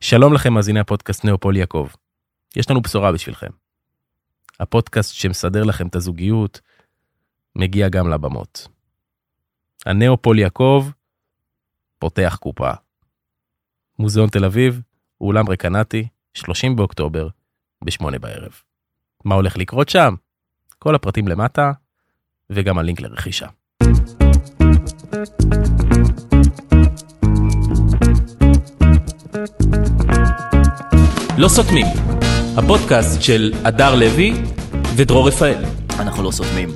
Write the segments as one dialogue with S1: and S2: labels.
S1: שלום לכם, מאזיני הפודקאסט נאופול יעקב. יש לנו בשורה בשבילכם. הפודקאסט שמסדר לכם את הזוגיות, מגיע גם לבמות. הנאופול יעקב פותח קופה. מוזיאון תל אביב, אולם רקנטי, 30 באוקטובר, ב-8 בערב. מה הולך לקרות שם? כל הפרטים למטה, וגם הלינק לרכישה. לא סותמים, הפודקאסט של הדר לוי ודרור רפאל.
S2: אנחנו לא סותמים.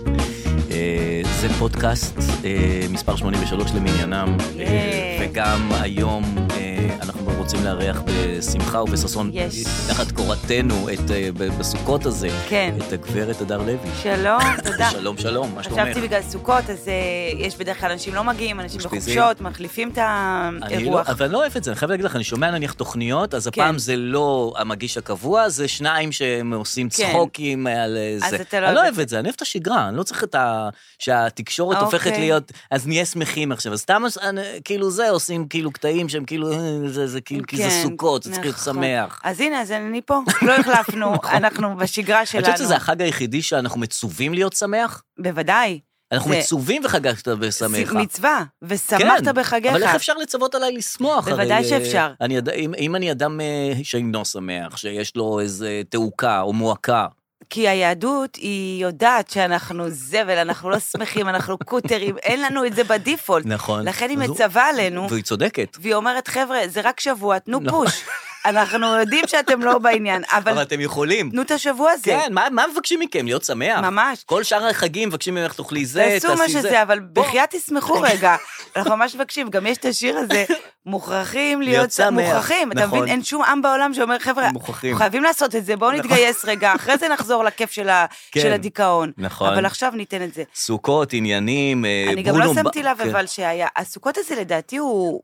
S2: אה, זה פודקאסט אה, מספר 83 למניינם, אה,
S3: יאי.
S2: וגם היום אה, אנחנו רוצים לארח בשמחה ובששון,
S3: יש.
S2: תחת קורתנו, את, אה, ב- בסוכות הזה,
S3: כן.
S2: את הגברת הדר לוי.
S3: שלום, תודה.
S2: שלום, שלום, מה שלומך?
S3: חשבתי בגלל סוכות, אז אה, יש בדרך כלל אנשים לא מגיעים, אנשים
S2: אושפיזין.
S3: בחופשות, מחליפים את
S2: אני לא,
S3: האירוח.
S2: אבל אני לא אוהב את זה, אני חייב להגיד לך, אני שומע נניח תוכניות, אז
S3: כן.
S2: הפעם זה לא המגיש הקבוע, זה שניים שהם עושים
S3: כן.
S2: צחוקים על אה, זה.
S3: אז אתה לא
S2: אני לא
S3: אוהב
S2: אוהב
S3: את
S2: את זה, אני אוהב את השגרה, אני לא צריך את ה... שהתקשורת
S3: אוקיי.
S2: הופכת להיות, אז נהיה שמחים עכשיו. אז סתם, עוש- אני- כאילו זה, עושים כאילו קטעים שהם כאילו, אה, זה זה כאילו, כי זה
S3: כן,
S2: סוכות, זה צריך להיות
S3: נכון.
S2: שמח.
S3: אז הנה, אז אני פה, לא החלפנו, אנחנו בשגרה
S2: את
S3: שלנו.
S2: נכון. חושבת שזה החג היחידי שאנחנו מצווים להיות שמח?
S3: בוודאי.
S2: אנחנו
S3: זה-
S2: מצווים וחגגת בשמח.
S3: מצווה, ושמחת בחגיך.
S2: כן. אבל איך אפשר לצוות עליי לשמוח? הרי,
S3: בוודאי
S2: אה,
S3: שאפשר.
S2: אני אד... אם, אם אני אדם אה, שאינו שמח, שיש לו איזה תעוקה או מועקה,
S3: כי היהדות, היא יודעת שאנחנו זבל, אנחנו לא שמחים, אנחנו קוטרים, אין לנו את זה בדיפולט.
S2: נכון.
S3: לכן היא
S2: אז הוא-
S3: מצווה עלינו.
S2: והיא צודקת.
S3: והיא אומרת, חבר'ה, זה רק שבוע, תנו
S2: נכון.
S3: פוש. אנחנו יודעים שאתם לא בעניין,
S2: אבל,
S3: אבל
S2: אתם יכולים.
S3: תנו את השבוע הזה.
S2: כן, מה, מה מבקשים מכם? להיות שמח.
S3: ממש.
S2: אה, כל שאר החגים מבקשים ממך תאכלי זה,
S3: תעשו מה
S2: תעשי
S3: שזה, אבל
S2: בוא. אוקיי.
S3: בחייאת תשמחו רגע. אנחנו ממש מבקשים, גם יש את השיר הזה, מוכרחים
S2: להיות
S3: להיות
S2: שמח,
S3: מוכרחים. אתה
S2: נכון.
S3: מבין, אין שום עם בעולם שאומר, חבר'ה,
S2: מוכרחים."
S3: אנחנו חייבים לעשות את זה, בואו
S2: נכון.
S3: נתגייס רגע, אחרי זה נחזור לכיף של ה-
S2: כן.
S3: של הדיכאון.
S2: נכון.
S3: אבל עכשיו ניתן את זה.
S2: סוכות, עניינים, אה,
S3: אני גם
S2: בולום
S3: לא
S2: ב-
S3: שמתי לב,
S2: כן.
S3: אבל שהיה, הסוכות הזה לדעתי הוא...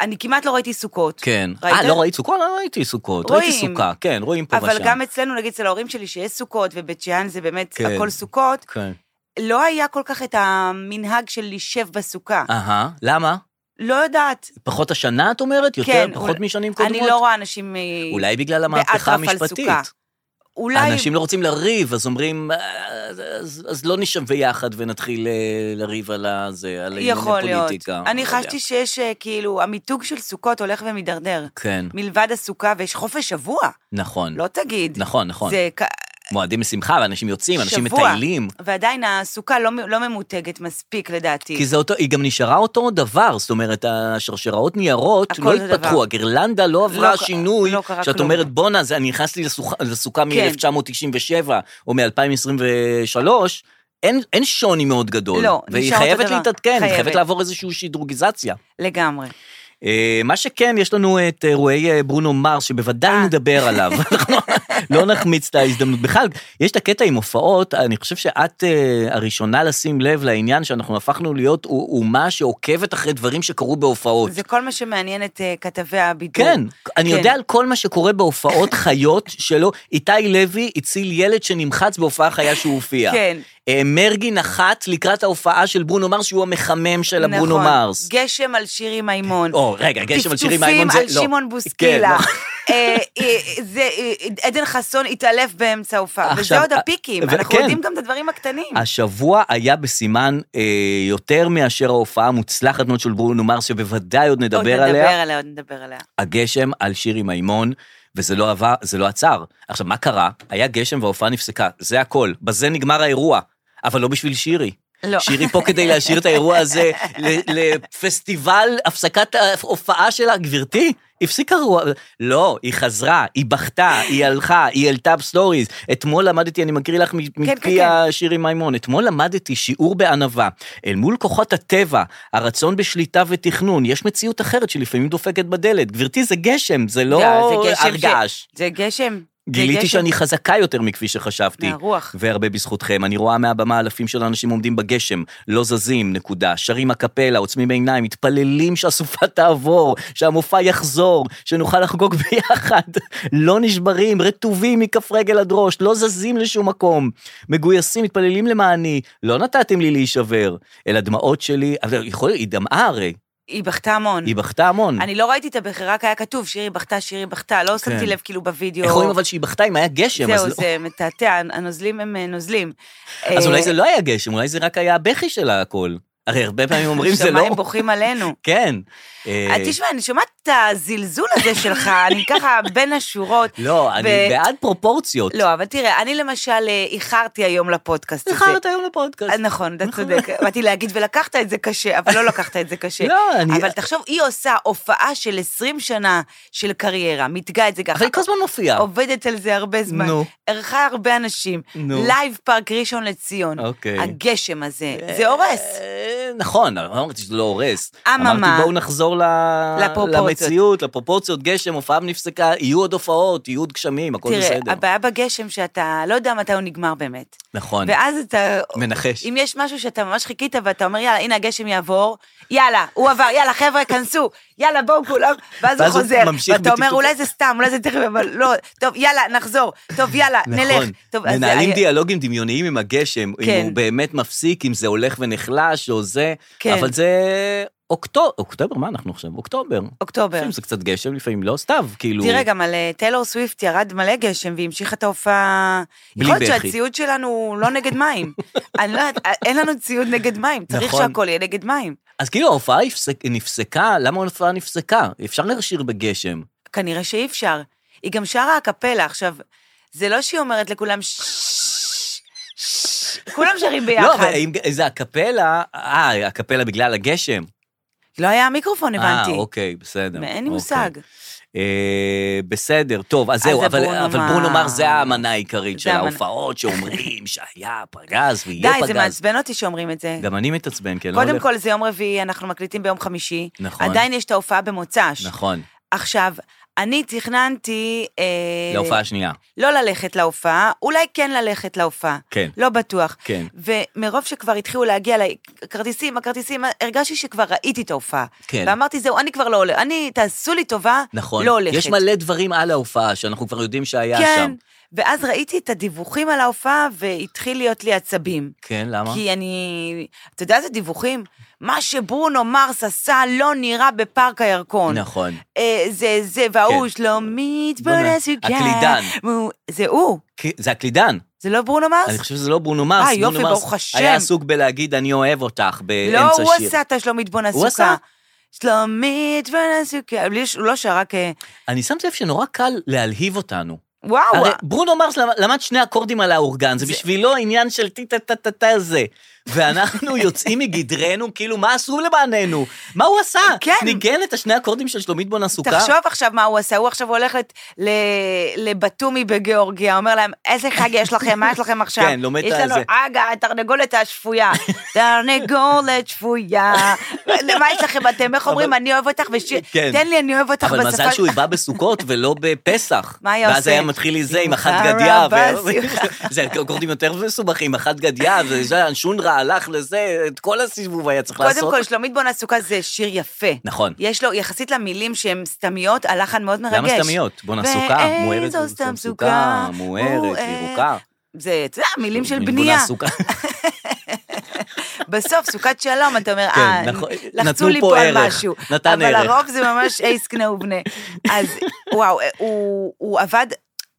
S3: אני כמעט לא ראיתי סוכות.
S2: כן.
S3: ראית?
S2: אה, לא ראית סוכות? לא ראיתי סוכות. ראיתי
S3: רואים.
S2: סוכה, כן, רואים פה ושם.
S3: אבל גם אצלנו, נגיד אצל ההורים שלי, שיש סוכות, ובית שאן זה באמת
S2: כן.
S3: הכל סוכות,
S2: כן.
S3: לא היה כל כך את המנהג של לשב בסוכה.
S2: אהה, למה?
S3: לא יודעת.
S2: פחות השנה, את אומרת? יותר?
S3: כן,
S2: פחות
S3: אול-
S2: משנים קודמות?
S3: אני לא רואה אנשים... אה,
S2: אולי בגלל המהפכה
S3: באטרף על
S2: המשפטית.
S3: סוכה. אולי...
S2: אנשים לא רוצים לריב, אז אומרים, "אה, אז, אז, אז לא נשב ביחד ונתחיל אה, לריב על ה- זה, על ענייני
S3: יכול להיות.
S2: פוליטיקה.
S3: אני
S2: לא
S3: חשתי
S2: יודע.
S3: שיש, אה, כאילו, המיתוג של סוכות הולך ומידרדר.
S2: כן,
S3: מלבד הסוכה, ויש חופש שבוע,
S2: נכון.
S3: לא תגיד.
S2: נכון, נכון.
S3: זה... כ-
S2: מועדים לשמחה, ואנשים יוצאים, אנשים
S3: שבוע.
S2: מטיילים.
S3: ועדיין הסוכה לא, מ- לא ממותגת מספיק, לדעתי.
S2: כי זה אותו, היא גם נשארה אותו דבר, זאת אומרת, השרשראות ניירות
S3: הכל
S2: לא
S3: אותו דבר.
S2: התפתחו, הגרלנדה לא עברה
S3: לא ק-
S2: שינוי,
S3: לא
S2: שאת
S3: קרה כלום. כן.
S2: אומרת, בואנה, זה- אני נכנסתי לסוכה- לסוכה מ-1997 או מ-2023, אין, אין שוני מאוד גדול.
S3: לא,
S2: והיא
S3: נשאר אותו
S2: חייבת
S3: דבר.
S2: להתעדכן, היא חייבת
S3: חייבת.
S2: לעבור איזושהי שדרוגיזציה.
S3: לגמרי.
S2: אה, מה שכן, יש לנו את אירועי אה, ברונו מרס, שבוודאי
S3: אה.
S2: נדבר עליו. אנחנו לא נחמיץ את ההזדמנות. בכלל, יש את הקטע עם הופעות, אני חושב שאת אה, הראשונה לשים לב לעניין שאנחנו הפכנו להיות א- אומה שעוקבת אחרי דברים שקרו בהופעות.
S3: זה כל מה שמעניין את אה, כתבי הבידור.
S2: כן, אני
S3: כן.
S2: יודע על כל מה שקורה בהופעות חיות שלו. איתי לוי הציל ילד שנמחץ בהופעה חיה שהוא הופיע.
S3: כן.
S2: אה, מרגי נחת לקראת ההופעה של ברונו מרס, שהוא המחמם של הברונו
S3: נכון.
S2: מרס.
S3: גשם על שירי מימון.
S2: או, רגע, גשם על שירי מימון זה...
S3: טפטופים על
S2: לא.
S3: שמעון
S2: כן,
S3: בוסקילה.
S2: לא.
S3: אה, אה, זה, אה, עדן חסון התעלף באמצע ההופעה,
S2: עכשיו,
S3: וזה עוד
S2: אה,
S3: הפיקים,
S2: ו-
S3: אנחנו
S2: כן.
S3: יודעים גם את הדברים הקטנים.
S2: השבוע היה בסימן אה, יותר מאשר ההופעה המוצלחת מאוד של ברונו מרס, שבוודאי עוד נדבר
S3: עוד
S2: עליה,
S3: נדבר עליה, עוד נדבר עליה.
S2: הגשם על שירי מימון, וזה לא, עבר, זה לא עצר. עכשיו, מה קרה? היה גשם וההופעה נפסקה, זה הכל. בזה נגמר האירוע, אבל לא בשביל שירי.
S3: לא.
S2: שירי פה כדי להשאיר את האירוע הזה ל- לפסטיבל הפסקת ההופעה שלה. גברתי, הפסיקה אירוע. לא, היא חזרה, היא בכתה, היא הלכה, היא העלתה סטוריז. אתמול למדתי, אני מקריא לך מ-
S3: כן,
S2: מפי
S3: כן.
S2: השירי מימון, אתמול למדתי שיעור בענווה. אל מול כוחות הטבע, הרצון בשליטה ותכנון, יש מציאות אחרת שלפעמים דופקת בדלת. גברתי, זה גשם, זה לא
S3: זה גשם ש-
S2: הרגש.
S3: זה גשם. זה
S2: גיליתי
S3: גשם
S2: שאני חזקה יותר מכפי שחשבתי.
S3: מהרוח.
S2: והרבה בזכותכם. אני רואה מהבמה אלפים של אנשים עומדים בגשם, לא זזים, נקודה. שרים הקפלה, עוצמים עיניים, מתפללים שהסופה תעבור, שהמופע יחזור, שנוכל לחגוג ביחד. לא נשברים, רטובים מכף רגל עד ראש, לא זזים לשום מקום. מגויסים, מתפללים למעני, לא נתתם לי להישבר. אלא דמעות שלי, אבל יכול, היא דמעה הרי.
S3: היא בכתה המון.
S2: היא בכתה המון. כן.
S3: אני לא ראיתי את הבכי, רק היה כתוב שירי בכתה, שירי בכתה, לא שמתי לב כאילו בווידאו.
S2: איך רואים אבל שהיא בכתה אם היה גשם? אז
S3: זהו,
S2: לא-
S3: זה מתעתע, הנוזלים הם אה, נוזלים.
S2: אז
S3: אה,
S2: אולי זה לא היה גשם, אולי זה רק היה הבכי שלה הכל. הרי הרבה פעמים אומרים זה לא...
S3: שמיים בוכים עלינו.
S2: כן. אה,
S3: אה, תשמע, אני שומעת את הזלזול הזה שלך, אני ככה בין השורות.
S2: לא, אני
S3: ו-
S2: בעד פרופורציות.
S3: לא, אבל תראה, אני למשל אה, איחרתי היום לפודקאסט הזה.
S2: איחרת היום לפודקאסט.
S3: אה, נכון, אתה צודק. באתי להגיד, ולקחת את זה קשה, אבל לא לקחת את זה קשה.
S2: לא, אני...
S3: אבל תחשוב, היא עושה הופעה של 20 שנה של קריירה, מיתגה את זה ככה.
S2: אבל היא כל הזמן מופיעה.
S3: עובדת על זה הרבה זמן.
S2: נו.
S3: ערכה הרבה אנשים.
S2: נו.
S3: לייב פארק ראשון לציון.
S2: אוקיי.
S3: הגשם הזה, זה הורס.
S2: אה, נכון, אבל לא אמרתי שזה לא הורס.
S3: אממה.
S2: אמרתי בואו נחזור ל-
S3: לפרופורציות.
S2: למציאות, לפרופורציות, גשם, הופעה נפסקה, יהיו עוד הופעות, יהיו עוד גשמים, הכל
S3: תראה,
S2: בסדר.
S3: הבעיה בגשם שאתה לא יודע מתי הוא נגמר באמת.
S2: נכון,
S3: ואז אתה...
S2: מנחש.
S3: אם יש משהו שאתה ממש חיכית ואתה אומר, יאללה, הנה הגשם יעבור, יאללה, הוא עבר, יאללה, חבר'ה, כנסו, יאללה, בואו כולם, ואז הוא
S2: ואז הוא
S3: חוזר.
S2: ממשיך
S3: ואתה אומר,
S2: בטיקטוק.
S3: אולי זה סתם, אולי זה תכף, אבל לא, טוב, יאללה, נחזור, טוב, יאללה, נלך.
S2: נכון,
S3: טוב, אז זה
S2: מנהלים
S3: היה-
S2: דיאלוגים דמיוניים עם הגשם,
S3: כן.
S2: אם הוא באמת מפסיק, אם זה הולך ונחלש או זה,
S3: כן.
S2: אבל זה אוקטובר, אוקטובר, מה אנחנו עכשיו? אוקטובר.
S3: אוקטובר.
S2: לפעמים זה קצת גשם, לפעמים לא, סתיו, כאילו...
S3: תראה, גם על אה, טיילור סוויפט ירד מלא גשם והיא המשיכה את ההופעה.
S2: בלי
S3: יכול להיות
S2: בכי.
S3: שהציוד שלנו הוא לא נגד מים. אני לא יודעת, אין לנו ציוד נגד מים, צריך
S2: נכון.
S3: שהכל יהיה נגד מים.
S2: אז כאילו ההופעה הפסק- נפסקה, למה ההופעה נפסקה? אפשר לשיר בגשם.
S3: כנראה שאי אפשר. היא גם שרה הקפלה, עכשיו, זה לא שהיא אומרת לכולם "ששש, ששש", כולם שרים
S2: לא,
S3: ביחד.
S2: אבל אם זה הקפלה, אה, הקפלה בגלל הגשם.
S3: לא היה מיקרופון, הבנתי.
S2: אה, אוקיי, בסדר.
S3: אין לי
S2: אוקיי.
S3: מושג.
S2: אה, בסדר, טוב, אז
S3: אז
S2: זהו,
S3: זה
S2: אבל
S3: ברונו
S2: אבל
S3: מרס.
S2: ברונו מרס זה האמנה העיקרית
S3: זה
S2: של
S3: האמנה.
S2: ההופעות שאומרים שהיה פגז
S3: די,
S2: ויהיה
S3: זה
S2: פגז.
S3: מעצבן אותי שאומרים את זה.
S2: גם אני מתעצבן, כי אני לא
S3: קודם
S2: הולך...
S3: כל, זה יום רביעי, אנחנו מקליטים ביום חמישי.
S2: נכון.
S3: עדיין יש את ההופעה במוצ"ש.
S2: נכון,
S3: עכשיו, אני תכננתי... אה,
S2: להופעה שנייה.
S3: לא ללכת להופעה, אולי כן ללכת להופעה.
S2: כן.
S3: לא בטוח.
S2: כן.
S3: ומרוב שכבר התחילו להגיע אליי, כרטיסים, הכרטיסים, הרגשתי שכבר ראיתי את ההופעה.
S2: כן.
S3: ואמרתי, זהו, אני כבר לא הולכת. אני, תעשו לי טובה,
S2: נכון.
S3: לא הולכת.
S2: יש מלא דברים על ההופעה שאנחנו כבר יודעים שהיה
S3: כן.
S2: שם.
S3: ואז ראיתי את הדיווחים על ההופעה, והתחיל להיות לי עצבים.
S2: כן, למה?
S3: כי אני, אתה יודע איזה דיווחים? מה שברונו מרס עשה לא נראה בפארק הירקון.
S2: נכון.
S3: אה, זה זה, לא וההוא
S2: כן.
S3: שלומית
S2: בוא'נה,
S3: בונסיוקה.
S2: הקלידן.
S3: זה הוא,
S2: כי- זה הקלידן.
S3: זה לא ברונו מרס?
S2: אני חושב שזה לא ברונו מרס.
S3: אה, יופי,
S2: ברונו מרס
S3: ברוך השם.
S2: היה עסוק בלהגיד אני אוהב אותך
S3: לא,
S2: באמצע
S3: הוא
S2: שיר.
S3: עשה את השלומית בונסיוקה.
S2: הוא עשה?
S3: שלומית בונסיוקה. בלי ש- הוא לא שר, רק... אה,
S2: אני שמתי לב שנורא קל להלהיב אותנו.
S3: וואו,
S2: הרי ברונו מרס למ- למד שני אקורדים על האורגן, זה בשבילו עניין של טה-טה-טה-טה זה. ואנחנו יוצאים מגדרנו, כאילו, מה עשו למעננו? מה הוא עשה?
S3: כן.
S2: ניגן את השני אקורדים של שלומית בונסוקה?
S3: תחשוב עכשיו מה הוא עשה, הוא עכשיו הולך לת- ל- לבטומי בגיאורגיה, אומר להם, איזה חג יש לכם, מה יש לכם עכשיו?
S2: כן, לומד את
S3: יש לנו,
S2: הזה.
S3: אגה, התרנגולת השפויה. תרנגולת שפויה. מה יש לכם, אתם, איך אומרים,
S2: אבל-
S3: אני אוהב אותך, ושיר,
S2: כן.
S3: תן לי, אני אוהב אותך בשפה...
S2: אבל מזל שהוא הבא בסוכות ולא בפסח.
S3: מה היה
S2: ואז
S3: עושה?
S2: היה מתחיל לי זה עם
S3: עם
S2: אחת
S3: חרא
S2: גדיה. ו-
S3: בסיכה.
S2: זה אקורדים יותר מסובכים, אחת גדיה, וזה הנשונרה הלך לזה, את כל הסיבוב היה צריך לעשות.
S3: קודם כל, שלומית בונסוקה זה שיר יפה.
S2: נכון.
S3: יש לו, יחסית למילים שהן סתמיות, הלחן מאוד מרגש.
S2: למה סתמיות? בואנה סוכה,
S3: ואיזו
S2: מוארת
S3: סתם
S2: סתם
S3: סוכה,
S2: סוכה, מוארת,
S3: מוארת.
S2: ירוקה.
S3: זה, אתה יודע, מילים של
S2: בונה
S3: בנייה.
S2: סוכה.
S3: בסוף, סוכת שלום, אתה אומר,
S2: כן,
S3: אה,
S2: נכון,
S3: לחצו
S2: נתנו
S3: לי
S2: פה
S3: פה על
S2: ערך,
S3: משהו.
S2: נתן
S3: אבל
S2: ערך.
S3: הרוב זה ממש אייס קנה ובנה. אז וואו, אה, הוא- הוא עבד,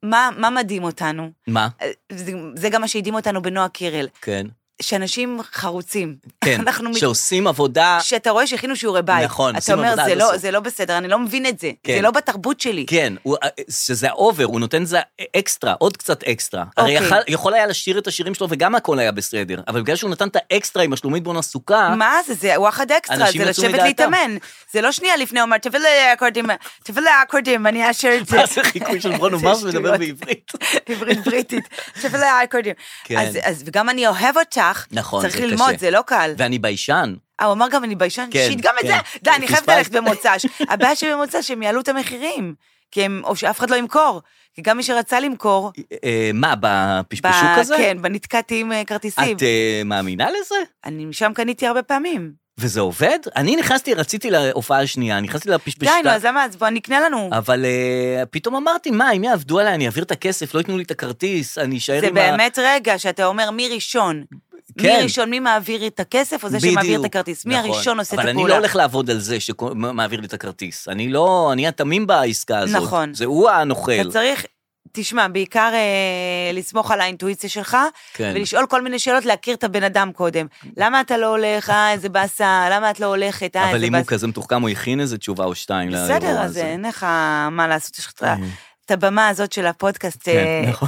S3: מה מה מדהים אותנו?
S2: מה?
S3: אה, זה- זה גם מה שהדהים אותנו בנועה קירל,
S2: כן.
S3: שאנשים חרוצים.
S2: כן,
S3: אנחנו מת-
S2: שעושים עבודה,
S3: שאתה רואה שהכינו שיעורי בית.
S2: נכון,
S3: אתה
S2: עושים
S3: אומר,
S2: עבודה
S3: "זה
S2: עד
S3: לא-
S2: הסוף."
S3: זה לא בסדר, אני לא מבין את זה. זה
S2: כן.
S3: לא בתרבות שלי.
S2: כן, הוא- שזה האובר, הוא נותן לזה אקסטרה, עוד קצת אקסטרה. הרי
S3: אוקיי.
S2: יכול- יכול היה לשיר את השירים שלו וגם הכל היה בסדר, אבל בגלל שהוא נתן את האקסטרה עם השלומית בון עסוקה,
S3: מה זה, זה וואחד אקסטרה,
S2: אנשים
S3: זה
S2: יצאו
S3: לשבת
S2: מדעתם.
S3: להתאמן. זה לא שנייה לפני, הוא אומר, תביא לי אקורדים, תביא לי אקורדים, אני אאשר את זה.
S2: מה זה חיקוי של ברונו
S3: זה
S2: מרס מדבר
S3: שטויות.
S2: בעברית?
S3: עברית בריטית, תביא לי אקורדים.
S2: כן.
S3: אז אז- וגם אני אוהב אותך,
S2: נכון,
S3: צריך
S2: זה קשה.
S3: ללמוד, זה לא קל.
S2: ואני ביישן.
S3: אה, הוא אמר גם אני ביישן,
S2: כן,
S3: שיט, גם את
S2: כן.
S3: זה, די, אני חייבת
S2: פספסת.
S3: ללכת במוצ"ש. הבעיה שבמוצ"ש הם יעלו את המחירים, כי הם, או שאף אחד לא ימכור, כי גם מי שרצה למכור,
S2: אה, מה,
S3: ב-
S2: בפשפשוק הזה?
S3: כן, בנתקעתי עם אה, כרטיסים.
S2: את אה, מאמינה לזה?
S3: אני משם קניתי הרבה פעמים.
S2: וזה עובד? אני נכנסתי, רציתי להופעה השנייה, נכנסתי
S3: די, נו,
S2: לפשפשתה.
S3: אז למה, אז בוא נקנה לנו.
S2: אבל אה, פתאום אמרתי, מה, אם יעבדו עליי, אני אעביר את הכסף, לא ייתנו לי את הכרטיס, אני אשאר
S3: זה
S2: עם ה...
S3: באמת רגע שאתה אומר מי ראשון. מי
S2: כן.
S3: ראשון, מי מעביר את הכסף, או זה שמעביר את
S2: בדיוק.
S3: הכרטיס, מי
S2: נכון.
S3: הראשון עושה את
S2: אבל
S3: הפעולה.
S2: אני לא הולך לעבוד על זה שמעביר לי את הכרטיס. אני לא, אני התמים בעסקה הזאת.
S3: נכון.
S2: זה הוא הנוכל.
S3: אתה צריך, תשמע, בעיקר אה, לסמוך על האינטואיציה שלך,
S2: כן.
S3: ולשאול כל מיני שאלות, להכיר את הבן אדם קודם. למה אתה לא הולך, אה, איזה באסה, למה את לא הולכת, אה,
S2: אבל
S3: איזה
S2: אם הוא
S3: באסה.
S2: כזה מתוחכם, הוא הכין איזה תשובה או שתיים לאירוע הזה.
S3: בסדר, אז אין לך מה לעשות, יש לך את ה-
S2: אה.
S3: את הבמה הזאת של הפודקאסט, אה,
S2: כן, נכון.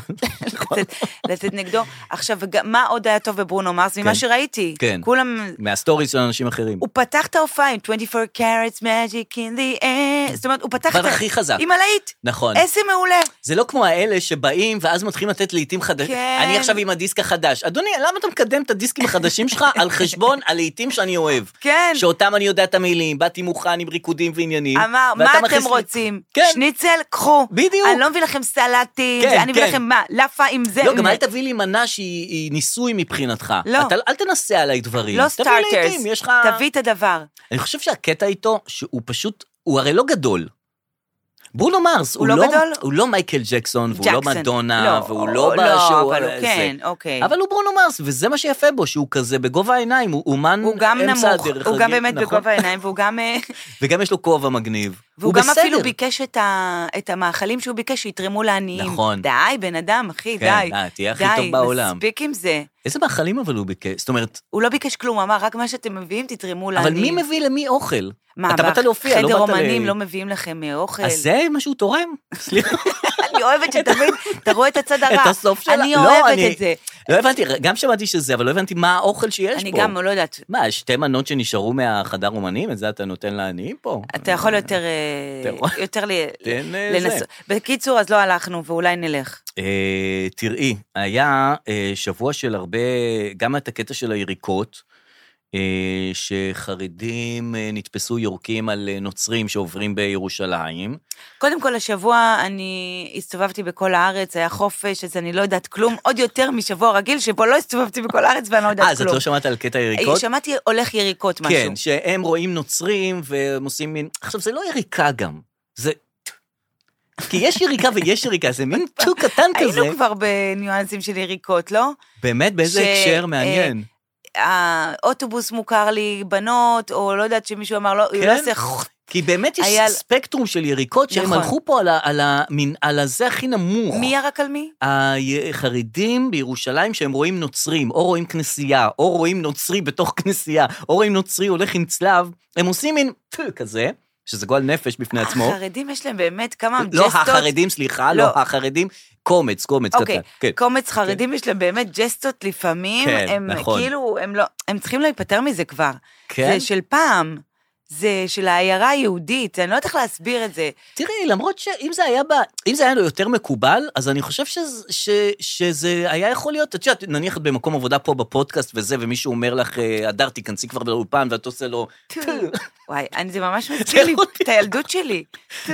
S2: נכון.
S3: לצאת- לצאת נגדו. עכשיו, וגם- מה עוד היה טוב בברונו מרס? ממה
S2: כן.
S3: שראיתי,
S2: כן.
S3: כולם
S2: מהסטוריז של אנשים אחרים.
S3: הוא פתח את ההופעה עם 24 carats magic in the air, זאת אומרת, הוא פתח את
S2: כבר
S3: ה...
S2: הכי חזק.
S3: עם הלהיט.
S2: נכון.
S3: איזה מעולה.
S2: זה לא כמו האלה שבאים ואז מתחילים לתת לעיתים חדשים.
S3: כן.
S2: אני עכשיו עם הדיסק החדש. אדוני, למה אתה מקדם את הדיסקים החדשים שלך על חשבון הלעיתים שאני אוהב?
S3: כן.
S2: שאותם אני יודע את המילים, באתי מוכן עם ריקודים ועניינים.
S3: אמר,
S2: ואתה
S3: מה
S2: מכניס
S3: אתם
S2: לי-
S3: רוצים?
S2: כן.
S3: שניצל, קחו.
S2: בדיוק.
S3: אני לא מביא לכם סלטים,
S2: כן,
S3: אני מביא
S2: כן.
S3: לכם מה? לאפה עם זה.
S2: לא,
S3: עם-
S2: גם אל תביא לי מנה שהיא היא ניסוי מבחינתך.
S3: לא.
S2: אתה- אל תנסה עליי דברים.
S3: לא
S2: תביא
S3: סטארטרס.
S2: לעיתים, יש לך...
S3: תביא את הדבר.
S2: אני חושב שהקטע איתו, שהוא פשוט, הוא הרי לא גדול. ברונו מרס,
S3: הוא לא גדול?
S2: הוא לא מייקל ג'קסון, והוא לא
S3: ג'קסון.
S2: מדונה, והוא לא...
S3: לא,
S2: שהוא-
S3: אבל הוא
S2: זה.
S3: כן, אוקיי.
S2: אבל הוא ברונו מרס, וזה מה שיפה בו, שהוא כזה בגובה העיניים, הוא אומן
S3: הוא גם
S2: אמצע
S3: נמוך,
S2: הדרך.
S3: הוא
S2: רגיל,
S3: גם באמת
S2: נכון?
S3: בגובה העיניים, והוא גם... אה,
S2: וגם יש לו כובע מגניב.
S3: והוא
S2: הוא
S3: גם
S2: בסדר.
S3: אפילו ביקש את ה- את המאכלים שהוא ביקש שיתרמו לעניים.
S2: נכון.
S3: די, בן אדם, אחי,
S2: כן,
S3: די.
S2: די, תהיה הכי
S3: די,
S2: טוב בעולם.
S3: מספיק עם זה.
S2: איזה מאכלים אבל הוא ביקש? זאת אומרת,
S3: הוא לא ביקש כלום, הוא אמר, רק מה שאתם מביאים, תתרמו לעניים.
S2: אבל מי מביא למי אוכל?
S3: מה,
S2: אתה באת להופיע, לא
S3: חדר
S2: באת ל...
S3: אומנים לא מביאים לכם אה, אוכל.
S2: אז זה מה שהוא תורם? סליחה.
S3: אני אוהבת שתמיד, אתה רואה את הצד הרע.
S2: את הסוף שלה.
S3: אני
S2: לא,
S3: אוהבת
S2: אני-
S3: את זה.
S2: לא הבנתי, גם שמעתי שזה, אבל לא הבנתי מה האוכל שיש
S3: אני
S2: פה.
S3: גם לא יודעת.
S2: מה, שתי מנות שנשארו מהחדר אומנים? את זה אתה נותן לעניים פה?
S3: אתה יכול יותר,
S2: אתה
S3: אה,
S2: רואה?
S3: יותר ל-
S2: תן אה, זה.
S3: לנסות. בקיצור, אז לא הלכנו, ואולי נלך.
S2: אה, תראי, היה אה, שבוע של הרבה, גם את הקטע של היריקות, אה, שחרדים אה, נתפסו יורקים על אה, נוצרים שעוברים בירושלים.
S3: קודם כל, השבוע אני הסתובבתי בכל הארץ, היה חופש, אז אני לא יודעת כלום, עוד יותר משבוע רגיל, שבו לא הסתובבתי בכל הארץ ואני לא יודעת
S2: אה,
S3: כלום.
S2: אז את לא שמעת על קטע היריקות?
S3: שמעתי הולך יריקות משהו.
S2: כן, שהם רואים נוצרים והם עושים מין... עכשיו, זה לא יריקה גם, זה... כי יש יריקה ויש יריקה, זה מין טו קטן כזה.
S3: היינו כבר בניואנסים של יריקות, לא?
S2: באמת, באיזה
S3: ש-
S2: הקשר
S3: אה,
S2: מעניין.
S3: האוטובוס מוכר לי בנות, או לא יודעת שמישהו אמר לו, הוא
S2: כן?
S3: לא עושה חוח,
S2: כי באמת יש
S3: היה-
S2: ספקטרום של יריקות שהם
S3: נכון.
S2: הלכו פה על ה- על ה- מין- על הזה הכי נמוך.
S3: מי ירק על מי?
S2: החרדים בירושלים שהם רואים נוצרים, או רואים כנסייה, או רואים נוצרי בתוך כנסייה, או רואים נוצרי הולך עם צלב, הם עושים מין טו כזה, שזה גועל נפש בפני עצמו.
S3: החרדים יש להם באמת כמה
S2: לא
S3: ג'סטות.
S2: החרדים, סליחה, לא
S3: לא.
S2: החרדים, קומץ, קומץ
S3: אוקיי,
S2: קטן. כן.
S3: קומץ חרדים יש להם באמת ג'סטות לפעמים,
S2: כן,
S3: הם
S2: נכון.
S3: כאילו, הם לא, הם צריכים להיפטר מזה כבר.
S2: כן?
S3: זה של פעם, זה של העיירה היהודית, אני לא יודעת איך להסביר את זה.
S2: תראי, למרות שאם זה היה ב... אם זה היה לו יותר מקובל, אז אני חושב שזה, ש, שזה היה יכול להיות, את יודעת, נניח את במקום עבודה פה בפודקאסט וזה, ומישהו אומר לך, אה, הדר, תיכנסי כבר לאולפן, ואת עושה לו... "טו".
S3: וואי, אני, זה ממש מזכיר לי
S2: יכול
S3: את הילדות שלי.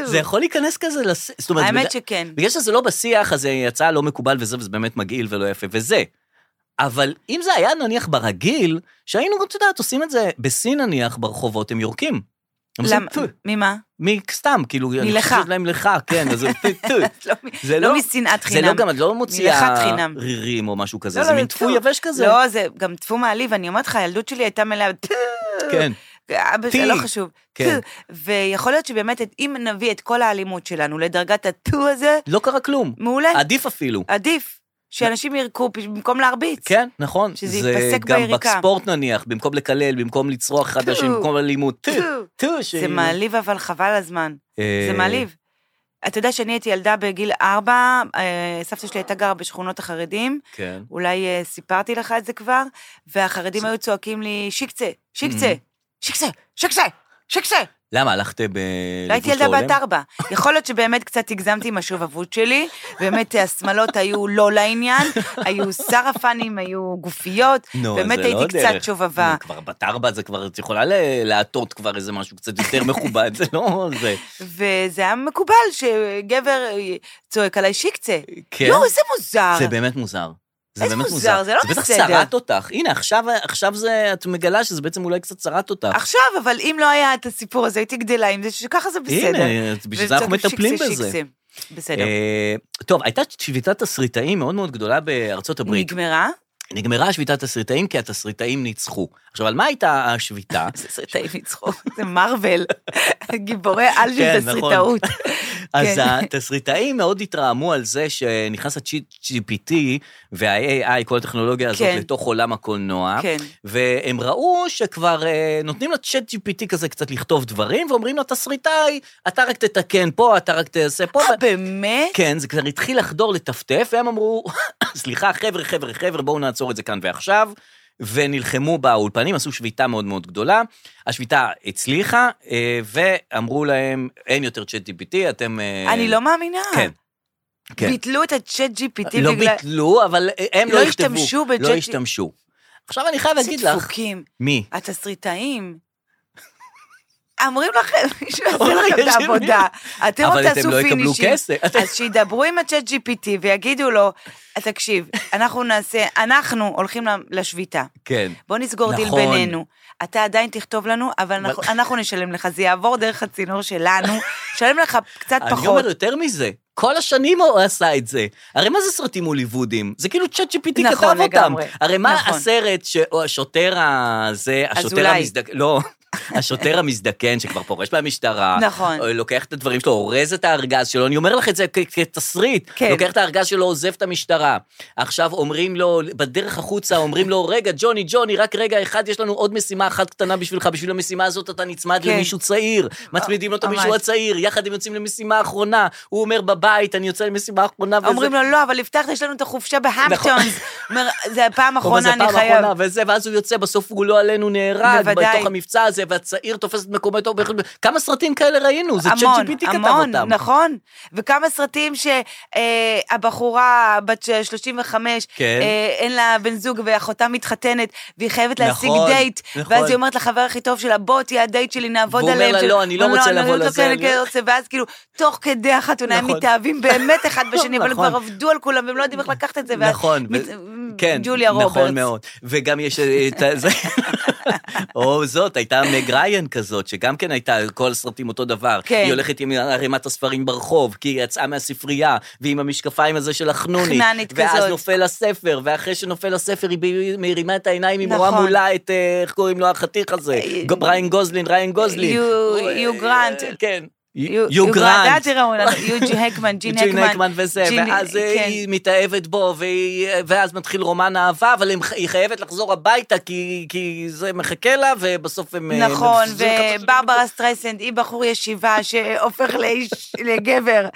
S2: זה יכול להיכנס כזה לס... זאת אומרת,
S3: לא. האמת
S2: בגלל-
S3: שכן.
S2: בגלל שזה לא בשיח, אז זה יצא לא מקובל וזה, וזה באמת מגעיל ולא יפה, וזה. אבל אם זה היה נניח ברגיל, שהיינו, את יודעת, עושים את זה בסין נניח, ברחובות הם יורקים. הם עושים
S3: למה?
S2: "טו".
S3: ממה?
S2: מסתם, כאילו, אני
S3: מלך.
S2: חושבת להם לך, כן, אז זה טו, טו.
S3: לא מ-
S2: זה
S3: לא
S2: לא-
S3: משנאת
S2: זה
S3: חינם.
S2: לא גם, את לא מוציאה
S3: מלכת חינם.
S2: רירים או משהו
S3: לא,
S2: כזה,
S3: לא,
S2: זה מין
S3: טו.
S2: טפו יבש כזה.
S3: לא, זה גם טפו מעליב, אני אומרת לך, הילדות שלי הייתה מלאה... "טו".
S2: כן,
S3: אבא
S2: טי.
S3: שלי, לא חשוב.
S2: כן.
S3: טו. ויכול להיות שבאמת, את- אם נביא את כל האלימות שלנו לדרגת הטו הזה,
S2: לא קרה כלום.
S3: מעולה,
S2: עדיף אפילו.
S3: עדיף שאנשים ירקו פ- במקום להרביץ.
S2: כן, נכון.
S3: שזה
S2: זה
S3: ייפסק
S2: גם
S3: ביריקה.
S2: בספורט נניח, במקום לקלל, במקום לצרוח אחד
S3: טו.
S2: לשני, במקום אלימות. טו,
S3: טו.
S2: טו,
S3: זה
S2: שהיא-
S3: מעליב, אבל חבל על הזמן.
S2: אה,
S3: זה מעליב. אתה יודע שאני הייתי ילדה בגיל ארבע, אה, סבתא שלי הייתה גרה בשכונות החרדים,
S2: כן.
S3: אולי אה, סיפרתי לך את זה כבר, והחרדים היו צועקים לי, שיקצה, שיקצה, שיקצה, שיקצה, שיקצה.
S2: למה, הלכת ב...
S3: לא הייתי ילדה בת ארבע. יכול להיות שבאמת קצת הגזמתי עם השובבות שלי, באמת השמלות היו לא לעניין, היו סרפנים, היו גופיות,
S2: נו,
S3: באמת
S2: זה
S3: הייתי
S2: לא
S3: קצת
S2: דרך.
S3: שובבה.
S2: נו, כבר בת ארבע זה כבר, את יכולה ל- לעטות כבר איזה משהו קצת יותר מכובד, זה לא זה.
S3: וזה היה מקובל שגבר אה, צועק עליי שיקצה.
S2: כן.
S3: לא, איזה מוזר.
S2: זה באמת מוזר. זה
S3: איזה
S2: באמת
S3: מוזר, זה לא
S2: זה
S3: בסדר.
S2: בטח שרט אותך. הנה, עכשיו, עכשיו זה, את מגלה שזה בעצם אולי קצת שרט אותך.
S3: עכשיו, אבל אם לא היה את הסיפור הזה, הייתי גדלה עם זה, שככה זה בסדר.
S2: הנה, את- בשביל זה אנחנו
S3: וצועקים
S2: מטפלים
S3: "שיקסה,
S2: בזה.
S3: שיקסה". בסדר.
S2: אה, טוב, הייתה שביתת תסריטאים מאוד מאוד גדולה בארצות הברית.
S3: נגמרה?
S2: נגמרה השביתת תסריטאים כי התסריטאים ניצחו. עכשיו, על מה הייתה השביתה?
S3: תסריטאים ניצחו, זה מרוויל, גיבורי על של
S2: כן, נכון.
S3: תסריטאות.
S2: אז
S3: כן.
S2: התסריטאים מאוד התרעמו על זה שנכנס ה-GPT וה-AI, כל הטכנולוגיה הזאת,
S3: כן.
S2: לתוך עולם הקולנוע.
S3: כן.
S2: והם ראו שכבר אה, נותנים לצ'אט GPT כזה קצת לכתוב דברים, ואומרים לו, תסריטאי, אתה רק תתקן פה, אתה רק תעשה פה.
S3: אה, באמת?
S2: כן, זה כבר התחיל לחדור לטפטף, והם אמרו, סליחה, חבר'ה, חבר'ה, חבר'ה, בואו נעצור את זה כאן ועכשיו. ונלחמו באולפנים, עשו שביתה מאוד מאוד גדולה. השביתה הצליחה, אה, ואמרו להם, אין יותר צ'אט GPT, אתם... אה,
S3: אני לא מאמינה.
S2: כן, כן.
S3: ביטלו את הצ'אט GPT
S2: לא
S3: בגלל...
S2: ביטלו, אבל הם לא
S3: לא
S2: יכתבו.
S3: השתמשו
S2: לא
S3: ב-ChatGPT.
S2: השתמשו. עכשיו אני חייב להגיד
S3: איזה
S2: לך,
S3: דפוקים.
S2: מי?
S3: התסריטאים. אומרים לכם, מישהו יעשה
S2: אומרים
S3: לכם את
S2: שמישהו-
S3: העבודה. אתם עוד
S2: לא, אבל אתם
S3: תעשו
S2: לא יקבלו
S3: פינישים.
S2: כסף.
S3: אז שידברו עם הצ'אט GPT ויגידו לו, תקשיב, אנחנו נעשה, אנחנו הולכים ל- לשביתה.
S2: כן.
S3: בוא נסגור דיל
S2: נכון.
S3: בינינו. אתה עדיין תכתוב לנו, אבל אנחנו- אנחנו נשלם לך, זה יעבור דרך הצינור שלנו, נשלם לך קצת
S2: אני
S3: פחות.
S2: אומר יותר מזה, כל השנים הוא עשה את זה. הרי מה זה סרטים הוליוודיים? זה כאילו צ'אט GPT
S3: נכון,
S2: כתב אותם.
S3: לגמרי.
S2: הרי מה
S3: נכון.
S2: הסרט שהשוטר הזה, השוטר
S3: אזולאי.
S2: המזדקן, לא, השוטר המזדקן שכבר פורש מהמשטרה, אה,
S3: נכון.
S2: לוקח את הדברים שלו, אורז את הארגז שלו, אני אומר לך את זה כ- כתסריט,
S3: כן.
S2: לוקח את הארגז שלו, עוזב את המשטרה. עכשיו אומרים לו, בדרך החוצה אומרים לו, רגע, ג'וני, ג'וני, רק רגע אחד, יש לנו עוד משימה אחת קטנה בשבילך, בשביל המשימה הזאת אתה נצמד
S3: כן.
S2: למישהו צעיר, מצמידים לו את
S3: ממש.
S2: המישהו הצעיר, יחד הם יוצאים למשימה האחרונה, הוא אומר בבית, אני יוצא למשימה האחרונה, וזה...
S3: אומרים לו, לא, אבל הבטחת, יש לנו את החופשה בהמפטונס. אומר, זה הפעם
S2: נכון. הוא אומר, "זה
S3: האחרונה, אני
S2: פעם
S3: חייב.
S2: אחרונה, וזה, ואז הוא יוצא, בסוף הוא לא עלינו נהרג,
S3: בוודאי.
S2: בתוך המבצע הזה, והצעיר תופס את מקומו איתו, כמה סרטים כאלה ראינו, זה צ'אט
S3: המון,
S2: GPT כתב אותם.
S3: המון, נכון. וכמה סרטים שהבחורה בת ש- 35,
S2: כן.
S3: אה, אין לה בן זוג ואחותה מתחתנת, והיא חייבת להשיג
S2: נכון,
S3: דייט,
S2: נכון.
S3: ואז היא אומרת לחבר הכי טוב שלה, בוא תהיה הדייט שלי, נעבוד
S2: והוא אומר
S3: עליהם.
S2: לה,
S3: של-
S2: "לא, אני לא
S3: אומר,
S2: רוצה
S3: אני
S2: לבוא
S3: לא
S2: לזה,
S3: כן,
S2: אני
S3: כן,
S2: לא-"
S3: רוצה, ואז כאילו, תוך כדי החתונה הם
S2: נכון.
S3: מתאהבים באמת אחד בשני, אבל הם
S2: נכון.
S3: כבר עבדו על כולם, והם לא יודעים איך לקחת את זה, ואז
S2: נכון, ו-
S3: מת-
S2: כן,
S3: ג'וליה רוברטס.
S2: נכון מאוד. וגם יש אה, את ה... זה- או זאת, הייתה מג ריין כזאת, שגם כן הייתה, כל הסרטים אותו דבר.
S3: כן.
S2: היא הולכת עם ערימת הספרים ברחוב, כי היא יצאה מהספרייה, והיא עם המשקפיים הזה של החנונית.
S3: חננית
S2: ואז
S3: כזאת.
S2: נופל הספר, ואחרי שנופל הספר, היא ב- מרימה את העיניים, היא רואה
S3: נכון.
S2: מולה את, אה, איך קוראים לו החתיך הזה?
S3: אה,
S2: ג- ריין גוזלין, ריין גוזלין.
S3: יו-
S2: אה,
S3: יו גרנט.
S2: כן.
S3: יו-
S2: יו
S3: אל
S2: גרנט.
S3: תיראו לנו, יוג'י הקמן, ג'ין
S2: ג'ין
S3: הקמן.
S2: הקמן וזה,
S3: ג'ין-
S2: ואז
S3: כן.
S2: היא מתאהבת בו, והיא- ואז מתחיל רומן אהבה, אבל הם- היא חייבת לחזור הביתה, כי כי זה מחכה לה, ובסוף הם... אה,
S3: נכון,
S2: מפספסים אחד את השני.
S3: וברברה סטרייסנד היא בחור ישיבה שהופך לאיש, לגבר,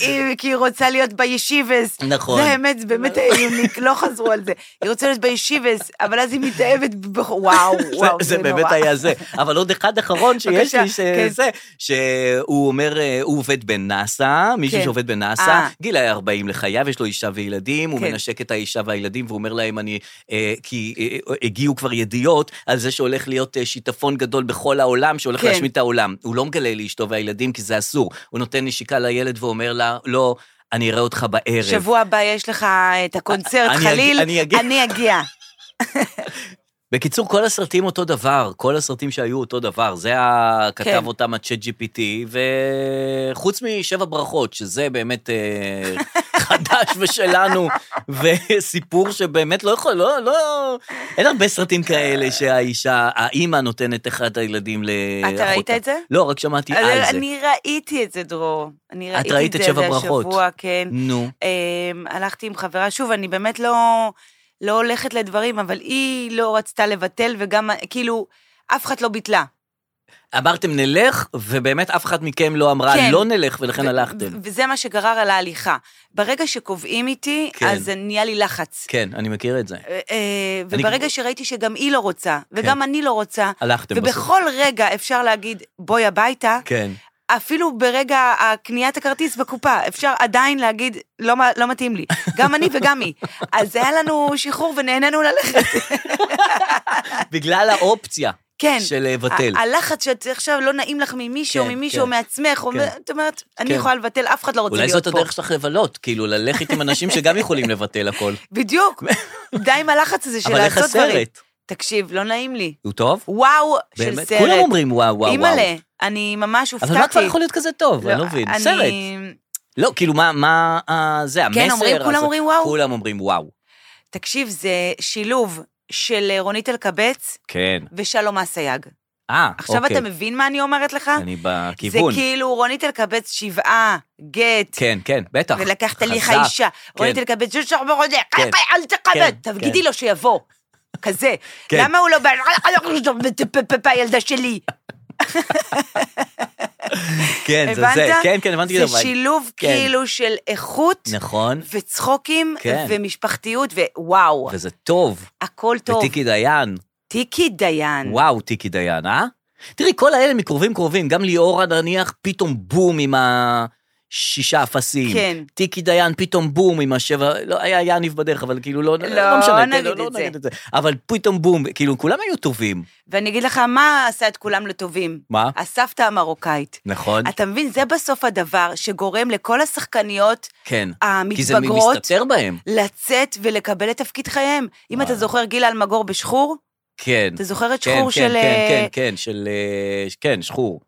S3: היא- כי היא רוצה להיות בישיבס.
S2: נכון.
S3: זה האמת, זה באמת יוניק, לא חזרו על זה. היא רוצה להיות בישיבס, אבל אז היא מתאהבת בבחור, וואו,
S2: זה-
S3: וואו,
S2: זה באמת
S3: נורא.
S2: היה זה. אבל עוד אחד אחרון שיש
S3: בבקשה,
S2: לי,
S3: כן.
S2: שזה, שהוא אומר, אה, הוא עובד בנאסא, מישהו
S3: כן.
S2: שעובד בנאסא,
S3: אה.
S2: גיל היה 40 לחייו, יש לו אישה וילדים, הוא
S3: כן.
S2: מנשק את האישה והילדים, והוא אומר להם, אני, אה, כי אה, הגיעו כבר ידיעות על זה שהולך להיות אה, שיטפון גדול בכל העולם, שהולך
S3: כן.
S2: להשמיד את העולם. הוא לא מגלה לאשתו והילדים, כי זה אסור. הוא נותן נשיקה לילד ואומר לה, לא, אני אראה אותך בערב.
S3: שבוע הבא יש לך אה, את הקונצרט
S2: אני אגיע-
S3: חליל,
S2: אני אגיע. אה,
S3: אני אגיע.
S2: בקיצור, כל הסרטים אותו דבר, כל הסרטים שהיו אותו דבר, זה ה... כתב
S3: כן.
S2: אותם הצ'אט GPT, וחוץ משבע ברכות, שזה באמת אה, חדש ושלנו, וסיפור שבאמת לא יכול, לא, לא, אין הרבה סרטים כאלה שהאישה, האימא נותנת אחד הילדים לאחותה.
S3: אתה ראית את זה?
S2: לא, רק שמעתי על
S3: אז
S2: זה.
S3: אני ראיתי את זה, דרור. אני
S2: את
S3: ראיתי
S2: ראית את
S3: זה,
S2: שבע
S3: זה
S2: ברכות.
S3: השבוע, כן.
S2: נו,
S3: אמ, הלכתי עם חברה, שוב, אני באמת לא, לא הולכת לדברים, אבל היא לא רצתה לבטל, וגם, כאילו, אף אחת לא ביטלה.
S2: אמרתם נלך, ובאמת אף אחת מכם לא אמרה
S3: כן.
S2: לא נלך, ולכן הלכתם.
S3: ו- וזה מה שגרר על ההליכה. ברגע שקובעים איתי,
S2: כן.
S3: כן. אז זה נהיה לי לחץ.
S2: כן, אני מכיר את זה.
S3: אה, אה,
S2: אני
S3: וברגע
S2: כבר-
S3: שראיתי שגם היא לא רוצה, וגם אני לא רוצה,
S2: הלכתם בסוף.
S3: ובכל רגע אפשר להגיד, בואי הביתה,
S2: כן.
S3: אפילו ברגע הקניית הכרטיס בקופה, אפשר עדיין להגיד, לא, מ- לא מתאים לי, גם אני וגם היא. אז היה לנו שחרור ונהנינו ללכת.
S2: בגלל האופציה.
S3: כן.
S2: של אה, לבטל.
S3: ה- הלחץ שאת עכשיו לא נעים לך ממישהו,
S2: כן,
S3: כן, ממישהו,
S2: כן.
S3: כן. מעצמך, או
S2: כן.
S3: מ- את אומרת, אני
S2: כן.
S3: יכולה לבטל, אף אחד לא רוצה
S2: אולי
S3: להיות
S2: זאת
S3: פה.
S2: הדרך שלך לבלות, כאילו ללכת עם אנשים שגם יכולים לבטל הכל.
S3: בדיוק, די עם הלחץ הזה של
S2: אבל איך
S3: לעשות דברים.
S2: הסרט?
S3: תקשיב, לא נעים לי.
S2: הוא טוב?
S3: וואו של
S2: באמת?
S3: סרט.
S2: כולם אומרים וואו וואו וואו.
S3: אימא'לה, אני ממש הופתעתי.
S2: אבל מה כבר יכול להיות כזה טוב? אני לא מבין.
S3: אני-
S2: סרט. לא, כאילו מה, מה, אה, זה המסר?
S3: כן, אומרים, כולם
S2: אז-
S3: אומרים וואו.
S2: כולם אומרים וואו.
S3: תקשיב, זה שילוב של אה, רונית אלקבץ
S2: כן.
S3: ושלום אסייג.
S2: אה,
S3: עכשיו
S2: אוקיי.
S3: אתה מבין מה אני אומרת לך?
S2: אני
S3: זה
S2: בכיוון.
S3: כאילו רונית אלקבץ שבעה, גט,
S2: כן, כן, בטח.
S3: ולקחת לי
S2: חזק.
S3: חיישה. רונית אלקבץ, שוב שוב ברודה,
S2: כן.
S3: חי "אה, אל
S2: כן,
S3: תקבץ,
S2: כן.
S3: תגידי לו שיבוא. כזה.
S2: כן.
S3: למה הוא לא בא? "אל תחשוב, פפפפ, אה, הילדה שלי.
S2: כן, זה זה.
S3: הבנת?
S2: כן, כן, הבנתי.
S3: זה
S2: אבל-
S3: שילוב
S2: כן.
S3: כאילו של איכות
S2: נכון,
S3: וצחוקים
S2: כן.
S3: ומשפחתיות, ווואו,
S2: וזה טוב.
S3: הכל טוב.
S2: וטיקי דיין,
S3: טיקי דיין.
S2: וואו, טיקי דיין, אה? תראי, כל האלה מקרובים קרובים, גם ליאורה נניח, פתאום בום עם השישה אפסים.
S3: כן.
S2: טיקי דיין, פתאום בום עם השבע, לא, היה יניב בדרך, אבל כאילו לא, לא,
S3: לא
S2: משנה, כן,
S3: נגיד
S2: לא,
S3: את
S2: לא
S3: זה.
S2: נגיד את זה. אבל פתאום בום, כאילו, כולם היו טובים.
S3: ואני אגיד לך, מה עשה את כולם לטובים?
S2: מה?
S3: הסבתא המרוקאית.
S2: נכון?
S3: אתה מבין, זה בסוף הדבר שגורם לכל השחקניות
S2: כן. כי זה
S3: המתבגרות
S2: מסתתר בהם.
S3: לצאת ולקבל את תפקיד חייהם. אם
S2: וואי.
S3: אתה זוכר גילה אלמגור בשחור,
S2: כן.
S3: אתה זוכר את
S2: כן,
S3: שחור
S2: כן,
S3: של
S2: כן, כן,
S3: אה,
S2: כן, של... אה, כן, שחור.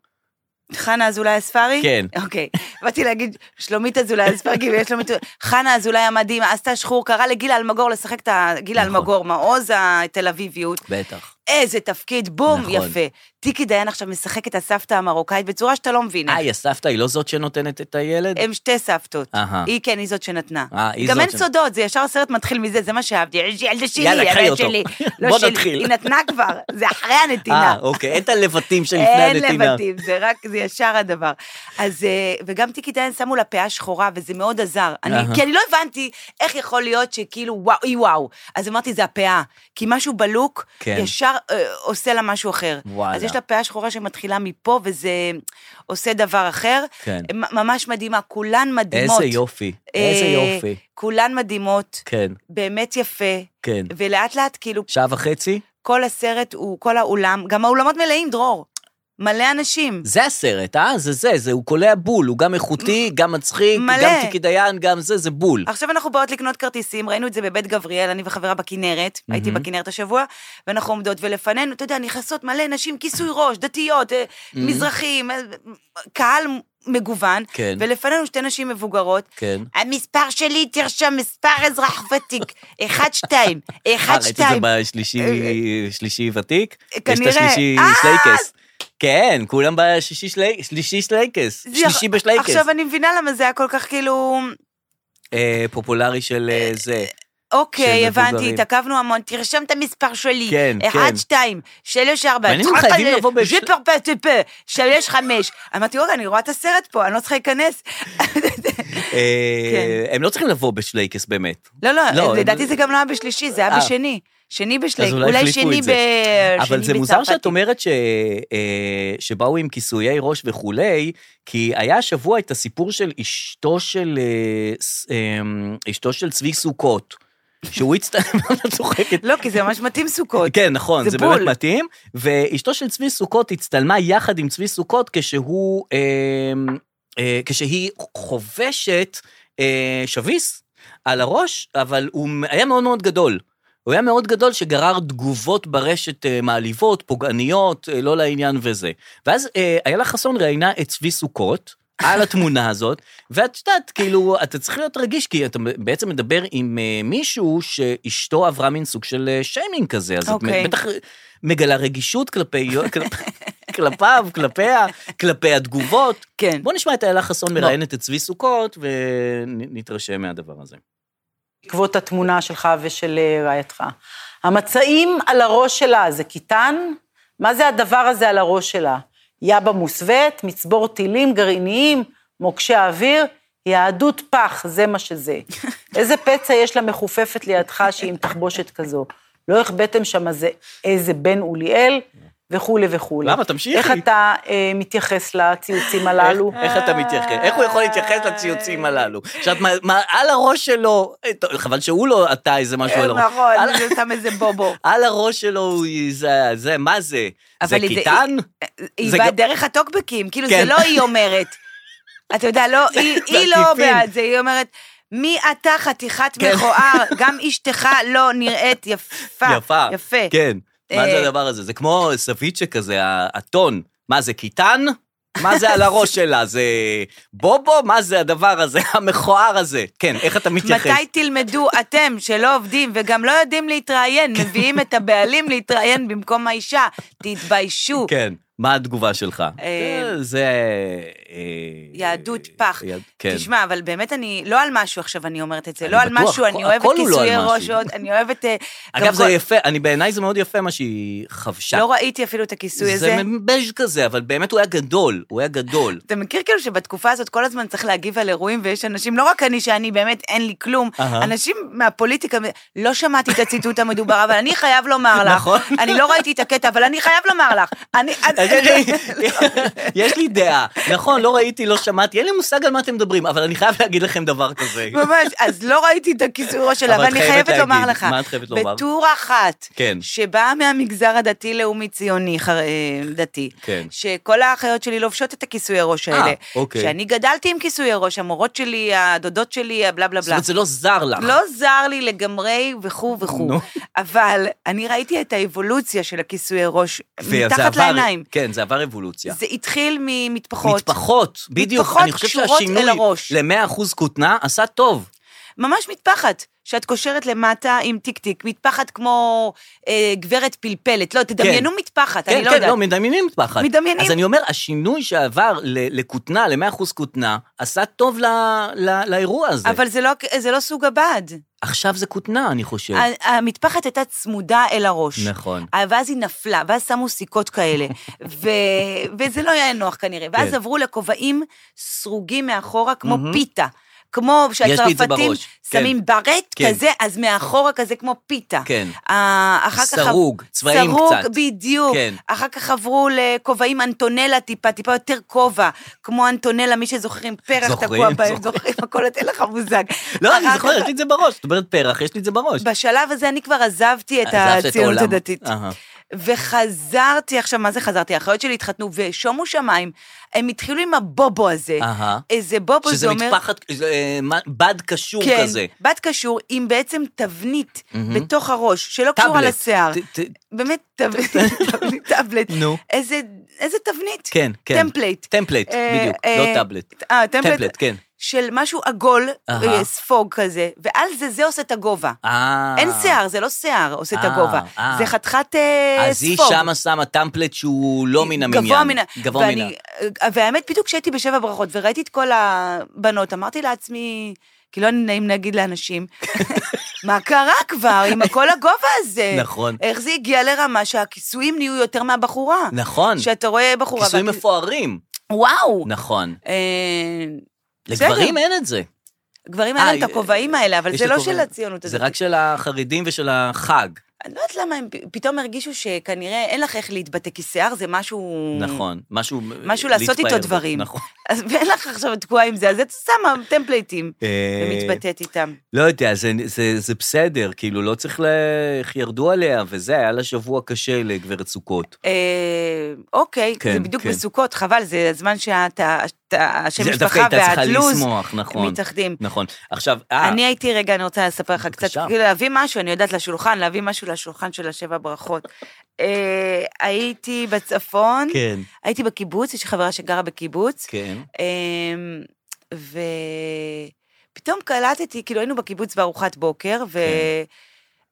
S3: חנה אזולאי הספרי?
S2: כן.
S3: אוקיי, באתי להגיד שלומית אזולאי הספרי, כי יש שלומית... חנה אזולאי המדהימה, עשתה שחור, קרא לגילה אלמגור לשחק את ה- גילה
S2: נכון.
S3: אלמגור, מעוז התל אביביות.
S2: בטח.
S3: איזה תפקיד, בום,
S2: נכון.
S3: יפה. טיקי דיין עכשיו משחק את הסבתא המרוקאית בצורה שאתה לא מבין.
S2: אה, היא הסבתא, היא לא זאת שנותנת את הילד?
S3: הם שתי סבתות.
S2: אהה.
S3: אה, היא כן, היא זאת שנתנה.
S2: אה, היא
S3: גם
S2: זאת
S3: אין
S2: שנ-
S3: סודות, זה ישר סרט מתחיל מזה, זה מה שאהבתי. ילדה שלי,
S2: יאללה, קחי
S3: ילדה
S2: אותו.
S3: שלי. לא
S2: בוא
S3: שלי,
S2: נתחיל.
S3: היא נתנה כבר, זה אחרי הנתינה.
S2: אה, אוקיי, אין את הלבטים שלפני
S3: אין
S2: הנתינה.
S3: לבטים, זה רק, זה ישר הדבר. אז, אה, וגם טיקי דיין שמו לה פאה שחורה, וזה מאוד עזר.
S2: אהה.
S3: אני, כי אני לא הבנתי איך יכול להיות שכאילו, וואו, היא וואו. אז אמרתי, זה הפאה. כי משהו בלוק,
S2: כן.
S3: ישר אה, עושה לה משהו אחר.
S2: וואלה.
S3: אז יש לה פאה שחורה שמתחילה מפה, וזה עושה דבר אחר.
S2: כן.
S3: מ- ממש מדהימה, כולן מדהימות.
S2: איזה יופי,
S3: אה,
S2: איזה יופי.
S3: כולן מדהימות,
S2: כן,
S3: באמת יפה,
S2: כן.
S3: ולאט לאט, כאילו,
S2: שעה וחצי?
S3: כל הסרט הוא, כל האולם, גם האולמות מלאים, דרור. מלא אנשים.
S2: זה הסרט, אה? זה זה, זה, הוא קולע בול, הוא גם איכותי, גם מצחיק,
S3: מלא. אה,
S2: גם טיקי דיין, גם זה, זה בול.
S3: עכשיו אנחנו באות לקנות כרטיסים, ראינו את זה בבית גבריאל, אני וחברה בכנרת, הייתי בכנרת השבוע, ואנחנו עומדות, ולפנינו, אתה יודע, נכנסות מלא נשים, כיסוי ראש, דתיות, אה, מזרחים, אה, קהל מגוון,
S2: כן.
S3: ולפנינו שתי נשים מבוגרות.
S2: כן.
S3: המספר שלי, תרשם, מספר אזרח ותיק, אחד, שתיים, אחד,
S2: אה, ראיתי את זה
S3: שתיים. אה,
S2: בשלישי שלישי ותיק? יש את
S3: כנראה.
S2: השלישי
S3: אה!
S2: שלייקס. כן, כולם בשישי שלי- שלישי שלייקס.
S3: זה-
S2: שלישי בשלייקס.
S3: עכשיו אני מבינה למה זה היה כל כך כאילו...
S2: אה, פופולרי של אה, זה.
S3: אוקיי,
S2: של
S3: הבנתי,
S2: מבוגרים.
S3: התעכבנו המון, תרשם את המספר שלי.
S2: כן,
S3: אחד,
S2: כן.
S3: שתיים, שלוש, ארבע.
S2: מעניין אם
S3: תחת
S2: חייבים
S3: על-
S2: לבוא בש-
S3: ז'יפר פה, טיפה, שלוש, חמש. אמרתי, רגע, אני רואה את הסרט פה, אני לא צריכה להיכנס.
S2: אה,
S3: כן.
S2: הם לא צריכים לבוא בשלייקס באמת.
S3: לא,
S2: לא,
S3: לא, לדעתי
S2: הם-
S3: זה גם לא היה בשלישי, זה היה
S2: אה.
S3: בשני. שני בשלג,
S2: אז אולי
S3: אולי
S2: החליפו
S3: שני
S2: את
S3: ב...
S2: זה. אבל
S3: שני
S2: זה מוזר
S3: בצרפתית.
S2: שאת אומרת ש... אה, שבאו עם כיסויי ראש וכולי, כי היה השבוע את הסיפור של אשתו של, אה, ס- אה, אשתו של צבי סוכות, שהוא הצטער, את צוחקת.
S3: לא, כי זה ממש מתאים סוכות.
S2: כן, נכון, זה,
S3: זה
S2: זה
S3: בול.
S2: באמת מתאים. ואשתו של צבי סוכות הצטלמה יחד עם צבי סוכות כשהוא, אה, אה, כשהיא חובשת אה, שביס על הראש, אבל הוא היה מאוד מאוד גדול. הוא היה מאוד גדול שגרר תגובות ברשת אה, מעליבות, פוגעניות, אה, לא לעניין וזה. ואז אה, איילה חסון ראיינה את צבי סוכות. על התמונה הזאת, ואת יודעת, כאילו, אתה צריך להיות רגיש, כי אתה בעצם מדבר עם אה, מישהו שאשתו עברה מין סוג של אה, שיימינג כזה, אז את
S3: אוקיי.
S2: בטח מגלה רגישות כלפי, אה, כלפ- כלפיו, כלפיה, כלפי התגובות.
S3: כן.
S2: בוא נשמע את איילה חסון מראיינת את צבי סוכות, ונתרשם מהדבר הזה.
S4: בעקבות התמונה שלך ושל אה, רעייתך. המצעים על הראש שלה אה, זה קיטן? מה זה הדבר הזה על הראש שלה? יאבה מוסווית, מצבור טילים גרעיניים, מוקשי אוויר, יהדות פח, זה מה שזה. איזה פצע יש לה מחופפת לידך שהיא עם תחבושת כזו? לא החבאתם שם איזה, איזה בן אוליאל, וכולי וכולי.
S2: למה? תמשיכי.
S4: איך אתה אה, מתייחס לציוצים הללו?
S2: איך אתה מתייחס? איך הוא יכול להתייחס לציוצים
S3: אה.
S2: הללו? שאת, מה- מה, על הראש שלו, אה, טוב, חבל שהוא לא עטה איזה משהו על הראש.
S3: נכון,
S2: על-
S3: זה שם איזה בובו.
S2: על הראש שלו, הוא- זה, זה, מה זה? זה
S3: אבל זה-
S2: קיטן?
S3: היא
S2: זה
S3: באה
S2: גם-
S3: דרך הטוקבקים, כאילו זה
S2: כן.
S3: לא היא אומרת. אתה יודע, לא, היא- היא לא
S2: בעקיפין.
S3: בעד זה, היא אומרת, מי אתה חתיכת
S2: כן.
S3: מכוער, גם אשתך לא נראית יפה.
S2: יפה.
S3: יפה.
S2: כן. מה
S3: אה,
S2: זה הדבר הזה? זה כמו סביצ'ה כזה, ה- הטון. מה זה, קיטן? מה זה על הראש שלה? זה בובו? מה זה הדבר הזה, המכוער הזה? כן, איך אתה מתייחס?
S3: מתי תלמדו אתם, שלא עובדים וגם לא יודעים להתראיין,
S2: כן.
S3: מביאים את הבעלים להתראיין במקום האישה? תתביישו.
S2: כן, מה התגובה שלך?
S3: אה,
S2: זה... אה,
S3: יהדות פח.
S2: יהד- כן.
S3: תשמע, אבל באמת אני, לא על משהו עכשיו אני אומרת את זה,
S2: אני
S3: לא על
S2: בטוח,
S3: משהו, אני
S2: הכ-
S3: אוהבת
S2: הכל הוא לא על
S3: כיסויי
S2: משהו.
S3: ראש עוד, אני אוהבת... אה, גם
S2: אגב, זה
S3: כל-
S2: יפה, אני בעיניי זה מאוד יפה מה שהיא חבשה.
S3: לא ראיתי אפילו את הכיסוי הזה.
S2: זה מבז' כזה, אבל באמת הוא היה גדול, הוא היה גדול.
S3: אתה מכיר כאילו שבתקופה הזאת כל הזמן צריך להגיב על אירועים, ויש אנשים, לא רק אני, שאני באמת אין לי כלום,
S2: אהה.
S3: אנשים מהפוליטיקה, לא שמעתי את הציטוט המדובר, אבל אני חייב לומר לך,
S2: נכון.
S3: אני לא ראיתי את הקטע, אבל אני חייב לומר לך, אני...
S2: אז יש לי- יש לי דעה, נכון, לא ראיתי, לא שמעתי, אין לי מושג על מה אתם מדברים, אבל אני חייב להגיד לכם דבר כזה.
S3: ממש, אז לא ראיתי את הכיסוי ראש שלה,
S2: אבל
S3: אבל
S2: את
S3: אני
S2: חייבת
S3: חייבת לומר
S2: להגיד,
S3: לך,
S2: מה את חייבת לומר?
S3: בטור אחת,
S2: כן.
S3: שבאה מהמגזר הדתי-לאומי-ציוני, ח- אה, דתי,
S2: כן.
S3: שכל האחיות שלי לובשות את הכיסוי הראש האלה,
S2: אוקיי.
S3: שאני גדלתי עם כיסוי הראש, המורות שלי, הדודות שלי, הבלה בלה
S2: זאת
S3: בלה.
S2: אומרת, זה לא זר לך.
S3: לא זר לי לגמרי וכו' וכו',
S2: נו.
S3: אבל אני ראיתי את האבולוציה של הכיסוי ראש
S2: וזה
S3: מתחת
S2: עבר-
S3: לעיניים.
S2: כן, זה עבר אבולוציה.
S3: זה התחיל ממטפחות.
S2: מטפחות, בדיוק.
S3: מטפחות
S2: אני חושב
S3: קשורות
S2: שהשינוי
S3: אל הראש.
S2: ל-100% כותנה עשה טוב.
S3: ממש מטפחת, שאת קושרת למטה עם טיקטיק, מטפחת כמו אה, גברת פלפלת, לא, תדמיינו מטפחת,
S2: כן,
S3: אני לא
S2: כן,
S3: יודעת.
S2: לא, מדמיינים מטפחת.
S3: מדמיינים.
S2: אז אני אומר, השינוי שעבר ל- לכותנה, ל-100% כותנה, עשה טוב ל- ל- לאירוע הזה.
S3: אבל זה לא, זה לא סוג הבד.
S2: עכשיו זה כותנה, אני חושב.
S3: ה- המטפחת הייתה צמודה אל הראש.
S2: כן. נכון.
S3: אה, ואז היא נפלה, ואז שמו סיכות כאלה, ו... וזה לא היה נוח כנראה. ואז
S2: כן.
S3: עברו לכובעים סרוגים מאחורה, כמו
S2: מהמם.
S3: פיתה. כמו
S2: לי את זה
S3: שהצרפתים
S2: בראש, כן.
S3: שמים ברט
S2: כן.
S3: כזה, אז מאחורה כזה כמו פיתה.
S2: כן.
S3: אה, אחר כך...
S2: סרוג, צבעים
S3: סרוג,
S2: קצת.
S3: בדיוק.
S2: כן.
S3: אחר כך עברו לכובעים אנטונלה טיפה, טיפה יותר כובע, כמו אנטונלה, מי שזוכר עם פרח
S2: זוכרים,
S3: תקוע בהם,
S2: זוכרים.
S3: זוכרים, הכל אין לך מושג.
S2: לא, אני
S3: אחר
S2: זוכר,
S3: כך-
S2: יש לי את זה בראש. זאת אומרת פרח, יש לי את זה בראש.
S3: בשלב הזה אני כבר עזבתי את
S2: עזבת את
S3: הציונות
S2: העולם. אה,
S3: הדתית.
S2: אהה.
S3: וחזרתי עכשיו, מה זה חזרתי? האחיות שלי התחתנו ושומו שמיים, הם התחילו עם הבובו הזה.
S2: אהה.
S3: איזה בובו,
S2: אה. שזה
S3: זה אומר...
S2: מטפחת, זה, אה, מה- בד קשור
S3: כן,
S2: כזה.
S3: בת קשור עם בעצם תבנית בתוך הראש, שלא קשורה
S2: טאבלט.
S3: לשיער.
S2: ת- ת-
S3: באמת, תבנית, תבנית, טאבלט.
S2: נו.
S3: איזה איזה תבנית.
S2: כן, כן.
S3: טמפלייט.
S2: טמפלייט,
S3: אה,
S2: בדיוק,
S3: אה,
S2: לא טאבלט.
S3: אה,
S2: טמפלט,
S3: טמפלייט.
S2: כן.
S3: של משהו עגול,
S2: אהה.
S3: אה, ספוג כזה, ועל זה זה עושה את הגובה.
S2: אה.
S3: אין שיער, זה לא שיער עושה את
S2: אה,
S3: הגובה.
S2: אה.
S3: זה חתיכת אה, ספוג.
S2: אז היא שמה שמה טמפלט שהוא לא מן המניין.
S3: גבוה מן ה...
S2: גבוה מן ה...
S3: ואני- אה, והאמת, בדיוק כשהייתי בשבע ברכות וראיתי את כל הבנות, אמרתי לעצמי, כי לא נעים להגיד לאנשים, מה קרה כבר עם כל הגובה הזה?
S2: נכון.
S3: איך זה הגיע לרמה שהכיסויים נהיו יותר מהבחורה?
S2: נכון.
S3: שאתה רואה בחורה...
S2: כיסויים
S3: והכי-
S2: מפוארים.
S3: וואו.
S2: נכון.
S3: אה, בסדר.
S2: לגברים אין את זה.
S3: גברים
S2: אה,
S3: היה להם את הכובעים האלה, אבל
S2: יש
S3: זה
S2: לי
S3: לא
S2: כובעים.
S3: של הציונות
S2: זה
S3: הזאת.
S2: רק של החרדים ושל החג.
S3: אני לא יודעת למה הם פ- פתאום הרגישו שכנראה אין לך איך להתבטא, כי שיער זה משהו...
S2: נכון. משהו...
S3: משהו לעשות
S2: להתפאר
S3: איתו
S2: בו.
S3: דברים.
S2: נכון.
S3: אז ואין לך עכשיו תקועה עם זה, אז את שמה טמפלייטים
S2: אה,
S3: ומתבטאת איתם.
S2: לא יודע, זה, זה, זה בסדר, כאילו, לא צריך ל... איך ירדו עליה, וזה, היה לה שבוע קשה לגברת סוכות.
S3: אה, אוקיי,
S2: כן,
S3: זה בדיוק
S2: כן.
S3: בסוכות, חבל, זה הזמן שהשם
S2: זה דווקא
S3: משפחה
S2: הייתה צריכה
S3: והתלוז
S2: לשמוח, נכון.
S3: מתאחדים.
S2: נכון. עכשיו, אה,
S3: אני הייתי, רגע, אני רוצה לספר לך קצת,
S2: בבקשה.
S3: כאילו להביא משהו, אני יודעת, לשולחן, להביא משהו לשולחן של השבע ברכות. אה, הייתי בצפון,
S2: כן,
S3: הייתי בקיבוץ, יש לי חברה שגרה בקיבוץ,
S2: כן.
S3: אמ, ופתאום קלטתי, כאילו היינו בקיבוץ בארוחת בוקר,
S2: כן.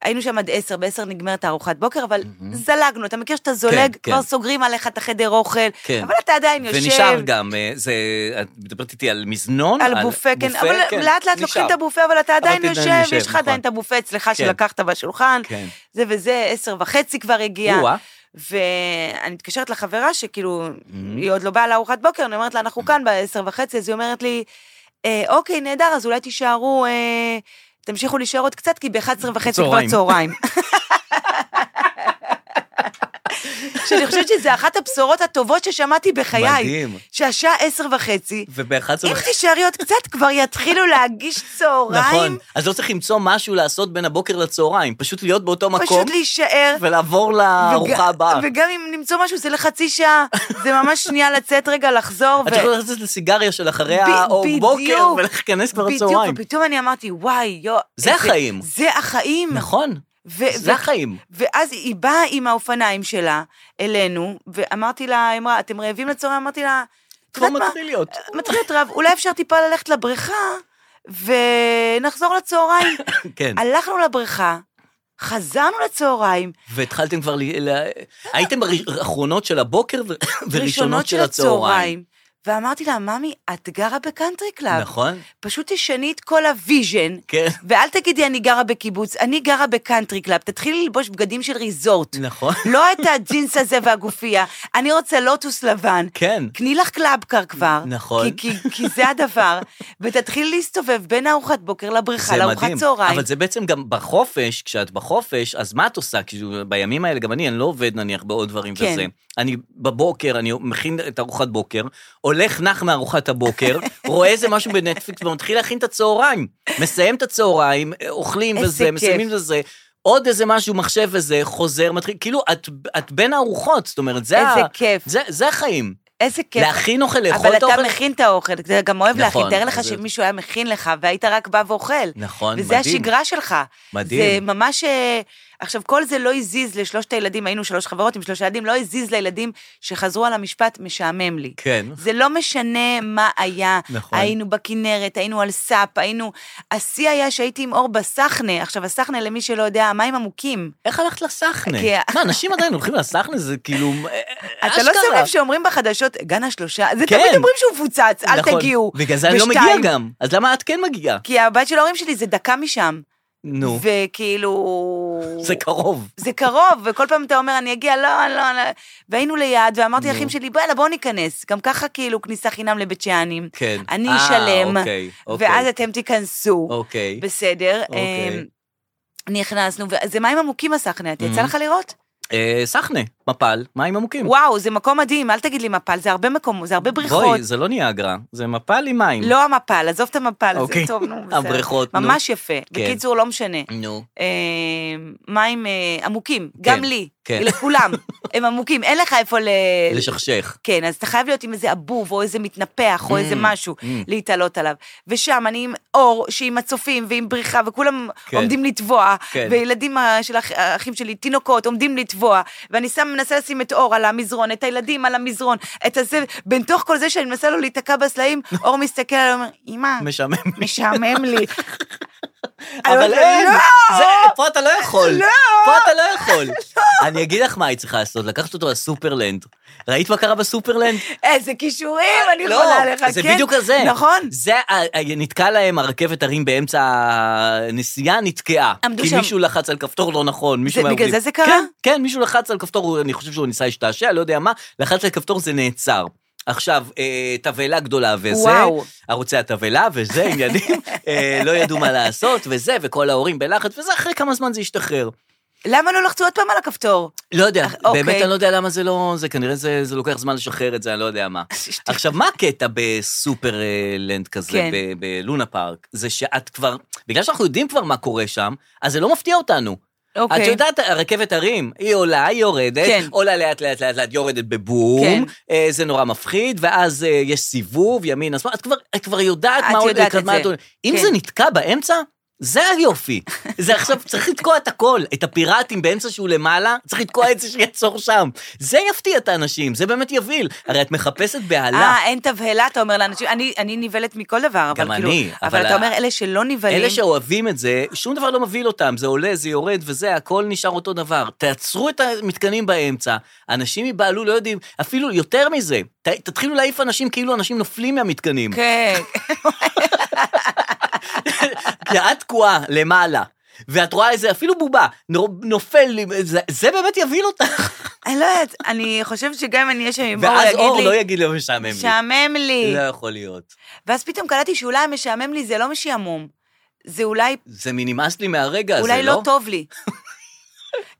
S3: והיינו שם עד עשר, בעשר נגמרת הארוחת בוקר, אבל
S2: מהמם.
S3: זלגנו, אתה מכיר שאתה זולג,
S2: כן, כן.
S3: כבר סוגרים עליך את החדר אוכל,
S2: כן.
S3: אבל אתה עדיין יושב.
S2: ונשאר גם, אה, זה, את מדברת איתי על מזנון?
S3: על בופה, כן, אבל
S2: כן,
S3: לאט לאט לוקחים את
S2: נשאר.
S3: הבופה, אבל אתה עדיין
S2: אתה עדיין
S3: יושב,
S2: יושב,
S3: יש לך
S2: נכון.
S3: עדיין את הבופה אצלך שלקחת בשולחן,
S2: כן.
S3: זה וזה, עשר וחצי כבר הגיע.
S2: או-אה.
S3: ואני מתקשרת לחברה שכאילו,
S2: Mm-hmm.
S3: היא עוד לא באה לארוחת בוקר, אני אומרת לה, אנחנו כאן בעשר וחצי, אז היא אומרת לי, "אה, אוקיי, נהדר, אז אולי תישארו, אה, תמשיכו להישאר עוד קצת, כי ב-11 וחצי כבר
S2: צהריים."
S3: צהריים. שאני חושבת שזו אחת הבשורות הטובות ששמעתי בחיי.
S2: מדהים.
S3: שהשעה עשר וחצי,
S2: וב-11...
S3: אם תישארי עוד קצת, כבר יתחילו להגיש
S2: נכון,
S3: צהריים.
S2: אז לא צריך למצוא משהו לעשות בין הבוקר לצהריים, פשוט להיות באותו מקום,
S3: פשוט להישאר.
S2: ולעבור לארוחה
S3: וג-
S2: הבאה.
S3: וגם אם נמצוא משהו, זה לחצי שעה, זה ממש שנייה לצאת רגע, לחזור.
S2: את
S3: ו-
S2: יכולה לצאת לסיגריה של אחרי
S3: ב-
S2: האור
S3: בדיוק.
S2: בוקר ולהיכנס כבר לצהריים.
S3: בדיוק, ופתאום אני אמרתי, וואי, יו...
S2: זה
S3: איזה-
S2: החיים.
S3: זה החיים.
S2: נכון,
S3: ו-
S2: זה
S3: ו-
S2: החיים.
S3: ואז היא באה עם האופניים שלה אלינו, ואמרתי לה, היא אמרה, אתם רעבים לצהריים? אמרתי לה,
S2: כבר
S3: יודעת מה? אה,
S2: מתחיל להיות.
S3: מתחיל להיות רב, אולי אפשר טיפה ללכת לבריכה, ונחזור לצהריים.
S2: כן.
S3: הלכנו לבריכה, חזרנו לצהריים,
S2: והתחלתם כבר, ל... ל... הייתם בר- אחרונות של הבוקר ו... וראשונות של הצהריים.
S3: ואמרתי לה, ממי, את גרה בקאנטרי קלאב.
S2: נכון?
S3: פשוט תשני את כל הוויז'ן,
S2: כן.
S3: ואל תגידי, אני גרה בקיבוץ, אני גרה בקאנטרי קלאב, תתחילי ללבוש בגדים של ריזורט.
S2: נכון.
S3: לא את הג'ינס הזה והגופייה, אני רוצה לוטוס לבן.
S2: כן.
S3: קני לך קלאבקר כבר.
S2: נכון.
S3: כי, כי, כי זה הדבר, ותתחילי להסתובב בין ארוחת בוקר לבריכה,
S2: זה
S3: לארוחת
S2: מדהים.
S3: צהריים.
S2: אבל זה בעצם גם בחופש, כשאת בחופש, אז מה את עושה? כי בימים האלה, גם אני, אני לא עובד נניח בעוד דברים
S3: כן.
S2: וזה. אני בבוקר, אני מכין את ארוחת בוקר, הולך נח מארוחת הבוקר, רואה איזה משהו בנטפליקס ומתחיל להכין את הצהריים. מסיים את הצהריים, אוכלים
S3: איזה
S2: וזה,
S3: כיף.
S2: מסיימים את זה. עוד איזה משהו, מחשב וזה, חוזר, מתחיל, כאילו, את, את בין הארוחות, זאת אומרת, זה,
S3: איזה
S2: ה-
S3: כיף.
S2: זה, זה החיים.
S3: איזה כיף.
S2: להכין אוכל, לאכול
S3: אבל
S2: את
S3: אתה
S2: האוכל.
S3: מכין את האוכל, אתה גם אוהב
S2: נכון,
S3: להכין, תאר לך
S2: אז זה-
S3: שמישהו היה מכין לך והיית רק בא ואוכל.
S2: נכון, מדהים.
S3: וזה השגרה שלך.
S2: מדהים.
S3: זה ממש... אה, עכשיו, כל זה לא הזיז לשלושת הילדים, היינו שלוש חברות עם שלושה ילדים, לא הזיז לילדים שחזרו על המשפט, משעמם לי.
S2: כן.
S3: זה לא משנה מה היה.
S2: נכון.
S3: היינו בכנרת, היינו על סאפ, היינו... השיא היה שהייתי עם אור בסחנה. עכשיו, הסחנה, למי שלא יודע, המים עמוקים.
S2: איך הלכת לסחנה?
S3: כי-
S2: מה, אנשים עדיין הולכים לסחנה? זה כאילו...
S3: אתה לא
S2: אשכרה.
S3: שם לב שאומרים בחדשות, גן השלושה, זה
S2: כן.
S3: תמיד אומרים שהוא מפוצץ, אל
S2: נכון.
S3: תגיעו.
S2: בגלל זה אני לא
S3: ושתיים,
S2: מגיע גם. אז למה את כן מגיעה?
S3: כי הבית של ההורים שלי זה דקה משם.
S2: נו,
S3: וכאילו...
S2: זה קרוב.
S3: זה קרוב, וכל פעם אתה אומר, אני אגיע, לא, לא, לא. והיינו ליד, ואמרתי לאחים שלי, בואנה, בואו ניכנס. גם ככה כאילו כניסה חינם לבית שאנים.
S2: כן.
S3: אני
S2: אה,
S3: אשלם,
S2: אוקיי, אוקיי.
S3: ואז אתם תיכנסו.
S2: אוקיי.
S3: בסדר.
S2: אוקיי.
S3: אמ, נכנסנו, וזה מים עמוקים הסחנה, אתה יצא
S2: מהמם.
S3: לך לראות?
S2: אה, סחנה, מפל, מים עמוקים.
S3: וואו, זה מקום מדהים, אל תגיד לי מפל, זה הרבה מקומות, זה הרבה בריכות.
S2: כן. בואי, זה לא נהיה אגרה, זה מפל עם מים.
S3: לא המפל, עזוב את המפל, זה
S2: אוקיי.
S3: טוב, נו, בסדר.
S2: הבריכות, נו. כן.
S3: ממש יפה. בקיצור, לא משנה.
S2: נו.
S3: אה, מים אה, עמוקים, גם לי,
S2: כן.
S3: לכולם, הם עמוקים, אין לך איפה ל...
S2: אה, לשכשך.
S3: כן, אז אתה חייב להיות עם איזה אבוב, או איזה מתנפח, או
S2: Mm,
S3: איזה משהו, להתעלות עליו. ושם אני עם אור, שעם מצופים, ועם בריחה, וכולם
S2: כן.
S3: עומדים לטבוע,
S2: כן.
S3: וילדים ה- של האח- האחים שלי, תינוקות, עומדים לטבוע, ואני שם, מנסה לשים את אור על המזרון, את הילדים על המזרון, את הזה, בין תוך כל זה שאני מנסה לו להיתקע בסלעים, אור מסתכל עליי ואומר, אמא,
S2: משעמם. לי."
S3: משעמם לי.
S2: אה, אבל
S3: אומרת,
S2: אין,
S3: "לא!"
S2: זה, פה אתה לא יכול, פה אתה לא יכול. אני אגיד לך מה היית צריכה לעשות, לקחת אותו לסופרלנד. ראית מה קרה בסופרלנד?
S3: איזה כישורים, אני
S2: לא,
S3: יכולה לך, כן.
S2: זה בדיוק הזה.
S3: נכון.
S2: זה, ה- ה- נתקע להם הרכבת הרים באמצע הנסיעה, נתקעה.
S3: עמדו
S2: כי
S3: שם-
S2: מישהו לחץ על כפתור לא נכון, מישהו
S3: זה- בגלל
S2: מהעובדים.
S3: זה זה קרה?
S2: כן, כן, מישהו לחץ על כפתור, אני חושב שהוא ניסה להשתעשע, לא יודע מה, לחץ על כפתור זה נעצר. עכשיו, אה, תבהלה גדולה וזה,
S3: וואו.
S2: ערוצי התבהלה וזה, עניינים, אה, לא ידעו מה לעשות וזה, וכל ההורים בלחץ, וזה אחרי כמה זמן זה השתחרר.
S3: למה לא לחצו עוד פעם על הכפתור?
S2: לא יודע,
S3: אך, אוקיי.
S2: באמת אני לא יודע למה זה לא, זה כנראה זה, זה לוקח זמן לשחרר את זה, אני לא יודע מה.
S3: שטויות.
S2: עכשיו, מה הקטע בסופרלנד כזה,
S3: כן.
S2: ב- בלונה פארק? זה שאת כבר, בגלל שאנחנו יודעים כבר מה קורה שם, אז זה לא מפתיע אותנו.
S3: אוקיי.
S2: את יודעת, הרכבת הרים, היא עולה, היא יורדת,
S3: כן.
S2: עולה לאט לאט לאט לאט, יורדת בבום,
S3: כן.
S2: אה, זה נורא מפחיד, ואז אה, יש סיבוב, ימינה, שמאלה, את כבר, את כבר יודעת
S3: את
S2: מה עוד
S3: יודעת
S2: לקראת
S3: את
S2: מה
S3: זה.
S2: את עולה. אם
S3: כן.
S2: זה נתקע באמצע, זה היופי. זה עכשיו, צריך לתקוע את הכל, את הפיראטים באמצע שהוא למעלה, צריך לתקוע את זה שיעצור שם. זה יפתיע את האנשים, זה באמת יביל. הרי את מחפשת בהלה.
S3: אה, אין תבהלה, אתה אומר לאנשים, אני, אני נבהלת מכל דבר, אבל
S2: גם
S3: כאילו,
S2: אני,
S3: אבל,
S2: אבל
S3: אתה
S2: ה-
S3: אומר, אלה שלא נבהלים,
S2: אלה שאוהבים את זה, שום דבר לא מבהיל אותם, זה עולה, זה יורד וזה, הכל נשאר אותו דבר. תעצרו את המתקנים באמצע, אנשים ייבהלו, לא יודעים, אפילו יותר מזה, ת, תתחילו להעיף אנשים כאילו אנשים נופלים מהמתקנים.
S3: כן,
S2: כי את תקועה למעלה, ואת רואה איזה, אפילו בובה, נו- נופל, זה, זה באמת יבהיל אותך.
S3: אני לא יודעת, אני חושבת שגם אם אני אהיה שם עם אור, הוא
S2: ואז
S3: יגיד
S2: אור
S3: לי,
S2: לא יגיד לו משעמם לי.
S3: משעמם לי,
S2: לא יכול להיות.
S3: ואז פתאום קלטתי שאולי המשעמם לי זה לא משעמום, זה אולי,
S2: זה מי נמאס לי מהרגע הזה, לא?
S3: אולי לא טוב לי.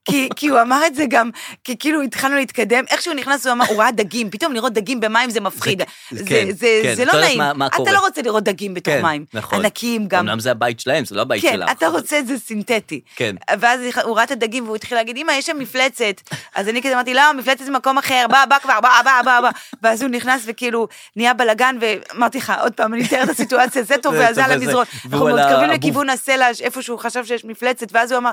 S3: כי, כי הוא אמר את זה גם, כי כאילו התחלנו להתקדם, איכשהו נכנס, הוא אמר, הוא ראה דגים, פתאום לראות דגים במים זה מפחיד.
S2: זה-
S3: זה,
S2: כן,
S3: זה, זה,
S2: כן,
S3: זה
S2: אתה
S3: לא
S2: יודעת
S3: נעים.
S2: מה- מה קורה.
S3: אתה לא רוצה לראות דגים בתוך
S2: כן,
S3: מים.
S2: נכון.
S3: ענקים גם.
S2: אמנם זה הבית שלהם, זה לא הבית
S3: כן,
S2: שלך.
S3: אתה רוצה את זה סינתטי.
S2: כן.
S3: ואז הוא ראה את הדגים והוא התחיל להגיד, אמא, יש שם מפלצת. אז אני כזה אמרתי, לא, מפלצת זה מקום אחר, בא, בא כבר, בא, בא, בא, בא. ואז הוא נכנס וכאילו נהיה בלאגן, ואמרתי לך, עוד פעם, אני מתארת את הסיטואציה, זה טוב,
S2: זה
S3: וזה
S2: טוב,
S3: על
S2: וזה-
S3: המזרון.
S2: והוא
S3: אנחנו
S2: על
S3: מתקרבים
S2: הבוב.
S3: לכיוון הסלע, איפה שהוא חשב שיש מפלצת, ואז הוא אמר,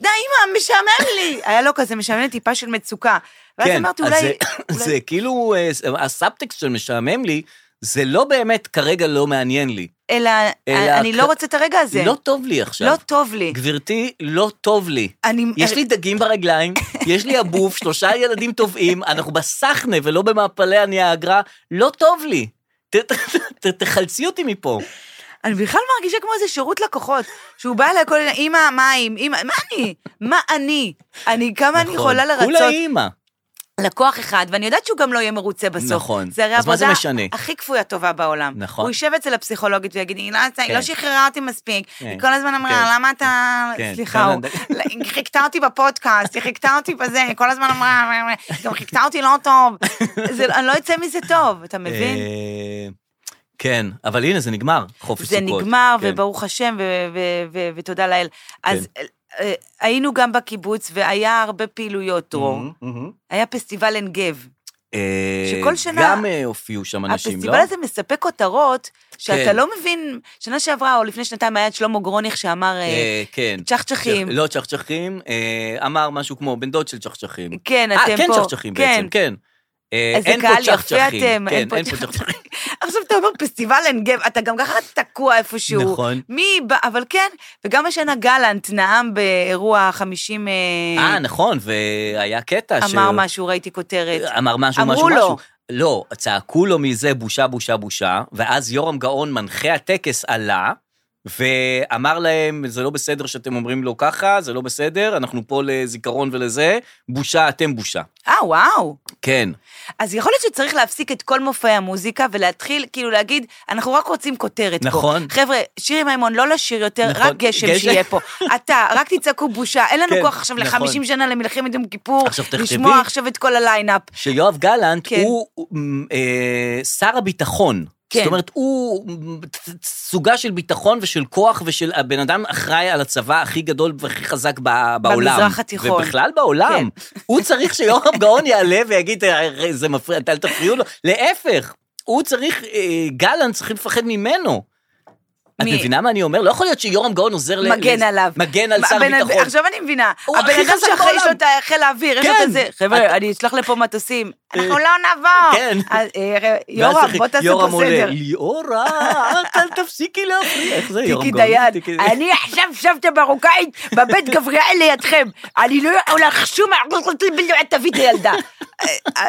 S3: די, אמא, משעמם לי. היה לו כזה משעמם טיפה של מצוקה. ואז
S2: כן,
S3: אמרתי,
S2: אז
S3: אולי...
S2: זה-
S3: אולי-
S2: זה כאילו, אה, הסאבטקסט של משעמם לי, זה לא באמת כרגע לא מעניין לי.
S3: אלא,
S2: אלא
S3: אני
S2: כ-
S3: לא רוצה את הרגע הזה.
S2: לא טוב לי עכשיו.
S3: לא טוב לי.
S2: גברתי, לא טוב לי.
S3: אני...
S2: יש לי דגים ברגליים, יש לי הבוף, שלושה ילדים טובעים, אנחנו בסחנה ולא במעפלי הניאגרה, לא טוב לי. ת- ת- ת- תחלצי אותי מפה.
S3: אני בכלל מרגישה כמו איזה שירות לקוחות, שהוא בא אליי כל הזמן, אמא, מים, אמא, מה אני? מה אני? אני, כמה אני
S2: נכון.
S3: יכולה
S2: כולה
S3: לרצות
S2: אימא.
S3: לקוח אחד, ואני יודעת שהוא גם לא יהיה מרוצה בסוף.
S2: נכון.
S3: זה הרי
S2: אז מה זה
S3: העבודה
S2: משנה?
S3: הכי כפויה טובה בעולם.
S2: נכון.
S3: הוא יושב אצל הפסיכולוגית ויגיד, היא לא, עשתה, היא
S2: כן.
S3: לא שחררה אותי מספיק.
S2: כן.
S3: היא כל הזמן אמרה,
S2: כן.
S3: למה אתה...
S2: כן.
S3: סליחה, הוא...
S2: כן.
S3: היא חיכתה אותי בפודקאסט, היא חיכתה אותי בזה, היא כל הזמן אמרה, גם חיכתה אותי לא טוב. זה- אני לא אצא מזה טוב, אתה מבין?
S2: אה, כן, אבל הנה, זה נגמר, חופש
S3: זה
S2: סוכות.
S3: נגמר,
S2: כן.
S3: וברוך השם, ו- ו- ו- ותודה לאל. אז אה, היינו גם בקיבוץ, והיה הרבה פעילויות, דרור.
S2: מהמם, מהמם.
S3: היה פסטיבל עין גב.
S2: אה,
S3: שכל שנה-
S2: גם אה, הופיעו שם אנשים, לא?
S3: הפסטיבל הזה מספק כותרות, שאתה
S2: כן.
S3: לא מבין, שנה שעברה או לפני שנתיים היה את שלמה גרוניך שאמר אה,
S2: אה, כן.
S3: צ'חצ'חים.
S2: צ'ח- לא, צ'חצ'חים, אה, אמר משהו כמו בן דוד של צ'חצ'חים.
S3: כן, אתם פה.
S2: אה, כן צ'חצ'חים בעצם, כן. אה,
S3: איזה
S2: אין פה
S3: קהל יפה
S2: צ'חצ'חים,
S3: אתם,
S2: כן,
S3: אין פה
S2: אין פה צ'חצ'חים.
S3: עכשיו אתה אומר פסטיבל עין גב, אתה גם ככה תקוע איפשהו.
S2: נכון.
S3: מי, בא- אבל כן, וגם השנה גלנט נאם באירוע 50,
S2: אה, נכון, והיה קטע ש...
S3: אמר משהו, ראיתי כותרת.
S2: אמר משהו,
S3: אמרו
S2: משהו,
S3: לו.
S2: משהו. לא, צעקו לו מזה בושה, בושה, בושה, ואז יורם גאון, מנחה הטקס, עלה, ואמר להם, זה לא בסדר שאתם אומרים לו ככה, זה לא בסדר, אנחנו פה לזיכרון ולזה, בושה, אתם בושה.
S3: אה, וואו.
S2: כן.
S3: אז יכול להיות שצריך להפסיק את כל מופעי המוזיקה ולהתחיל כאילו להגיד, אנחנו רק רוצים כותרת פה.
S2: נכון.
S3: חבר'ה, שירי מימון, לא לשיר יותר,
S2: נכון,
S3: רק גשם
S2: גשם.
S3: שיהיה פה. אתה, רק תצעקו בושה, אין לנו
S2: כן,
S3: כוח עכשיו
S2: נכון.
S3: ל-50 שנה למלחמת יום כיפור,
S2: עכשיו תכתבי.
S3: לשמוע עכשיו את כל הליינאפ.
S2: שיואב גלנט
S3: כן.
S2: הוא מ, אה, שר הביטחון.
S3: כן.
S2: זאת אומרת, הוא מ, סוגה של ביטחון ושל כוח ושל הבן אדם אחראי על הצבא הכי גדול והכי חזק ב- בעולם.
S3: במזרח התיכון. כן.
S2: ובכלל בעולם. הוא צריך שיורם גאון יעלה ויגיד, "אה, זה מפריע, אל תפריעו לו. להפך, הוא צריך, אה, גלנט צריכים לפחד ממנו. את
S3: מי?
S2: מבינה מה אני אומר? לא יכול להיות שיורם גאון עוזר ל...
S3: מגן
S2: ל-
S3: עליו.
S2: מגן על שר
S3: הבן-
S2: ביטחון.
S3: עכשיו אני מבינה.
S2: הוא
S3: הבן
S2: הכי
S3: אדם
S2: חזק
S3: שאחרי יש לו
S2: בעולם.
S3: את החיל האוויר, יש לו
S2: כן.
S3: את זה.
S2: אתה-
S3: חבר'ה, אני אשלח לפה מטוסים. אנחנו
S2: אה,
S3: לא נעבור.
S2: כן.
S3: אז, אה, ר-
S2: ואז
S3: יורם,
S2: צריך-
S3: בוא תעשה
S2: יורם
S3: פה
S2: עולה,
S3: סדר.
S2: ליאורה, את אל תפסיקי להפריע. איך זה יורם
S3: טיקי
S2: גאון?
S3: דיין,
S2: טיקי-
S3: אני עכשיו שבתא מרוקאית בבית גבריאל לידכם. אני לא הולך שום... תביא את הילדה. אה, אה,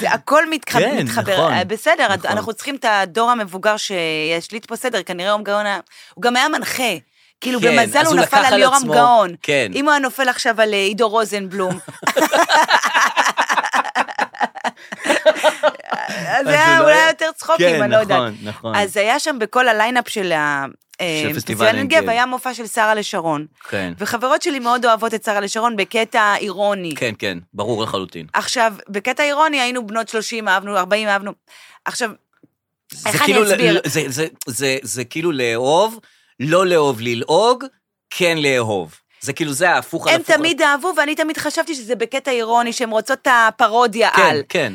S3: זה הכל מתח-
S2: כן,
S3: מתחבר.
S2: נכון,
S3: אה, בסדר, אז
S2: נכון.
S3: אנחנו צריכים את הדור המבוגר שישליט פה סדר. כנראה יורם גאון, היה- הוא גם היה מנחה. כאילו,
S2: כן,
S3: במזל
S2: אז
S3: הוא
S2: הוא
S3: נפל
S2: לקח
S3: על
S2: על
S3: יורם
S2: עצמו,
S3: גאון.
S2: כן.
S3: אם הוא היה נופל עכשיו על אה, עידו רוזנבלום. אז
S2: זה
S3: היה
S2: לא
S3: אולי
S2: היה-
S3: יותר צחוקים,
S2: כן,
S3: אני לא יודעת.
S2: נכון, נכון.
S3: אז היה שם בכל הליינאפ של ה... אה,
S2: פסטיבל עין
S3: עין גב,
S2: גב.
S3: היה מופע של שרה לשרון.
S2: כן.
S3: וחברות שלי מאוד אוהבות את שרה לשרון בקטע אירוני.
S2: כן, כן, ברור לחלוטין.
S3: עכשיו, בקטע אירוני היינו בנות 30, אהבנו, 40, אהבנו. עכשיו,
S2: זה
S3: איך אני
S2: כאילו ל-
S3: אסביר?
S2: זה- זה- זה- זה כאילו לאהוב, לא לאהוב ללעוג, כן לאהוב. זה כאילו, זה ההפוך על
S3: הם
S2: הפוך.
S3: תמיד אהבו, ואני תמיד חשבתי שזה בקטע אירוני, שהן רוצות את הפרודיה
S2: כן,
S3: על.
S2: כן,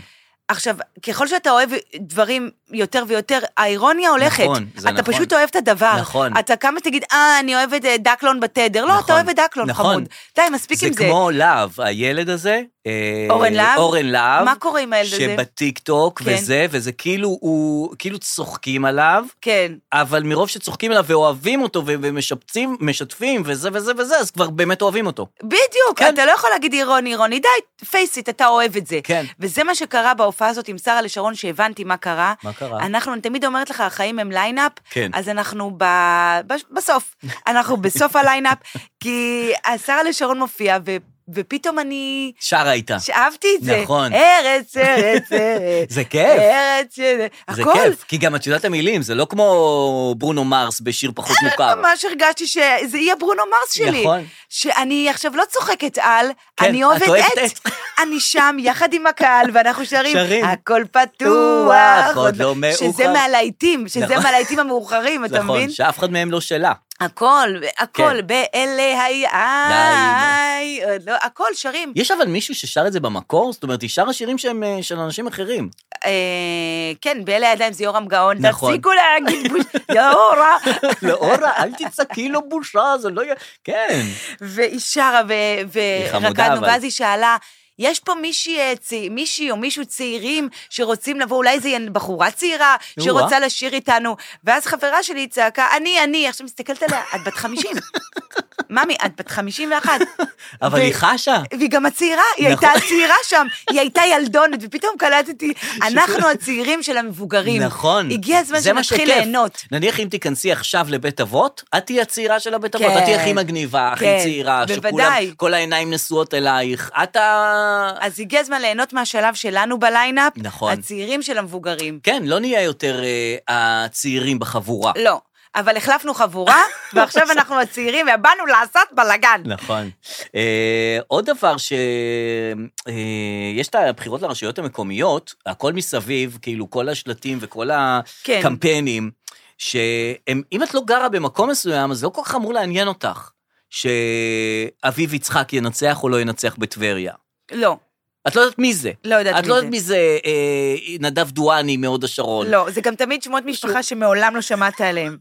S3: עכשיו, ככל שאתה אוהב דברים יותר ויותר, האירוניה הולכת.
S2: נכון, זה
S3: אתה
S2: נכון.
S3: פשוט אוהב את הדבר.
S2: נכון.
S3: אתה כמה תגיד, אה, אני אוהב את אה, דקלון בתדר. לא, אתה
S2: נכון,
S3: אוהב את דקלון,
S2: נכון.
S3: חמוד. די, מספיק
S2: זה
S3: עם זה.
S2: כמו להב, הילד הזה. אה,
S3: אורן להב?
S2: אורן להב.
S3: מה קורה עם הילד הזה?
S2: שבטיקטוק
S3: כן.
S2: וזה, וזה כאילו, הוא, כאילו צוחקים עליו,
S3: כן.
S2: אבל מרוב שצוחקים עליו ואוהבים אותו ו- ומשפצים, משתפים וזה וזה וזה, אז כבר באמת אוהבים אותו.
S3: בדיוק,
S2: כן.
S3: אתה לא יכול להגיד אירוני, אירוני, די, פייס איט, אתה אוהב את זה.
S2: כן.
S3: וזה מה שקרה בהופעה הזאת עם שרה לשרון, שהבנתי מה קרה.
S2: מה קרה?
S3: אנחנו, אני תמיד אומרת לך, החיים הם ליינאפ,
S2: כן.
S3: אז אנחנו ב... בש- בסוף, אנחנו בסוף הליינאפ, כי שרה לשרון מופיעה, ו... ופתאום אני...
S2: שרה איתה.
S3: שאהבתי את זה.
S2: נכון.
S3: ארץ, ארץ, ארץ.
S2: זה כיף.
S3: ארץ, ארץ.
S2: זה
S3: אה, הכל.
S2: כיף, כי גם את יודעת את המילים, זה לא כמו ברונו מרס בשיר פחות מוכר.
S3: לא ממש הרגשתי שזה יהיה ברונו מרס שלי.
S2: נכון.
S3: שאני עכשיו לא צוחקת על,
S2: כן,
S3: אני
S2: את
S3: אוהבת
S2: אוהבת
S3: את.
S2: את.
S3: אני שם יחד עם הקהל, ואנחנו שרים,
S2: שרים.
S3: הכל פתוח.
S2: פתוח, עוד לא מאוחר.
S3: שזה מהלהיטים, שזה
S2: נכון.
S3: מהלהיטים המאוחרים, אתה
S2: נכון,
S3: מבין?
S2: שאף אחד מהם לא שלה.
S3: הכל, הכל,
S2: כן.
S3: באלה היי, עוד לא, הכל שרים.
S2: יש אבל מישהו ששר את זה במקור? זאת אומרת, היא שרה שירים שהם אה, של אנשים אחרים.
S3: אה, כן, באלה הידיים זה יורם גאון.
S2: נכון.
S3: תפסיקו להגיד בוש... יאורה.
S2: לאורה, אל תצעקי לו בושה, זה לא יהיה... כן.
S3: והיא שרה ו-
S2: חמודה,
S3: ורקדנו,
S2: אבל.
S3: ואז היא שאלה, יש פה מישהי, אה, צי- מישהי או מישהו צעירים שרוצים לבוא, אולי זו בחורה צעירה
S2: נו,
S3: שרוצה לשיר איתנו, ואז חברה שלי צעקה, אני, אני, עכשיו מסתכלת עליה, את בת 50. ממי, את בת 51.
S2: אבל
S3: ו-
S2: היא חשה.
S3: והיא גם הצעירה, היא
S2: נכון.
S3: הייתה הצעירה שם, היא הייתה ילדונת, ופתאום קלטתי, אנחנו הצעירים של המבוגרים.
S2: נכון.
S3: הגיע הזמן
S2: זה מה
S3: שנתחיל
S2: שכיף.
S3: ליהנות.
S2: נניח אם תיכנסי עכשיו לבית אבות, את תהיי הצעירה של הבית אבות,
S3: כן.
S2: את תהיי הכי מגניבה, הכי
S3: כן,
S2: צעירה, שכולם,
S3: בוודאי.
S2: כל העיניים נשואות אלייך, את ה...
S3: אז הגיע הזמן ליהנות מהשלב שלנו בליינאפ,
S2: נכון.
S3: הצעירים של המבוגרים.
S2: כן, לא נהיה יותר אה, הצעירים בחבורה.
S3: לא. אבל החלפנו חבורה, ועכשיו אנחנו הצעירים, ובאנו לעשות בלאגן.
S2: נכון. אה, עוד דבר ש... אה, יש את הבחירות לרשויות המקומיות, הכל מסביב, כאילו כל השלטים וכל
S3: כן.
S2: הקמפיינים, שאם את לא גרה במקום מסוים, אז לא כל כך אמור לעניין אותך שאביב יצחק ינצח או לא ינצח בטבריה.
S3: לא,
S2: את לא יודעת מי זה.
S3: לא יודעת מי
S2: את לא יודעת
S3: זה.
S2: מי זה אה, נדב דואני מהוד השרון.
S3: לא, זה גם תמיד שמות משפחה שמעולם לא שמעת עליהם.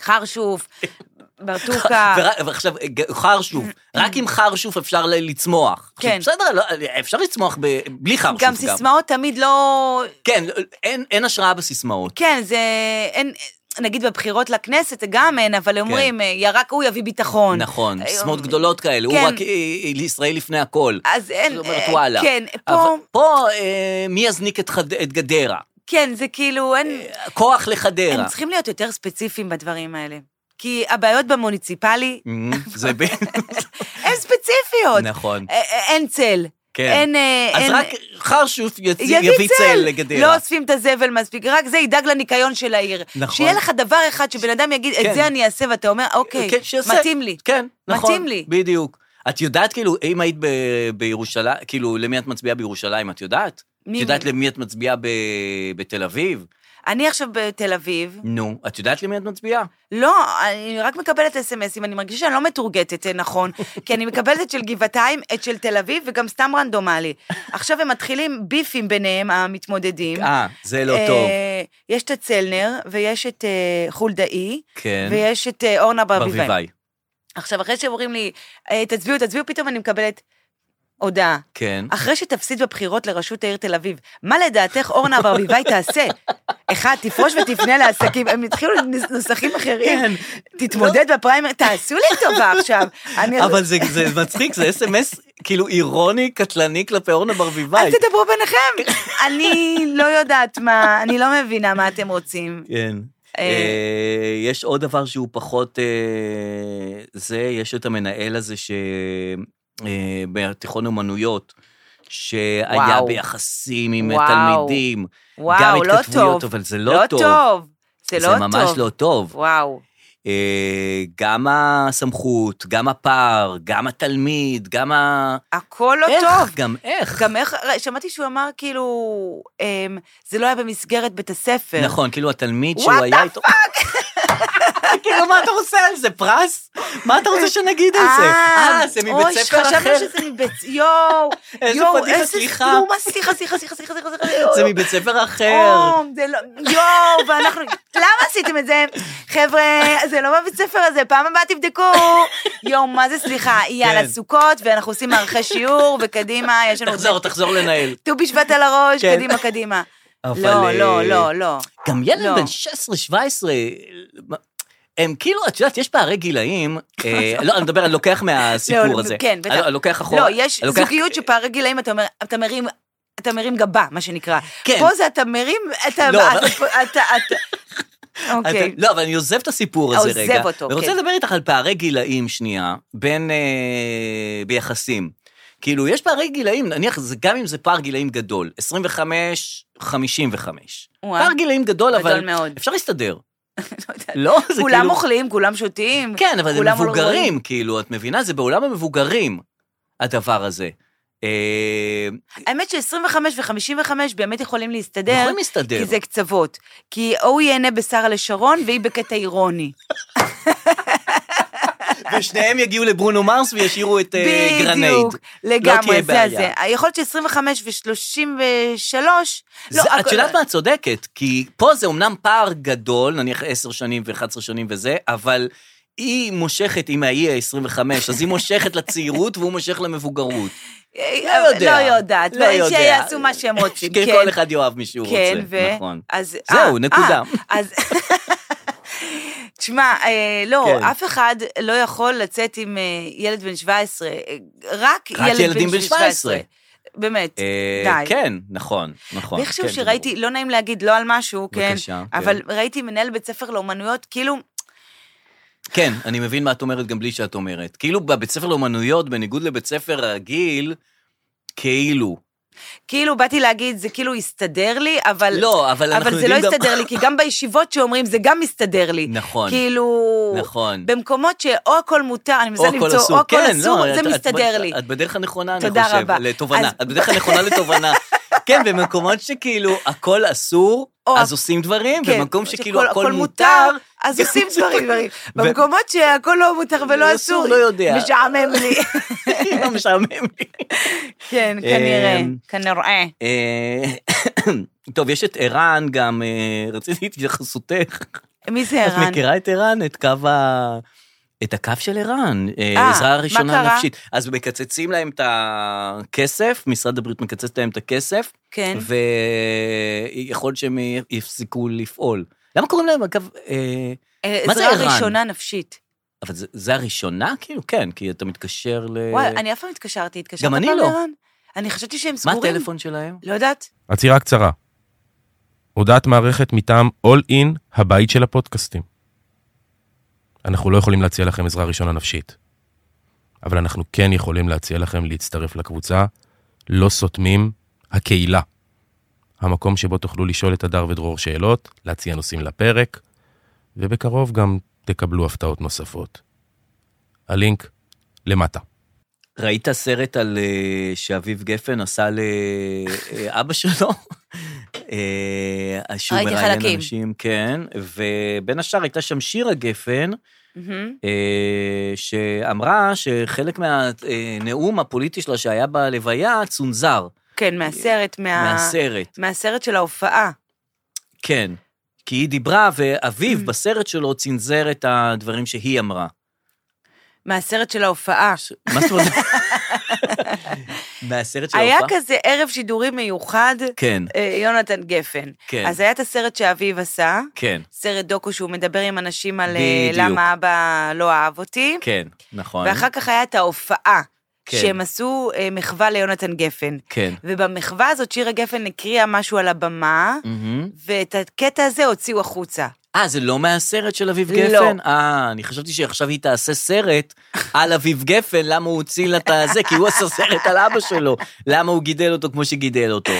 S3: חרשוף, ברטוקה.
S2: ור- ועכשיו, ג- חרשוף, רק עם חרשוף אפשר ל- לצמוח.
S3: כן.
S2: עכשיו, בסדר, לא, אפשר לצמוח ב- בלי חרשוף גם.
S3: גם סיסמאות תמיד לא...
S2: כן, אין, אין השראה בסיסמאות.
S3: כן, זה... אין... נגיד בבחירות לכנסת גם אין, אבל אומרים, "אה, רק הוא יביא ביטחון.
S2: כן. נכון,
S3: אה,
S2: סיסמאות גדולות כאלה, הוא
S3: כן.
S2: רק אה, אה, לישראל לפני הכל.
S3: אז אין...
S2: זאת אומרת,
S3: אה,
S2: וואלה.
S3: כן, פה...
S2: אבל פה, אה, מי יזניק את, חד... את גדרה?
S3: כן, זה כאילו, אין...
S2: אה, כוח לחדרה.
S3: הם צריכים להיות יותר ספציפיים בדברים האלה. כי הבעיות במוניציפלי,
S2: אמ, זה ב...
S3: הן ספציפיות.
S2: נכון,
S3: אה, אה, אין צל.
S2: כן.
S3: אין... אה,
S2: אז
S3: אין-
S2: רק חרשוף יצ... יביא צל
S3: לא
S2: לגדרה.
S3: אוספים את הזבל מספיק, רק זה ידאג לניקיון של העיר.
S2: נכון.
S3: שיהיה לך דבר אחד שבן אדם יגיד,
S2: כן.
S3: את זה אני אעשה, ואתה אומר, אוקיי,
S2: כן, שיעשה.
S3: מתאים לי.
S2: כן, נכון.
S3: מתאים לי.
S2: בדיוק. את יודעת, כאילו, אם היית ב- בירושלים, כאילו, למי את מצביעה בירושלים, את יודעת?
S3: מי-
S2: את יודעת למי את מצביעה ב- בתל אביב?
S3: אני עכשיו בתל אביב,
S2: נו, את יודעת למי את מצביעה?
S3: לא, אני רק מקבלת אס.אם.אסים, אני מרגישה שאני לא מתורגטת אה, נכון, כי אני מקבלת את של גבעתיים, את של תל אביב, וגם סתם רנדומלי. עכשיו הם מתחילים ביפים ביניהם, המתמודדים.
S2: אה, זה לא טוב.
S3: אה, יש את הצלנר, ויש את אה, חולדאי,
S2: כן.
S3: ויש את אה, אורנה ברביבאי.
S2: ברביבאי.
S3: עכשיו, אחרי שהם אומרים לי, "אה, תצביעו, תצביעו, פתאום אני מקבלת הודעה.
S2: כן.
S3: אחרי שתפסיד בבחירות לראשות העיר תל אביב, מה לדעתך אורנה ברביבאי תעשה? אחד, תפרוש ותפנה לעסקים, הם התחילו נוסחים אחרים.
S2: כן.
S3: תתמודד בפריימריז, תעשו לי טובה עכשיו. אני-
S2: אבל זה זה מצחיק, זה אס.אם.אס כאילו אירוני, קטלני כלפי אורנה ברביבאי.
S3: אל תדברו ביניכם. אני לא יודעת מה, אני לא מבינה מה אתם רוצים.
S2: כן.
S3: אה,
S2: אה, יש עוד דבר שהוא פחות אה, זה, יש את המנהל הזה ש... אה, בתיכון אומנויות, שהיה
S3: וואו.
S2: ביחסים עם
S3: וואו.
S2: תלמידים.
S3: וואו,
S2: גם
S3: לא
S2: התכתבויות,
S3: טוב.
S2: אבל זה לא,
S3: לא טוב. זה לא טוב.
S2: זה ממש לא טוב.
S3: וואו.
S2: אה, גם הסמכות, גם הפער, גם התלמיד, גם ה...
S3: הכל לא
S2: איך?
S3: טוב.
S2: גם איך.
S3: גם איך, לא, שמעתי שהוא אמר כאילו, אמ, זה לא היה במסגרת בית הספר.
S2: נכון, כאילו התלמיד
S3: What
S2: שהוא
S3: the
S2: היה איתו... כאילו, מה אתה רוצה על זה? פרס? מה אתה רוצה שנגיד על זה? אה, זה מבית
S3: אוי,
S2: ספר
S3: חשבנו
S2: אחר.
S3: שזה מבית, יואו,
S2: איזה
S3: יואו,
S2: פדיחה,
S3: איזה
S2: סליחה.
S3: כלום, סליחה, סליחה, סליחה, סליחה, סליחה, סליחה,
S2: זה
S3: יואו,
S2: מבית ספר אחר.
S3: יואו, זה לא- יואו, ואנחנו, למה עשיתם את זה? חבר'ה, זה לא בבית ספר הזה, פעם הבאה תבדקו. יואו, מה זה, סליחה, יאללה,
S2: כן.
S3: סוכות, ואנחנו עושים מערכי שיעור, וקדימה, יש לנו...
S2: תחזור, תחזור לנהל.
S3: ט"ו בשבט על הראש,
S2: כן.
S3: קדימה, קדימה.
S2: אבל,
S3: לא,
S2: אה,
S3: לא, לא, לא.
S2: גם ילד
S3: לא.
S2: בן 16-17, הם כאילו, את יודעת, יש פערי גילאים, אה, לא, אני מדבר, אני לוקח מהסיפור
S3: לא,
S2: הזה.
S3: כן, בטח.
S2: אני- אני לוקח אחורה.
S3: לא, יש
S2: נכון. אני לוקח-
S3: זוגיות שפערי גילאים, אתה אומר, אתה מרים... אתה מרים גבה, מה שנקרא.
S2: כן.
S3: פה זה אתה מרים, אתה...
S2: לא, אבל-
S3: אתה- אתה... אתה-
S2: אתה-
S3: אוקיי.
S2: לא, אבל אני עוזב את הסיפור הזה
S3: עוזב
S2: רגע.
S3: אותו,
S2: אני רוצה
S3: כן.
S2: לדבר איתך על פערי גילאים שנייה, בין... אה, ביחסים. כאילו, יש פערי גילאים, נניח, זה, גם אם זה פער גילאים גדול, 25, 55.
S3: וואו.
S2: פער גילאים גדול,
S3: גדול
S2: לא, אבל
S3: מאוד.
S2: אפשר להסתדר. לא, זה כאילו...
S3: כולם אוכלים, כולם שותים.
S2: כן, אבל זה
S3: כולם לא
S2: מבוגרים,
S3: רואים.
S2: כאילו, את מבינה? זה בעולם המבוגרים, הדבר הזה. אה,
S3: האמת ש-25 ו-55 באמת יכולים להסתדר,
S2: יכולים להסתדר.
S3: כי זה קצוות. כי או הוא ייהנה בשער לשרון והיא בקטע אירוני.
S2: ושניהם יגיעו לברונו מרס וישאירו את אה, גרנייד.
S3: בדיוק,
S2: לא תהיה
S3: לגמרי, זה
S2: בעיה.
S3: הזה. יכול להיות ש-25 ו-33... לא,
S2: זה, את יודעת מה, את צודקת, כי פה זה אומנם פער גדול, נניח 10 שנים ו-11 שנים וזה, אבל היא מושכת, אם היא ה-25, אז היא מושכת לצעירות והוא מושך למבוגרות. לא יודע.
S3: לא יודעת,
S2: לא יודע.
S3: שיעשו מה שהם רוצים.
S2: כי
S3: כן.
S2: כל אחד יאהב מי שהוא
S3: כן,
S2: רוצה.
S3: ו...
S2: נכון.
S3: אז,
S2: זהו,
S3: אה,
S2: נקודה.
S3: אה, אז... תשמע, אה, לא,
S2: כן.
S3: אף אחד לא יכול לצאת עם אה, ילד בן 17, אה, רק
S2: רק
S3: ילד
S2: ילדים
S3: בן
S2: בן
S3: 17. באמת,
S2: אה,
S3: די.
S2: כן, נכון, נכון.
S3: ואיכשהו
S2: כן, זה
S3: שראיתי, לא נעים להגיד לא על משהו, כן,
S2: בבקשה, כן.
S3: אבל ראיתי מנהל בית ספר לאומנויות, כאילו,
S2: ברור. כן, אני מבין מה את אומרת גם בלי שאת אומרת. כאילו בבית ספר לאומנויות, בניגוד לבית ספר רגיל, כאילו.
S3: כאילו באתי להגיד, זה כאילו הסתדר לי, אבל...
S2: לא, אבל אנחנו
S3: אבל זה
S2: יודעים
S3: לא
S2: גם...
S3: הסתדר לי, כי גם בישיבות שאומרים, זה גם מסתדר לי.
S2: נכון.
S3: כאילו...
S2: נכון.
S3: במקומות שאו הכל מותר, אני מנסה
S2: או הכל
S3: למצוא, או הכל
S2: כן,
S3: אסור,
S2: לא,
S3: זה
S2: את- את-
S3: מסתדר
S2: את-
S3: לי.
S2: את בדרך הנכונה, אני
S3: תודה
S2: חושב,
S3: רבה.
S2: לתובנה.
S3: אז-
S2: את בדרך הנכונה לתובנה. כן, במקומות שכאילו הכל אסור,
S3: או-
S2: אז עושים דברים,
S3: כן,
S2: במקום שכאילו הכל מותר,
S3: אז עושים דברים, דברים.
S2: ו-
S3: במקומות שהכל לא מותר ולא אסור,
S2: לא יודע.
S3: משעמם לי.
S2: לא משעמם לי.
S3: כן, כנראה,
S2: אמ,
S3: כנראה.
S2: אה, טוב, יש את ערן גם, אה, רציתי את התייחסותך.
S3: מי זה
S2: את
S3: כן, ערן?
S2: מכירה את ערן? את קו ה... את הקו של ערן, אה,
S3: אה,
S2: עזרה
S3: מה
S2: ראשונה
S3: קרה?
S2: נפשית. אז מקצצים להם את הכסף, משרד הבריאות מקצץ להם את הכסף,
S3: כן.
S2: ויכול להיות שהם יפסיקו לפעול. למה קוראים להם, אגב, אה,
S3: אה,
S2: מה זה
S3: עזרה
S2: ערן?
S3: ראשונה נפשית.
S2: אבל זה, זה הראשונה? כאילו, כן, כי אתה מתקשר ל...
S3: וואי, אני אף פעם התקשרתי, התקשרת
S2: אה, גם אני
S3: פעם
S2: לא.
S3: לערן? אני חשבתי שהם
S2: מה
S3: סגורים.
S2: הטלפון שלהם?
S3: לא יודעת.
S1: עצירה קצרה. הודעת מערכת מטעם All In, הבית של הפודקאסטים. אנחנו לא יכולים להציע לכם עזרה ראשונה נפשית, אבל אנחנו כן יכולים להציע לכם להצטרף לקבוצה לא סותמים, הקהילה. המקום שבו תוכלו לשאול את הדר ודרור שאלות, להציע נושאים לפרק, ובקרוב גם תקבלו הפתעות נוספות. הלינק למטה.
S2: ראית סרט על אה, שאביב גפן עשה לאבא שלו? אה, שהוא
S3: ראיתי
S2: מראיין
S3: חלקים.
S2: אנשים, כן, ובין השאר הייתה שם שירה גפן,
S3: מהמם.
S2: אה, שאמרה שחלק מהנאום הפוליטי שלה שהיה בלוויה צונזר
S3: כן, מהסרט, מה-
S2: מהסרט.
S3: מהסרט של ההופעה.
S2: כן. כי היא דיברה, ואביו בסרט שלו צנזר את הדברים שהיא אמרה.
S3: מהסרט של ההופעה.
S2: מה זאת אומרת? מהסרט של
S3: היה
S2: ההופעה?
S3: כזה ערב שידורים מיוחד,
S2: כן,
S3: אה, יונתן גפן.
S2: כן.
S3: אז היה את הסרט שאביב עשה,
S2: כן,
S3: סרט דוקו שהוא מדבר עם אנשים על אה,
S2: בדיוק.
S3: למה אבא לא אהב אותי,
S2: כן, נכון.
S3: ואחר כך היה את ההופעה,
S2: כן.
S3: שהם עשו אה, מחווה ליונתן גפן.
S2: כן.
S3: ובמחווה הזאת שירה גפן הקריאה משהו על הבמה,
S2: מהמם.
S3: ואת הקטע הזה הוציאו החוצה.
S2: אה, זה לא מהסרט של אביב
S3: לא.
S2: גפן? אה, אני חשבתי שעכשיו היא תעשה סרט על אביב גפן, למה הוא הוציא לה את הזה, כי הוא עשה סרט על אבא שלו, למה הוא גידל אותו כמו שגידל אותו.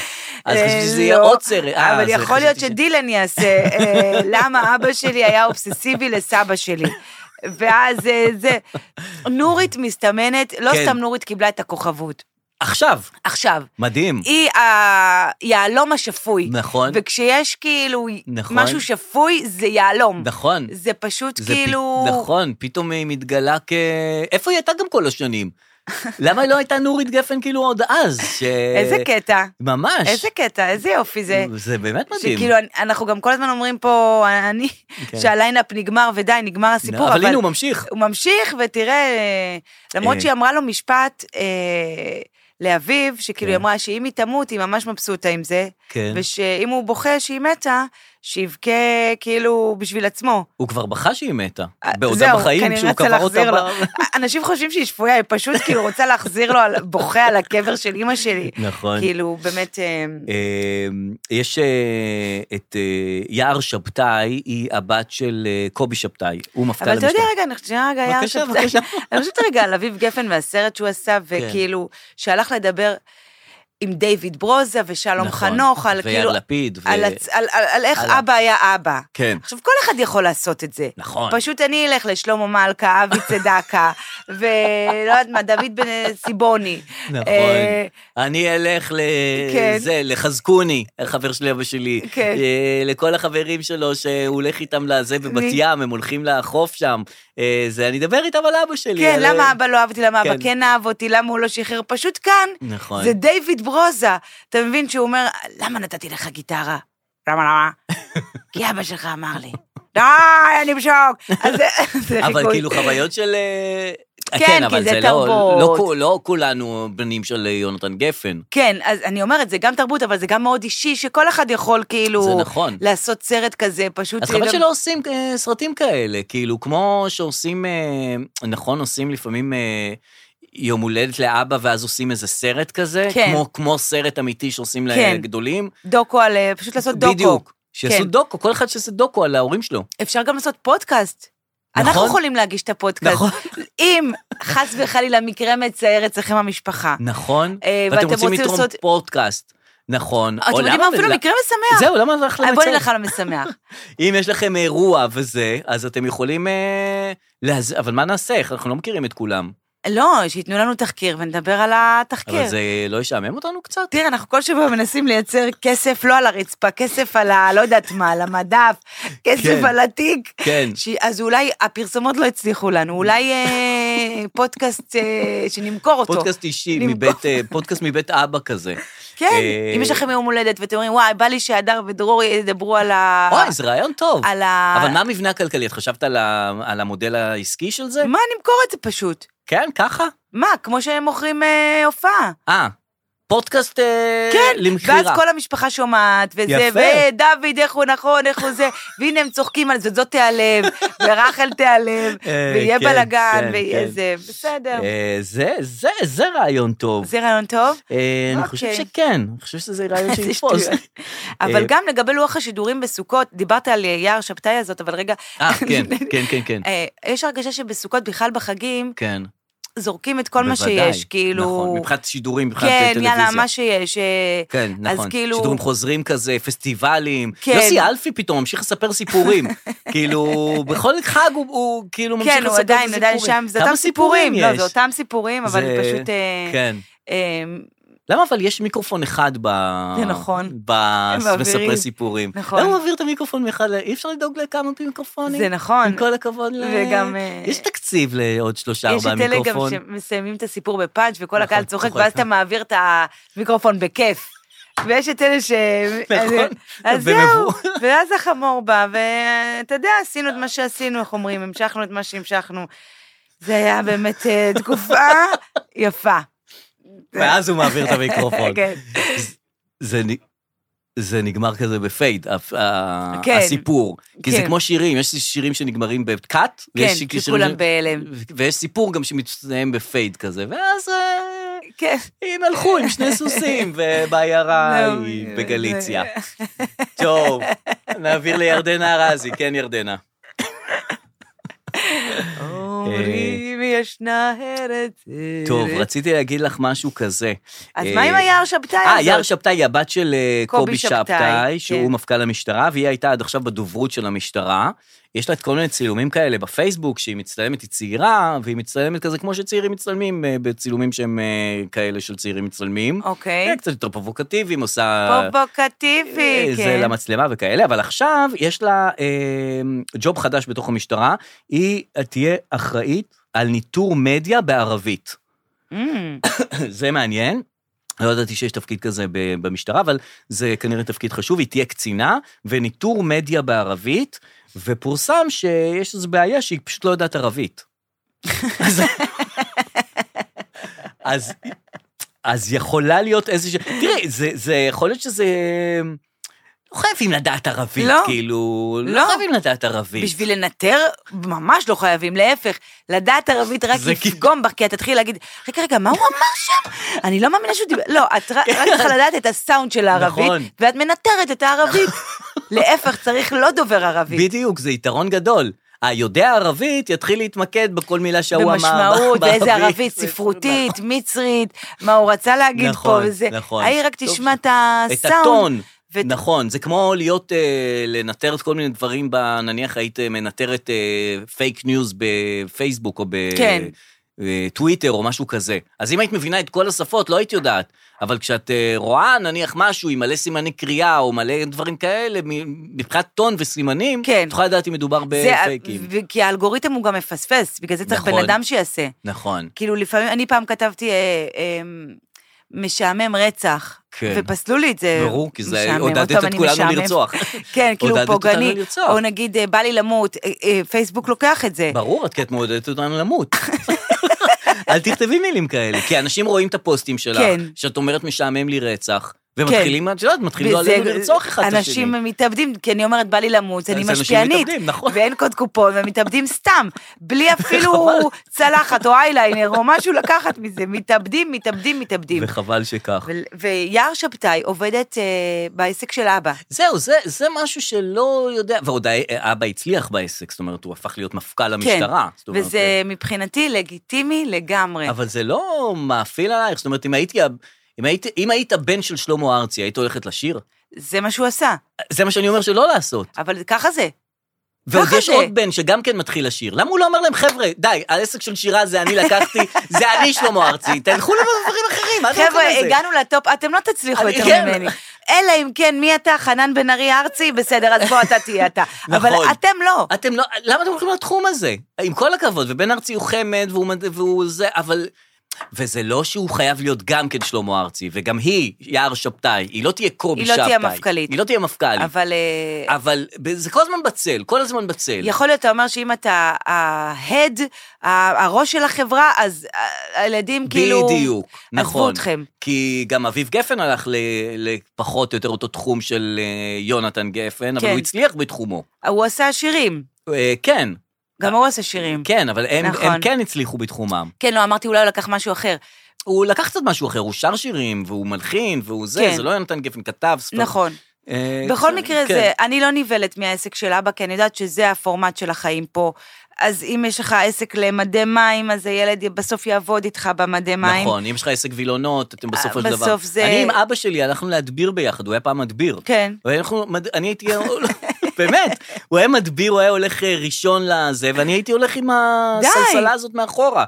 S2: אז
S3: אה,
S2: חשבתי שזה יהיה
S3: לא,
S2: עוד סרט. אה,
S3: אבל
S2: זה
S3: יכול להיות
S2: חשבתי ש-
S3: שדילן יעשה, אה, למה אבא שלי היה אובססיבי לסבא שלי. ואז אה, זה, נורית מסתמנת, לא
S2: כן.
S3: סתם נורית קיבלה את הכוכבות.
S2: עכשיו,
S3: עכשיו,
S2: מדהים.
S3: היא היהלום השפוי.
S2: נכון.
S3: וכשיש כאילו
S2: נכון.
S3: משהו שפוי, זה יהלום.
S2: נכון.
S3: זה פשוט
S2: זה
S3: כאילו...
S2: פ... נכון, פתאום היא מתגלה כ... איפה היא הייתה גם כל השנים? למה היא לא הייתה נורית גפן כאילו עוד אז? ש...
S3: איזה קטע.
S2: ממש.
S3: איזה קטע, איזה יופי זה.
S2: זה באמת מדהים.
S3: שכאילו, אני- אנחנו גם כל הזמן אומרים פה, אני,
S2: כן.
S3: שהליינאפ נגמר ודי, נגמר הסיפור,
S2: אבל הנה הוא ממשיך.
S3: הוא ממשיך, ותראה, אה, למרות
S2: אה.
S3: שהיא אמרה לו משפט אה, לאביו, שכאילו היא
S2: כן.
S3: אמרה שאם היא תמות, היא ממש מבסוטה עם זה,
S2: כן.
S3: ושאם הוא בוכה שהיא מתה, שיבכה כאילו בשביל עצמו.
S2: הוא כבר בכה שהיא מתה.
S3: אה,
S2: בעודה
S3: זהו,
S2: בחיים,
S3: כנראה
S2: כשהוא
S3: רצה
S2: קבר אותה.
S3: להחזיר לו. אה,
S2: ב-
S3: אנשים חושבים שהיא שפויה, היא פשוט כאילו רוצה להחזיר לו, על- בוכה על הקבר של אימא שלי.
S2: נכון.
S3: כאילו, באמת... אה,
S2: אה, יש אה, את אה, יער שבתאי, היא הבת של אה, קובי שבתאי. הוא מפכ"ל
S3: אבל אתה
S2: המשטרה.
S3: יודע, רגע, אני חושבת שנייה, רגע, היה
S2: בבקשה,
S3: עכשיו-
S2: בבקשה. כן.
S3: אני חושבת רגע על אביב גפן והסרט שהוא עשה, וכאילו, שהלך לדבר עם דיוויד ברוזה ושלום
S2: נכון.
S3: חנוך, על
S2: ויאיר
S3: כאילו,
S2: לפיד. ו-
S3: על הצ- על- על- על איך
S2: על ה-
S3: אבא היה אבא.
S2: כן.
S3: עכשיו, כל אחד יכול לעשות את זה.
S2: נכון.
S3: פשוט אני אלך לשלמה מלכה, אבי צדקה, ולא יודעת מה, דוד בן סיבוני.
S2: נכון.
S3: אה,
S2: אני אלך
S3: כן.
S2: לזה, לחזקוני, החבר שלי, אבא שלי.
S3: כן.
S2: אה, לכל החברים שלו שהוא הולך איתם לזה בבת
S3: מי?
S2: ים, הם הולכים לחוף שם. אה, זה, אני אדבר איתם על אבא שלי. אה,
S3: כן,
S2: על-
S3: למה אבא לא אהב אותי, למה אבא
S2: כן.
S3: כן אהב אותי, למה הוא לא שחרר, פשוט כאן.
S2: נכון.
S3: זה דיוויד ברוזה. אתה מבין שהוא אומר, למה נתתי לך גיטרה? למה, למה? כי אבא שלך אמר לי. די, אני בשוק. אז זה- זה
S2: אבל
S3: חיקוי.
S2: כאילו חוויות של... אה,
S3: כן, כי
S2: אבל
S3: זה
S2: לא-
S3: תרבות.
S2: לא כו- לא כולנו בנים של אה, יונתן גפן.
S3: כן, אז אני אומרת, זה גם תרבות, אבל זה גם מאוד אישי, שכל אחד יכול כאילו...
S2: זה נכון.
S3: לעשות סרט כזה, פשוט...
S2: אז
S3: זה
S2: חבל
S3: גם-
S2: שלא עושים אה, סרטים כאלה, כאילו, כמו שעושים, אה, נכון, עושים לפעמים אה, יום הולדת לאבא, ואז עושים איזה סרט כזה,
S3: כן.
S2: כמו, כמו סרט אמיתי שעושים
S3: כן.
S2: לגדולים.
S3: דוקו על... אה, פשוט לעשות דוקו.
S2: בדיוק. שיעשו
S3: כן.
S2: דוקו, כל אחד שיעשה דוקו על ההורים שלו.
S3: אפשר גם לעשות פודקאסט.
S2: נכון.
S3: אנחנו יכולים להגיש את הפודקאסט.
S2: נכון.
S3: אם חס וחלילה מקרה מצער אצלכם המשפחה.
S2: נכון,
S3: אה,
S2: ואתם
S3: ואתם
S2: רוצים
S3: רוצים
S2: לתרום
S3: לעשות- אה,
S2: פודקאסט. נכון.
S3: אתם
S2: או
S3: יודעים
S2: למה-
S3: מה? אפילו
S2: ל-
S3: מקרה משמח.
S2: זהו, למה הלך
S3: אה, בוא נלך
S2: למצב?
S3: על המשמח.
S2: אם יש לכם אירוע וזה, אז אתם יכולים... אה, להז- אבל מה נעשה? אנחנו לא מכירים את כולם.
S3: לא, שייתנו לנו תחקיר ונדבר על התחקיר.
S2: אבל זה לא ישעמם אותנו קצת?
S3: תראה, אנחנו כל שבוע מנסים לייצר כסף לא על הרצפה, כסף על ה... לא יודעת מה, על המדף, כסף
S2: כן.
S3: על התיק.
S2: כן.
S3: ש... אז אולי הפרסומות לא הצליחו לנו, אולי אה, פודקאסט אה, שנמכור אותו.
S2: פודקאסט אישי,
S3: למכור.
S2: מבית, אה, פודקאסט מבית אבא כזה.
S3: כן,
S2: אה,
S3: אם יש לכם יום הולדת ואתם אומרים, וואי, בא לי שהדר ודרור ידברו על ה...
S2: אוי, זה רעיון טוב.
S3: אה. על ה...
S2: אבל מה המבנה הכלכלי? את חשבת על ה- על המודל העסקי של זה?
S3: מה, נמכור את זה פשוט.
S2: כן, ככה?
S3: מה, כמו שהם מוכרים אה, הופעה.
S2: אה, פודקאסט אה,
S3: כן,
S2: למכירה.
S3: ואז כל המשפחה שומעת, וזה,
S2: יפה.
S3: ודוד, איך הוא נכון, איך הוא זה, והנה הם צוחקים על זה, זאת תיעלב, ורחל תיעלב,
S2: אה,
S3: ויהיה
S2: כן,
S3: בלאגן,
S2: כן,
S3: ויהיה
S2: כן.
S3: זה, בסדר.
S2: אה, זה, זה, זה רעיון טוב.
S3: זה רעיון טוב,
S2: אה, אני
S3: אוקיי.
S2: חושב שכן, אני חושב שזה רעיון
S3: זה
S2: שיתפוס.
S3: שטויות.
S2: אה,
S3: אבל גם לגבי לוח השידורים בסוכות, דיברת על אה, יער שבתאי הזאת, אבל רגע,
S2: אה, כן, כן, כן, כן.
S3: אה, יש הרגשה שבסוכות בכלל בחגים,
S2: כן,
S3: זורקים את כל מה
S2: בוודאי,
S3: שיש, כאילו...
S2: נכון, מבחינת שידורים, מבחינת אה,
S3: כן,
S2: טלוויזיה.
S3: יאללה, מה שיש. אה,
S2: כן,
S3: אז
S2: נכון.
S3: כאילו-
S2: שידורים חוזרים כזה, פסטיבלים.
S3: כן.
S2: יוסי אלפי פתאום ממשיך לספר סיפורים. כאילו, בכל חג הוא, הוא כאילו ממשיך
S3: כן,
S2: לספר
S3: הוא
S2: את הסיפורים.
S3: עדיין, עדיין שם, זה
S2: כמה
S3: אותם סיפורים. לא,
S2: יש?
S3: זה אותם סיפורים, אבל
S2: זה-
S3: פשוט... אה,
S2: כן.
S3: אה,
S2: למה אבל יש מיקרופון אחד ב...
S3: זה נכון.
S2: ב...
S3: מעבירים.
S2: מספרי סיפורים.
S3: נכון.
S2: למה הוא מעביר את המיקרופון מאחד ל... אי אפשר לדאוג לכמה מיקרופונים?
S3: זה נכון.
S2: עם כל הכבוד ל...
S3: וגם, אה,
S2: יש תקציב לעוד שלושה,
S3: יש
S2: ארבעה
S3: את אלה גם
S2: מיקרופון.
S3: שמסיימים את הסיפור בפאנץ' וכל
S2: נכון,
S3: הקהל צוחק,
S2: צוחק.
S3: ואז אתה מעביר את המיקרופון בכיף. ויש את אלה ש... אה,
S2: נכון,
S3: אז זהו,
S2: במבוא.
S3: ואז החמור בא, ואתה יודע, עשינו את מה שעשינו, איך אומרים, המשכנו את מה שהמשכנו. זה היה באמת אה, תקופה יפה.
S2: ואז הוא מעביר את המיקרופון.
S3: כן.
S2: זה, נ- זה נגמר כזה בפייד, הפ- ה-
S3: כן.
S2: הסיפור. כי זה
S3: כן.
S2: כמו שירים, יש שירים שנגמרים בקאט, ויש
S3: כן,
S2: שירים-
S3: שכולם בהלם.
S2: ויש סיפור גם שמסתיים בפייד כזה, ואז אה,
S3: כן.
S2: הם הלכו עם שני סוסים ובעיירה
S3: לא, אה.
S2: היא
S3: זה-
S2: בגליציה. טוב, נעביר לירדנה ארזי, כן ירדנה.
S3: אומרים ישנה ארץ.
S2: אה. טוב,
S3: ארץ.
S2: רציתי להגיד לך משהו כזה.
S3: אז
S2: אה,
S3: מה עם היער שבתאי הזאת?
S2: אה, יער שבתאי היא הבת של אה,
S3: קובי
S2: קובי
S3: שבתאי,
S2: שבתאי, שהוא
S3: כן.
S2: מפכ"ל המשטרה, והיא הייתה עד עכשיו בדוברות של המשטרה. יש לה את כל מיני צילומים כאלה בפייסבוק, שהיא מצטלמת, היא צעירה, והיא מצטלמת כזה כמו שצעירים מצטלמים, אה, בצילומים שהם אה, כאלה של צעירים מצטלמים.
S3: אוקיי.
S2: אה, קצת יותר פרובוקטיביים, עושה...
S3: פרובוקטיבי,
S2: אה, זה
S3: כן.
S2: למצלמה וכאלה, אבל עכשיו יש לה אה, ג'וב חדש בתוך המשטרה, היא תהיה אחראית על ניטור מדיה בערבית.
S3: אמ,
S2: זה מעניין. לא ידעתי שיש תפקיד כזה ב- במשטרה, אבל זה כנראה תפקיד חשוב, היא תהיה קצינה, וניטור מדיה בערבית, ופורסם שיש איזו בעיה שהיא פשוט לא יודעת ערבית. אז- אז, אז יכולה להיות איזושהי... תראי, זה, זה יכול להיות שזה... לא חייבים לדעת ערבית,
S3: לא.
S2: כאילו... לא.
S3: לא.
S2: חייבים לדעת ערבית.
S3: בשביל לנטר, ממש לא חייבים, להפך, לדעת ערבית רק
S2: זה
S3: יפגום בך, כי את תתחיל להגיד, רגע, רגע, מה הוא אמר שם? אני לא מאמינה שהוא דיבר, לא, את רק רק צריכה לדעת את הסאונד של
S2: נכון.
S3: הערבית, ואת מנטרת את הערבית. להפך, צריך לא דובר ערבית.
S2: בדיוק, זה יתרון גדול. היודע ערבית יתחיל להתמקד בכל מילה שהוא אמר.
S3: במשמעות,
S2: בערבית.
S3: ואיזה ערבית, ספרותית, מצרית, מה הוא רצה להגיד פה,
S2: נכון,
S3: וזה,
S2: נכון.
S3: ההיא רק
S2: טוב
S3: תשמע
S2: ש-
S3: את הסאונד.
S2: את הטון.
S3: ואת-
S2: נכון, זה כמו להיות, אה, לנטר את כל מיני דברים, ב- נניח היית מנטרת אה, פייק ניוז אה, בפייסבוק או ב...
S3: כן.
S2: אה, טוויטר או משהו כזה. אז אם היית מבינה את כל השפות, לא היית יודעת. אבל כשאת אה, רואה, נניח, משהו עם מלא סימני קריאה או מלא דברים כאלה, מ- מבחינת טון וסימנים,
S3: כן.
S2: את יכולה לדעת אם מדובר
S3: זה ה-
S2: בפייקים.
S3: ו- כי האלגוריתם הוא גם מפספס, בגלל זה צריך
S2: נכון.
S3: בן אדם שיעשה.
S2: נכון.
S3: כאילו לפעמים, אני פעם כתבתי אה, אה, משעמם רצח,
S2: כן.
S3: ופסלו לי את זה.
S2: ברור, כי זה
S3: משעמם.
S2: עודדת
S3: עוד פעם,
S2: את
S3: אני
S2: כולנו
S3: משעמם.
S2: לרצוח.
S3: כן,
S2: עודדת
S3: כאילו
S2: אותנו
S3: פוגעני,
S2: לרצוח.
S3: או נגיד אה, בא לי למות, אה, אה, פייסבוק לוקח את זה.
S2: ברור, את כי את מעודדת אותנו למות. אל תכתבי מילים כאלה, כי אנשים רואים את הפוסטים שלך,
S3: כן.
S2: שאת אומרת משעמם לי רצח, ומתחילים, את יודעת, מתחילים לא עלינו לרצוח אחד את השני.
S3: אנשים מתאבדים, כי אני אומרת, בא לי למות, אני
S2: אז אנשים
S3: משפיענית.
S2: מתאבדים, נכון.
S3: ואין קוד קופון, ומתאבדים סתם, בלי אפילו
S2: נכון.
S3: צלחת או אייליינר או משהו לקחת מזה. מתאבדים, מתאבדים, מתאבדים.
S2: וחבל שכך.
S3: ו- ויער שבתאי עובדת אה, בעסק של אבא.
S2: זהו, זה, זה משהו שלא יודע, ועוד ה- אבא הצליח בעסק, זאת אומרת, הוא הפך להיות מפכ"ל המשטרה. זאת אומרת,
S3: כן, וזה מבחינתי לגיטימי לגמרי.
S2: אוקיי. אבל זה לא מאפיל עלייך, זאת אומרת, אם הייתי... ה- אם היית, אם היית הבן של שלמה ארצי, היית הולכת לשיר?
S3: זה מה שהוא עשה,
S2: זה מה שאני אומר שלא לעשות.
S3: אבל ככה זה.
S2: ועוד
S3: ככה
S2: יש
S3: זה.
S2: עוד בן שגם כן מתחיל לשיר. למה הוא לא אומר להם, חבר'ה, די, העסק של שירה זה אני לקחתי, זה אני שלמה ארצי, תלכו לדברים אחרים, מה אתם
S3: חבר'ה,
S2: הולכים לזה?
S3: הגענו לטופ, אתם לא תצליחו
S2: לא אני-
S3: יותר
S2: כן.
S3: ממני. אלא אם כן, מי אתה? חנן בן ארי ארצי? בסדר, אז בוא, אתה תהיה אתה. אבל
S2: נכון.
S3: אתם לא.
S2: אתם לא, למה אתם הולכים לתחום הזה? עם כל הכבוד, ובן ארצי הוא חמד, והוא, מד- והוא זה, אבל... וזה לא שהוא חייב להיות גם כן שלמה ארצי, וגם היא, יער שבתאי, היא לא תהיה קובי
S3: היא לא
S2: שבתאי.
S3: תהיה מפכ"לית.
S2: היא לא תהיה מפכ"לית. אבל...
S3: אבל אה,
S2: אבל ב- זה כל הזמן בצל, כל הזמן בצל.
S3: יכול להיות, אתה אומר שאם אתה ההד, ה- הראש של החברה, אז ה- הילדים כאילו...
S2: בדיוק,
S3: עזבו
S2: נכון.
S3: אתכם.
S2: כי גם אביב גפן הלך ל- לפחות או יותר אותו תחום של אה, יונתן גפן, אבל
S3: כן.
S2: הוא הצליח בתחומו.
S3: הוא עשה שירים.
S2: אה, כן,
S3: גם הוא עשה שירים.
S2: כן, אבל הם,
S3: נכון.
S2: הם כן הצליחו בתחומם.
S3: כן, לא, אמרתי אולי הוא לקח משהו אחר.
S2: הוא לקח קצת משהו אחר, הוא שר שירים, והוא מלחין, והוא זה,
S3: כן.
S2: זה לא יונתן גפן, כתב ספרים.
S3: נכון.
S2: אה,
S3: בכל
S2: כן,
S3: מקרה,
S2: כן.
S3: זה, אני לא נבהלת מהעסק של אבא, כי אני יודעת שזה הפורמט של החיים פה. אז אם יש לך עסק למדי מים, אז הילד בסוף יעבוד איתך במדי מים. אה,
S2: נכון, אם יש לך עסק וילונות, אתם בסופו של
S3: בסוף
S2: דבר.
S3: זה-
S2: אני עם אבא שלי, הלכנו להדביר ביחד, הוא היה פעם מדביר.
S3: כן.
S2: ואנחנו, מד- אני הייתי, באמת, הוא היה מדביר, הוא היה הולך אה, ראשון לזה, ואני הייתי הולך עם הסלסלה הזאת מאחורה.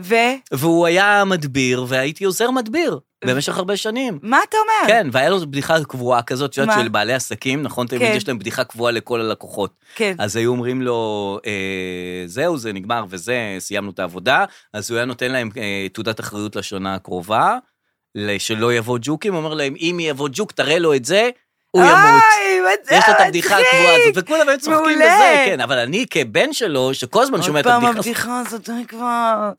S3: ומה
S2: והוא היה מדביר, והייתי עוזר מדביר במשך הרבה שנים.
S3: אתה אומר?
S2: כן, והיה לו בדיחה קבועה כזאת, שאת
S3: מה?
S2: יודעת, של בעלי עסקים, נכון? תמיד
S3: כן.
S2: יש להם בדיחה קבועה לכל הלקוחות.
S3: כן.
S2: אז היו אומרים לו, אה, זהו, זה נגמר וזה, סיימנו את העבודה, אז הוא היה נותן להם אה, תעודת אחריות לשנה הקרובה, ל- שלא יבוא ג'וקים, הוא אומר להם, אם יבוא ג'וק, תראה לו את זה, הוא ימות.
S3: אוי, אה, מצחיק.
S2: יש לו את הבדיחה הקבועה הזאת, וכולם היו צוחקים
S3: מעולה.
S2: בזה, כן, אבל אני כבן שלו, שכל הזמן שומע את
S3: עוד פעם
S2: הבדיחה,
S3: הבדיחה הזאת, אני כבר...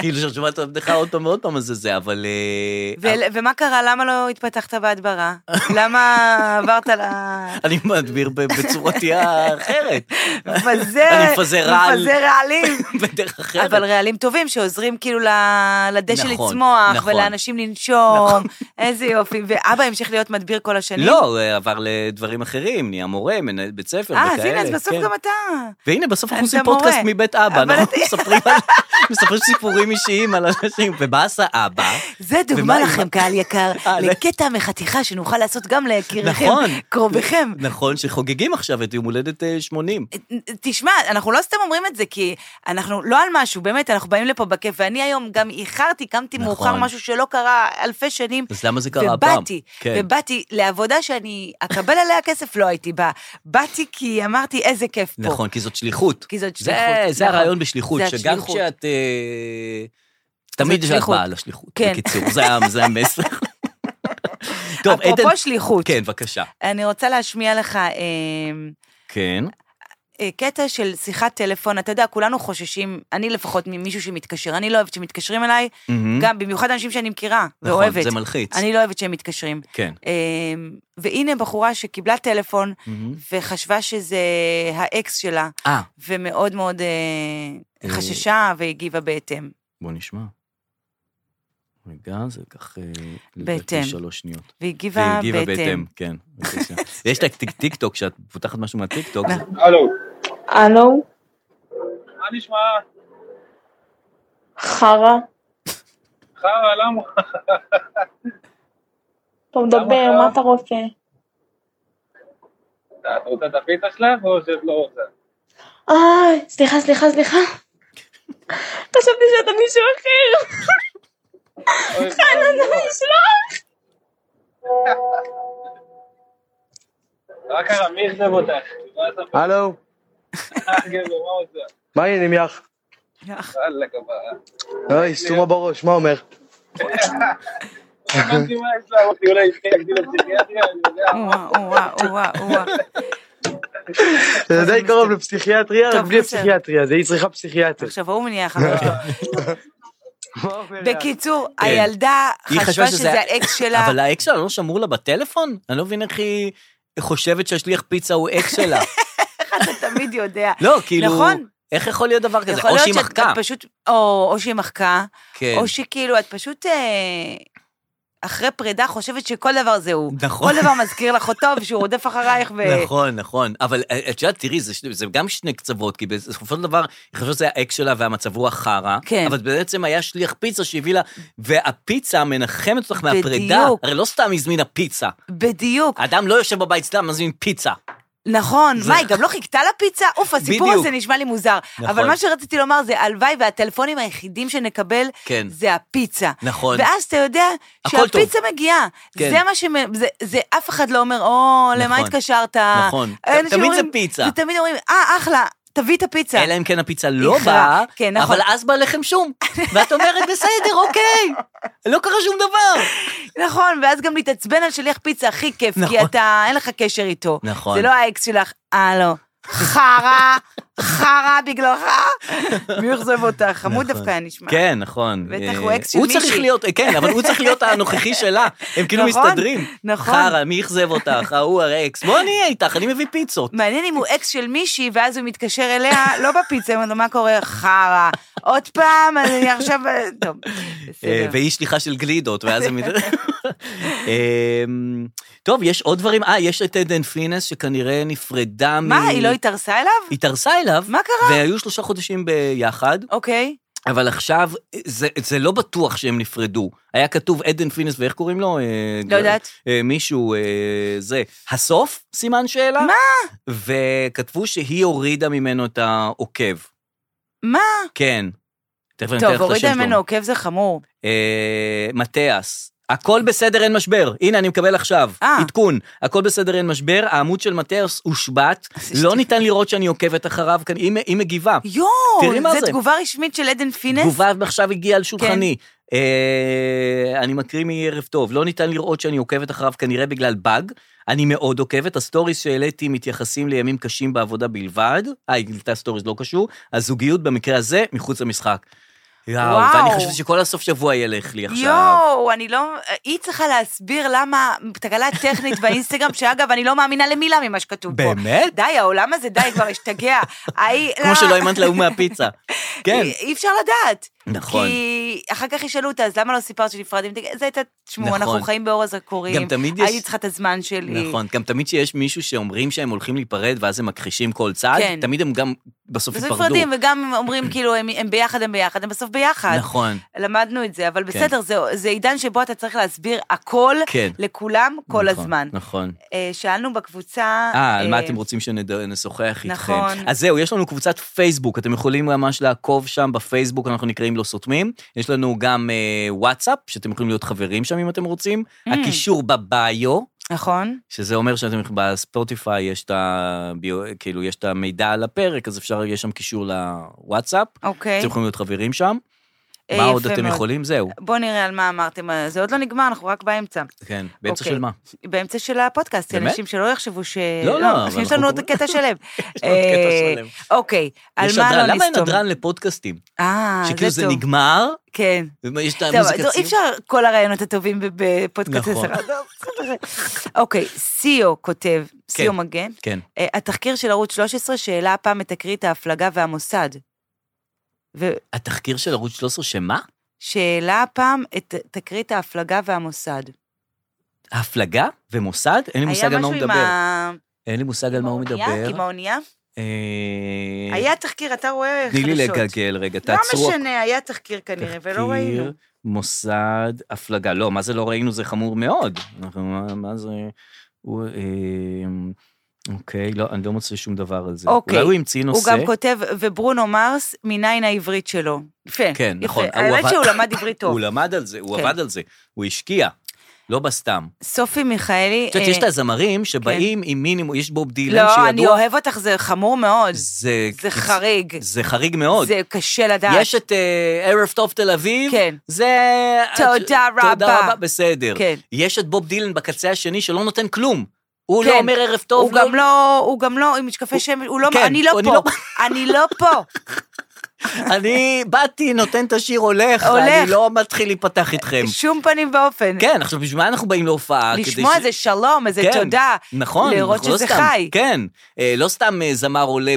S2: כאילו שאת שומעת את הבדיחה עוד פעם ועוד פעם, אז זה זה, אבל... אה,
S3: ו- ומה קרה? למה לא התפתחת בהדברה? למה עברת ל...
S2: אני מדביר ב- בצורתי אחרת,
S3: מפזר...
S2: אני מפזר רעל.
S3: מפזר רעלים.
S2: בדרך אחרת.
S3: אבל רעלים טובים שעוזרים כאילו ל- לדשא
S2: נכון,
S3: לצמוח,
S2: נכון.
S3: ולאנשים לנשום, איזה יופי. ואבא המשיך להיות מדביר כל השנים?
S2: לא, הוא עבר לדברים אחרים, נהיה מורה, מנהל בית ספר
S3: אה,
S2: וכאלה.
S3: אז הנה, אז בסוף
S2: כן.
S3: גם אתה.
S2: והנה, בסוף אנחנו
S3: אתה
S2: עושים פודקאסט
S3: מורה.
S2: מבית אבא,
S3: אבל
S2: אנחנו
S3: אתה-
S2: מספרים על- מספרים סיפורים אישיים על אנשים, ומה עשה אבא?
S3: זה דוגמה
S2: ומה-
S3: לכם, קהל יקר,
S2: אה, לא.
S3: לקטע מחתיכה שנוכל לעשות גם ליקיריכם,
S2: נכון.
S3: קרוביכם.
S2: נכון, שחוגגים עכשיו את יום הולדת אה, 80.
S3: תשמע, אנחנו לא סתם אומרים את זה, כי אנחנו לא על משהו, באמת, אנחנו באים לפה בכיף, ואני היום גם איחרתי, קמתי
S2: נכון.
S3: מאוחר, משהו שלא קרה אלפי שנים.
S2: אז למה זה קרה הפעם?
S3: ובאתי,
S2: כן.
S3: ובאתי לעבודה שאני אקבל עליה כסף, לא הייתי באה. באתי כי אמרתי, איזה כיף פה.
S2: נכון, כי זאת שליחות.
S3: כי זאת
S2: זה-
S3: שליחות,
S2: זה
S3: נכון.
S2: הרעיון בשליחות,
S3: זה
S2: שגם
S3: השליחות.
S2: כשאת... אה, תמיד יש לך
S3: שליחות.
S2: בעל השליחות.
S3: כן.
S2: בקיצור, זה ה- זה המסר. טוב,
S3: אפרופו
S2: עדן-
S3: שליחות,
S2: כן, בבקשה.
S3: אני רוצה להשמיע לך אה,
S2: כן.
S3: אה, קטע של שיחת טלפון. אתה יודע, כולנו חוששים, אני לפחות ממישהו שמתקשר, אני לא אוהבת שמתקשרים אליי,
S2: מהמם.
S3: גם במיוחד אנשים שאני מכירה
S2: Mm-hmm. נכון,
S3: ואוהבת.
S2: זה מלחיץ.
S3: אני לא אוהבת שהם מתקשרים.
S2: כן.
S3: אמ, והנה בחורה שקיבלה טלפון
S2: Mm-hmm.
S3: וחשבה שזה האקס שלה,
S2: אה,
S3: ומאוד מאוד אה,
S2: אה.
S3: חששה והגיבה בהתאם.
S2: בוא נשמע. רגע, זה כך... אה,
S3: בהתאם.
S2: לדעתי שלוש שניות.
S3: והגיבה
S2: והגיבה
S3: בהתאם.
S2: כן. בבקשה. אה, יש את הטיק טוק, שאת פותחת משהו מהטיק טוק.
S5: הלו.
S6: הלו,
S5: מה נשמע?
S6: חרא,
S5: חרא, למה?
S6: אתה מדבר,
S5: חרא?
S6: מה אתה רוצה?
S5: את רוצה את הפיתה שלך או שאת לא רוצה?
S6: אה, סליחה, סליחה, סליחה. חשבתי שאתה מישהו אחר.
S5: אוי,
S6: חנן,
S5: לא.
S6: המשלוח.
S5: רק קרה, מי אכזב אותך? מה אתה פה?
S7: הלו,
S5: אה, גבר, מה עושה?
S7: מה העניינים יח?
S5: וואלה, כברה.
S7: אוי, סתומה בראש, מה אומר?
S5: הבנתי מה יש לה, אמרתי, אולי יתחיל להגדיל לפסיכיאטריה, אני יודע.
S3: או-אה, או-אה, או-אה, או-אה.
S7: זה די קרוב לפסיכיאטריה,
S3: טוב,
S7: רק בלי
S3: בסדר.
S7: הפסיכיאטריה, זה היא צריכה פסיכיאטר.
S3: עכשיו הוא מניע חבר שלו.
S7: מה אומר יח?
S3: בקיצור, הילדה
S2: כן. היא
S3: חשבה שזה האקס שלה.
S2: אבל האקס שלה לא שמור לה בטלפון? אני לא מבין איך היא חושבת שהשליח פיצה הוא אקס שלה.
S3: איך אתה תמיד יודע.
S2: לא, כאילו...
S3: נכון.
S2: איך יכול להיות דבר כזה?
S3: יכול
S2: או
S3: להיות
S2: שהיא
S3: שאת-
S2: מחקה.
S3: את פשוט, או או שהיא מחקה,
S2: כן.
S3: או שכאילו את פשוט אה, אחרי פרידה חושבת שכל דבר זה הוא.
S2: נכון.
S3: כל דבר מזכיר לך אותו, ושהוא רודף אחרייך, ו...
S2: נכון, נכון. אבל אה, את יודעת, תראי, זה, זה גם שני קצוות, כי בסופו של דבר, אני חושב שזה האקס שלה והמצב הוא החרא,
S3: כן.
S2: אבל בעצם היה שליח פיצה שהביא לה, והפיצה מנחמת אותך מהפרידה.
S3: בדיוק.
S2: הרי לא סתם הזמינה פיצה.
S3: בדיוק.
S2: האדם לא יושב בבית סתם, מזמין פיצה.
S3: נכון,
S2: זה-
S3: מה, היא גם לא חיכתה לפיצה? אוף, הסיפור
S2: בדיוק.
S3: הזה נשמע לי מוזר.
S2: נכון.
S3: אבל מה שרציתי לומר זה, הלוואי והטלפונים היחידים שנקבל,
S2: כן.
S3: זה הפיצה.
S2: נכון.
S3: ואז אתה יודע
S2: הכל טוב.
S3: שהפיצה מגיעה.
S2: כן.
S3: זה מה ש... זה, זה אף אחד לא אומר, או, למה
S2: נכון.
S3: התקשרת?
S2: נכון.
S3: אלה
S2: ת- תמיד
S3: שאומרים-
S2: זה פיצה.
S3: ותמיד אומרים, אה, אחלה, תביא את הפיצה.
S2: אלא אם כן הפיצה לא
S3: איכה,
S2: באה,
S3: כן, נכון.
S2: אבל אז בא לחם שום. ואת אומרת, בסדר, אוקיי, לא קרה שום דבר.
S3: נכון, ואז גם להתעצבן על שליח פיצה הכי כיף, כי
S2: נכון.
S3: אתה, אין לך קשר איתו.
S2: נכון.
S3: זה לא האקס שלך, אה, לא. חרא, חרא בגללך. מי אכזב אותך? חמוד
S2: נכון.
S3: דווקא נשמע.
S2: כן, נכון.
S3: בטח,
S2: אה,
S3: הוא אקס של
S2: הוא צריך
S3: מישהי.
S2: להיות, כן, אבל הוא צריך להיות הנוכחי שלה. הם כאילו
S3: נכון,
S2: מסתדרים.
S3: נכון.
S2: חרא, מי אכזב אותך? ההוא הרי אקס. בוא נהיה איתך, אני מביא פיצות.
S3: מעניין אם הוא אקס של מישהי, ואז הוא מתקשר אליה, לא בפיצה, אומר לו, מה קורה? חרא. עוד פעם, אז אני עכשיו... טוב,
S2: אה,
S3: בסדר.
S2: והיא שליחה של גלידות, ואז הם... אמ, טוב, יש עוד דברים. אה, יש את עדן פינס, שכנראה נפרדה מ...
S3: מה, היא לא התארסה אליו?
S2: היא התארסה אליו,
S3: מה קרה?
S2: והיו שלושה חודשים ביחד,
S3: אוקיי.
S2: אבל עכשיו, זה, זה לא בטוח שהם נפרדו. היה כתוב עדן פינס, ואיך קוראים לו? אה,
S3: לא יודעת.
S2: אה, מישהו, אה, זה, הסוף, סימן שאלה?
S3: מה?
S2: וכתבו שהיא הורידה ממנו את העוקב.
S3: מה?
S2: כן. תכף אני אתן לך
S3: טוב,
S2: את השם
S3: הורידה
S2: שלו.
S3: ממנו עוקב זה חמור.
S2: אה, מתיאס. הכל בסדר, אין משבר. הנה, אני מקבל עכשיו.
S3: אה.
S2: עדכון. הכל בסדר, אין משבר. העמוד של מתיאס הושבת. לא ניתן לראות שאני עוקבת אחריו כאן. היא מ- היא מגיבה. תראי מה
S3: יואו,
S2: זה.
S3: זו תגובה רשמית של עדן פינס?
S2: תגובה עכשיו הגיעה על שולחני.
S3: כן.
S2: אה, אני מקריא מערב טוב, לא ניתן לראות שאני עוקבת אחריו כנראה בגלל באג, אני מאוד עוקבת, הסטוריס שהעליתי מתייחסים לימים קשים בעבודה בלבד, אה, היא גילתה סטוריס לא קשור, הזוגיות במקרה הזה מחוץ למשחק. יאו,
S3: וואו.
S2: ואני חושב שכל הסוף שבוע ילך לי עכשיו.
S3: יואו, אני לא... היא צריכה להסביר למה תקלה טכנית באינסטגרם, שאגב, אני לא מאמינה למילה ממה שכתוב פה.
S2: באמת?
S3: די, העולם הזה, די, כבר השתגע. ההיא-
S2: כמו
S3: למה-
S2: שלא האמנת להוא מהפיצה. כן,
S3: אי- אי אפשר לדעת.
S2: נכון.
S3: כי אחר כך ישאלו אותה, אז למה לא סיפרת שנפרדים? תגיד, זה הייתה, תשמעו,
S2: נכון.
S3: אנחנו חיים באור הזרקורים.
S2: גם תמיד יש-
S3: הייתי צריכה את הזמן שלי.
S2: נכון, גם תמיד שיש מישהו שאומרים שהם הולכים להיפרד ואז הם מכחישים כל צעד,
S3: כן.
S2: תמיד הם גם בסוף
S3: בסוף
S2: ייפרדו.
S3: נפרדים, וגם אומרים, כאילו, הם הם ביחד, הם ביחד, הם בסוף ביחד.
S2: נכון.
S3: למדנו את זה, אבל בסדר, זה- זה עידן שבו אתה צריך להסביר הכל
S2: כן.
S3: לכולם, כל
S2: נכון,
S3: הזמן.
S2: נכון.
S3: אה, שאלנו בקבוצה...
S2: אה, על מה
S3: אה,
S2: אתם רוצים שנשוחח איתכם.
S3: נכון.
S2: אז זהו, יש לנו קבוצת פייסבוק, אתם יכולים ממש לעקוב שם בפייסבוק, אנחנו נקראים לא סותמים. יש לנו גם אה, וואטסאפ, שאתם יכולים להיות חברים שם אם אתם רוצים.
S3: Mm.
S2: הקישור בביו,
S3: נכון.
S2: שזה אומר שאתם בספוטיפיי יש את ה... כאילו, יש את המידע על הפרק, אז אפשר, יש שם קישור לוואטסאפ.
S3: אוקיי.
S2: אתם יכולים להיות חברים שם.
S3: אה,
S2: מה
S3: יפה
S2: עוד אתם
S3: מאוד.
S2: יכולים? זהו,
S3: בואו נראה על מה אמרתם, אה, זה עוד לא נגמר, אנחנו רק באמצע.
S2: כן. באמצע
S3: אוקיי.
S2: של מה?
S3: באמצע של הפודקאסט,
S2: באמת?
S3: אנשים שלא יחשבו ש...
S2: לא, אבל
S3: אז יש
S2: אנחנו
S3: לנו עוד
S2: קוראים-
S3: קטע שלם.
S2: יש לנו עוד קטע
S3: אה,
S2: שלם.
S3: אוקיי, על
S2: יש
S3: מה
S2: הדרן,
S3: לא
S2: למה אין
S3: נסתום?
S2: הדרן לפודקאסטים?
S3: אה,
S2: שכאילו זה
S3: טוב.
S2: נגמר,
S3: כן.
S2: ויש את
S3: טוב,
S2: המוזיקה
S3: טוב, אי
S2: אה, סיום.
S3: אפשר כל הרעיונות הטובים ב- בפודקאסט לא,
S2: נכון.
S3: עשרה. טוב, בסדר. אוקיי, סיו כותב, סיו מגן,
S2: כן.
S3: אה, התחקיר של ערוץ 13 שהעלה הפעם את תקרית ההפלגה והמוסד.
S2: התחקיר של ערוץ 13, שמה?
S3: ושהעלה הפעם את תקרית ההפלגה והמוסד.
S2: הפלגה ומוסד? אין לי מושג על מה הוא לא מדבר.
S3: היה משהו עם ה-
S2: אין לי מושג על
S3: עם
S2: מה הוא
S3: האונייה?
S2: מדבר.
S3: עם האונייה?
S2: אה,
S3: היה תחקיר, אתה רואה
S2: תני לי
S3: חדשות.
S2: לגלגל רגע,
S3: לא
S2: תעצרו.
S3: משנה, היה תחקיר כנראה, ולא ראינו.
S2: תחקיר, מוסד, הפלגה. לא, מה זה לא ראינו? זה חמור מאוד. אנחנו, מה- מה זה... הוא, אה, אוקיי, לא, אני לא מוצא שום דבר על זה.
S3: אוקיי.
S2: אולי הוא המציא נושא.
S3: הוא גם כותב, וברונו מרס, מניין העברית שלו. יפה.
S2: כן,
S3: יפה.
S2: נכון. הוא
S3: האמת
S2: עבד-
S3: שהוא למד עברית טוב.
S2: הוא למד על זה, הוא
S3: כן. אה,
S2: עבד על זה, הוא השקיע, לא בסתם.
S3: סופי מיכאלי...
S2: את יודעת, יש את
S3: אה,
S2: הזמרים שבאים עם מינימום, יש בוב דילן שידוע.
S3: כן. לא, אני אוהב אותך, זה חמור מאוד.
S2: זה,
S3: זה חריג.
S2: זה חריג מאוד.
S3: זה קשה לדעת.
S2: יש את אה, ערב טוב תל אביב,
S3: כן.
S2: זה... אה,
S3: תודה
S2: תודה
S3: רבה.
S2: רבה, בסדר.
S3: כן.
S2: יש את בוב דילן בקצה השני שלא נותן כלום. הוא
S3: כן.
S2: לא אומר ערב טוב.
S3: הוא גם לא, הוא גם לא, עם משקפי שמש, הוא לא,
S2: כן,
S3: אני לא
S2: אני
S3: פה,
S2: לא-
S3: אני לא פה.
S2: אני באתי, נותן את השיר, הולך,
S3: לא- הולך.
S2: אני לא מתחיל להיפתח איתכם.
S3: בשום פנים ואופן.
S2: כן, עכשיו בשביל מה אנחנו באים להופעה? כדי
S3: לשמוע
S2: ש-
S3: איזה שלום, איזה
S2: כן,
S3: תודה.
S2: נכון,
S3: לראות
S2: אנחנו לא
S3: שזה
S2: סתם-
S3: חי.
S2: כן, אה, לא סתם אה, זמר עולה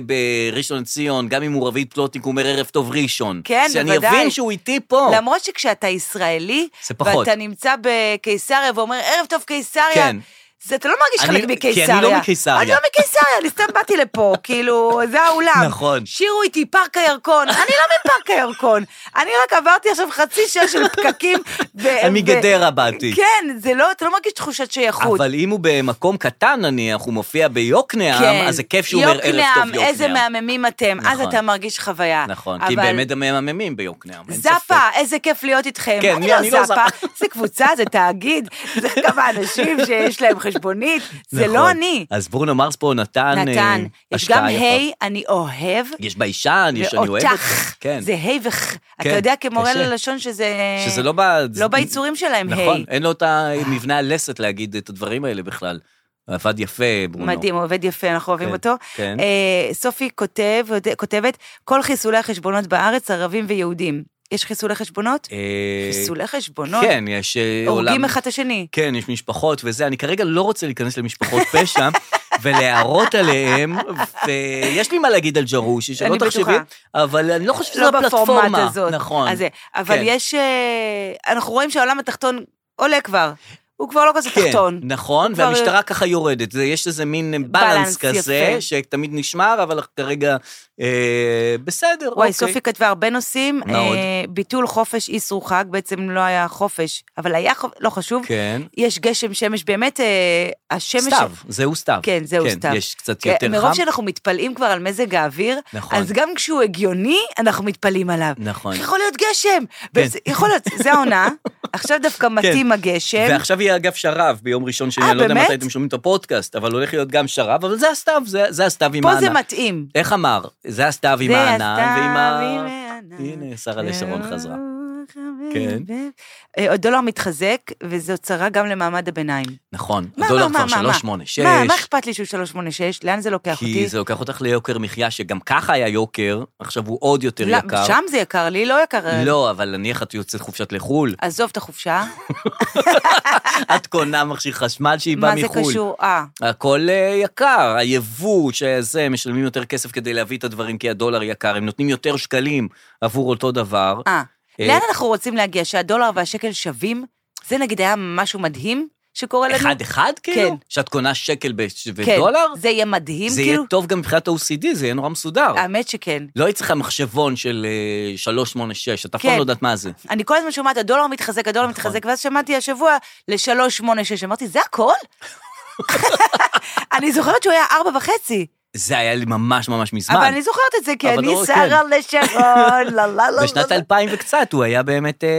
S2: בראשון לציון, גם אם הוא רביד פלוטניק, הוא אומר ערב טוב ראשון.
S3: כן,
S2: שאני
S3: בוודאי.
S2: אבין שהוא איתי פה.
S3: למרות שכשאתה ישראלי,
S2: זה פחות.
S3: ואתה נמצא בקיסריה ואומר, ערב טוב קיסריה,
S2: כן.
S3: זה אתה לא מרגיש
S2: אני-
S3: חלק
S2: כי
S3: מקיסריה.
S2: אני לא מקיסריה.
S3: אני לא מקיסריה, אני סתם באתי לפה, כאילו, זה האולם.
S2: נכון.
S3: שירו איתי פארק הירקון, אני לא מפארק הירקון. אני רק עברתי עכשיו חצי שעה של פקקים. ו-
S2: אני
S3: ו-
S2: מגדרה באתי.
S3: כן, זה לא, אתה לא מרגיש תחושת שייכות.
S2: אבל אם הוא במקום קטן נניח, הוא מופיע ביוקנעם,
S3: כן.
S2: אז זה כיף שהוא אומר ערב טוב יוקנעם.
S3: יוקנעם, איזה מהממים אתם, אז
S2: נכון.
S3: אתה מרגיש חוויה.
S2: נכון, כי
S3: אבל-
S2: באמת הם מהממים ביוקנעם, אין ספק.
S3: זאפה, איזה כיף להיות איתכם.
S2: כן,
S3: אני
S2: מי- אני
S3: לא
S2: לא
S3: זאפה, זה קבוצה, זה תאגיד, זה כמה אנשים שיש להם חשבונית, זה
S2: נכון.
S3: לא אני.
S2: אז ברונו מרס פה נתן... אה,
S3: נתן, יש
S2: השקעה
S3: גם
S2: יפה.
S3: היי, אני אוהב,
S2: יש ביישן, יש אני אוהב אותך.
S3: ואותך,
S2: כן.
S3: זה היי וך. אתה
S2: כן,
S3: יודע כמורה
S2: קשה.
S3: ללשון שזה...
S2: שזה לא ב...
S3: לא ביצורים שלהם, היי.
S2: נכון, אין לו את המבנה הלסת להגיד את הדברים האלה בכלל. הוא עבד יפה, ברונו.
S3: מדהים, הוא עובד יפה, אנחנו אוהבים
S2: כן,
S3: אותו.
S2: כן.
S3: אה, סופי כותב, כותבת, כל חיסולי החשבונות בארץ, ערבים ויהודים. יש חיסולי חשבונות?
S2: אה,
S3: חיסולי חשבונות?
S2: כן, יש אה, עולם...
S3: הורגים אחד את השני.
S2: כן, יש משפחות וזה, אני כרגע לא רוצה להיכנס למשפחות פשע ולהערות עליהם, ויש לי מה להגיד על ג'רושי, שלא
S3: אני בטוחה.
S2: תחשבי, אבל אני לא חושב שזו
S3: לא בפורמט
S2: הפלטפורמה.
S3: הזאת.
S2: נכון.
S3: אז זה, אבל
S2: כן.
S3: יש... אה, אנחנו רואים שהעולם התחתון עולה כבר. הוא כבר לא כזה
S2: כן,
S3: תחתון.
S2: נכון,
S3: כבר-
S2: והמשטרה ככה יורדת, זה- יש איזה מין
S3: בלנס
S2: בלנס כזה,
S3: יפה.
S2: שתמיד נשמר, אבל כרגע אה, בסדר,
S3: וואי,
S2: אוקיי.
S3: סופי כתבה הרבה נושאים.
S2: מאוד.
S3: אה, ביטול חופש, איסור חג, בעצם לא היה חופש, אבל היה חופש, לא חשוב.
S2: כן.
S3: יש גשם, שמש, באמת, אה, השמש...
S2: סתיו, זהו סתיו.
S3: כן, זהו סתיו.
S2: כן, יש קצת
S3: כן,
S2: יותר
S3: מרוב
S2: חם.
S3: שאנחנו מתפלאים כבר על מזג האוויר,
S2: נכון.
S3: אז גם כשהוא הגיוני, אנחנו מתפלאים עליו.
S2: נכון. כן.
S3: איך יכול להיות גשם? וזה- יכול להיות, זה העונה, עכשיו דווקא מתאים הגשם.
S2: ועכשיו יהיה אגב שרב ביום ראשון שני,
S3: כן? אה,
S2: אני לא יודע
S3: באמת?
S2: מתי אתם שומעים את הפודקאסט, אבל הולך להיות גם שרב, אבל זה הסתיו, זה, זה הסתיו עם
S3: פה זה
S2: הענן.
S3: מתאים.
S2: איך אמר? זה הסתיו עם
S3: זה
S2: הענן,
S3: הסתיו
S2: ועם
S3: עם
S2: ה...
S3: הענן.
S2: הנה, שרה לשרון חזרה. כן.
S3: אה, הדולר מתחזק, וזו צרה גם למעמד הביניים.
S2: נכון,
S3: מה,
S2: הדולר
S3: מה, מה,
S2: כבר
S3: מה, מה?
S2: 386.
S3: מה, מה אכפת לי שהוא 386? לאן זה לוקח אותי?
S2: כי זה לוקח אותך ליוקר מחיה, שגם ככה היה יוקר, עכשיו הוא עוד יותר
S3: לא,
S2: יקר.
S3: שם זה יקר, לי לא יקר.
S2: לא, אבל נניח את יוצאת חופשת לחו"ל,
S3: עזוב את החופשה.
S2: את קונה מכשיר חשמל שהיא באה
S3: מה זה
S2: מחו"ל.
S3: קשור? אה,
S2: הכל אה, יקר, היבוא שזה, משלמים יותר כסף כדי להביא את הדברים כי הדולר יקר, הם נותנים יותר שקלים עבור אותו דבר.
S3: אה.
S2: אה,
S3: לאן אנחנו רוצים להגיע? שהדולר והשקל שווים? זה נגיד היה משהו מדהים שקורה לנו?
S2: אחד אחד כאילו?
S3: כן.
S2: שאת קונה שקל בש-
S3: כן.
S2: ודולר?
S3: זה יהיה מדהים,
S2: זה יהיה
S3: כאילו? אה.
S2: טוב גם מבחינת ה-OCD, זה יהיה נורא מסודר.
S3: האמת שכן.
S2: לא היית צריכה מחשבון של אה, 386, את אף פעם
S3: כן.
S2: לא יודעת מה זה.
S3: אני כל הזמן שומעת, הדולר מתחזק, הדולר
S2: נכון.
S3: מתחזק, ואז שמעתי השבוע ל-386, אמרתי, זה הכל? אני זוכרת שהוא היה ארבע וחצי,
S2: זה היה לי ממש ממש מזמן.
S3: אבל אני זוכרת את זה, כי
S2: אבל
S3: אני
S2: לא,
S3: שרה לשרון, לה לה לה
S2: בשנת
S3: לה.
S2: 2000 וקצת, הוא היה באמת אה,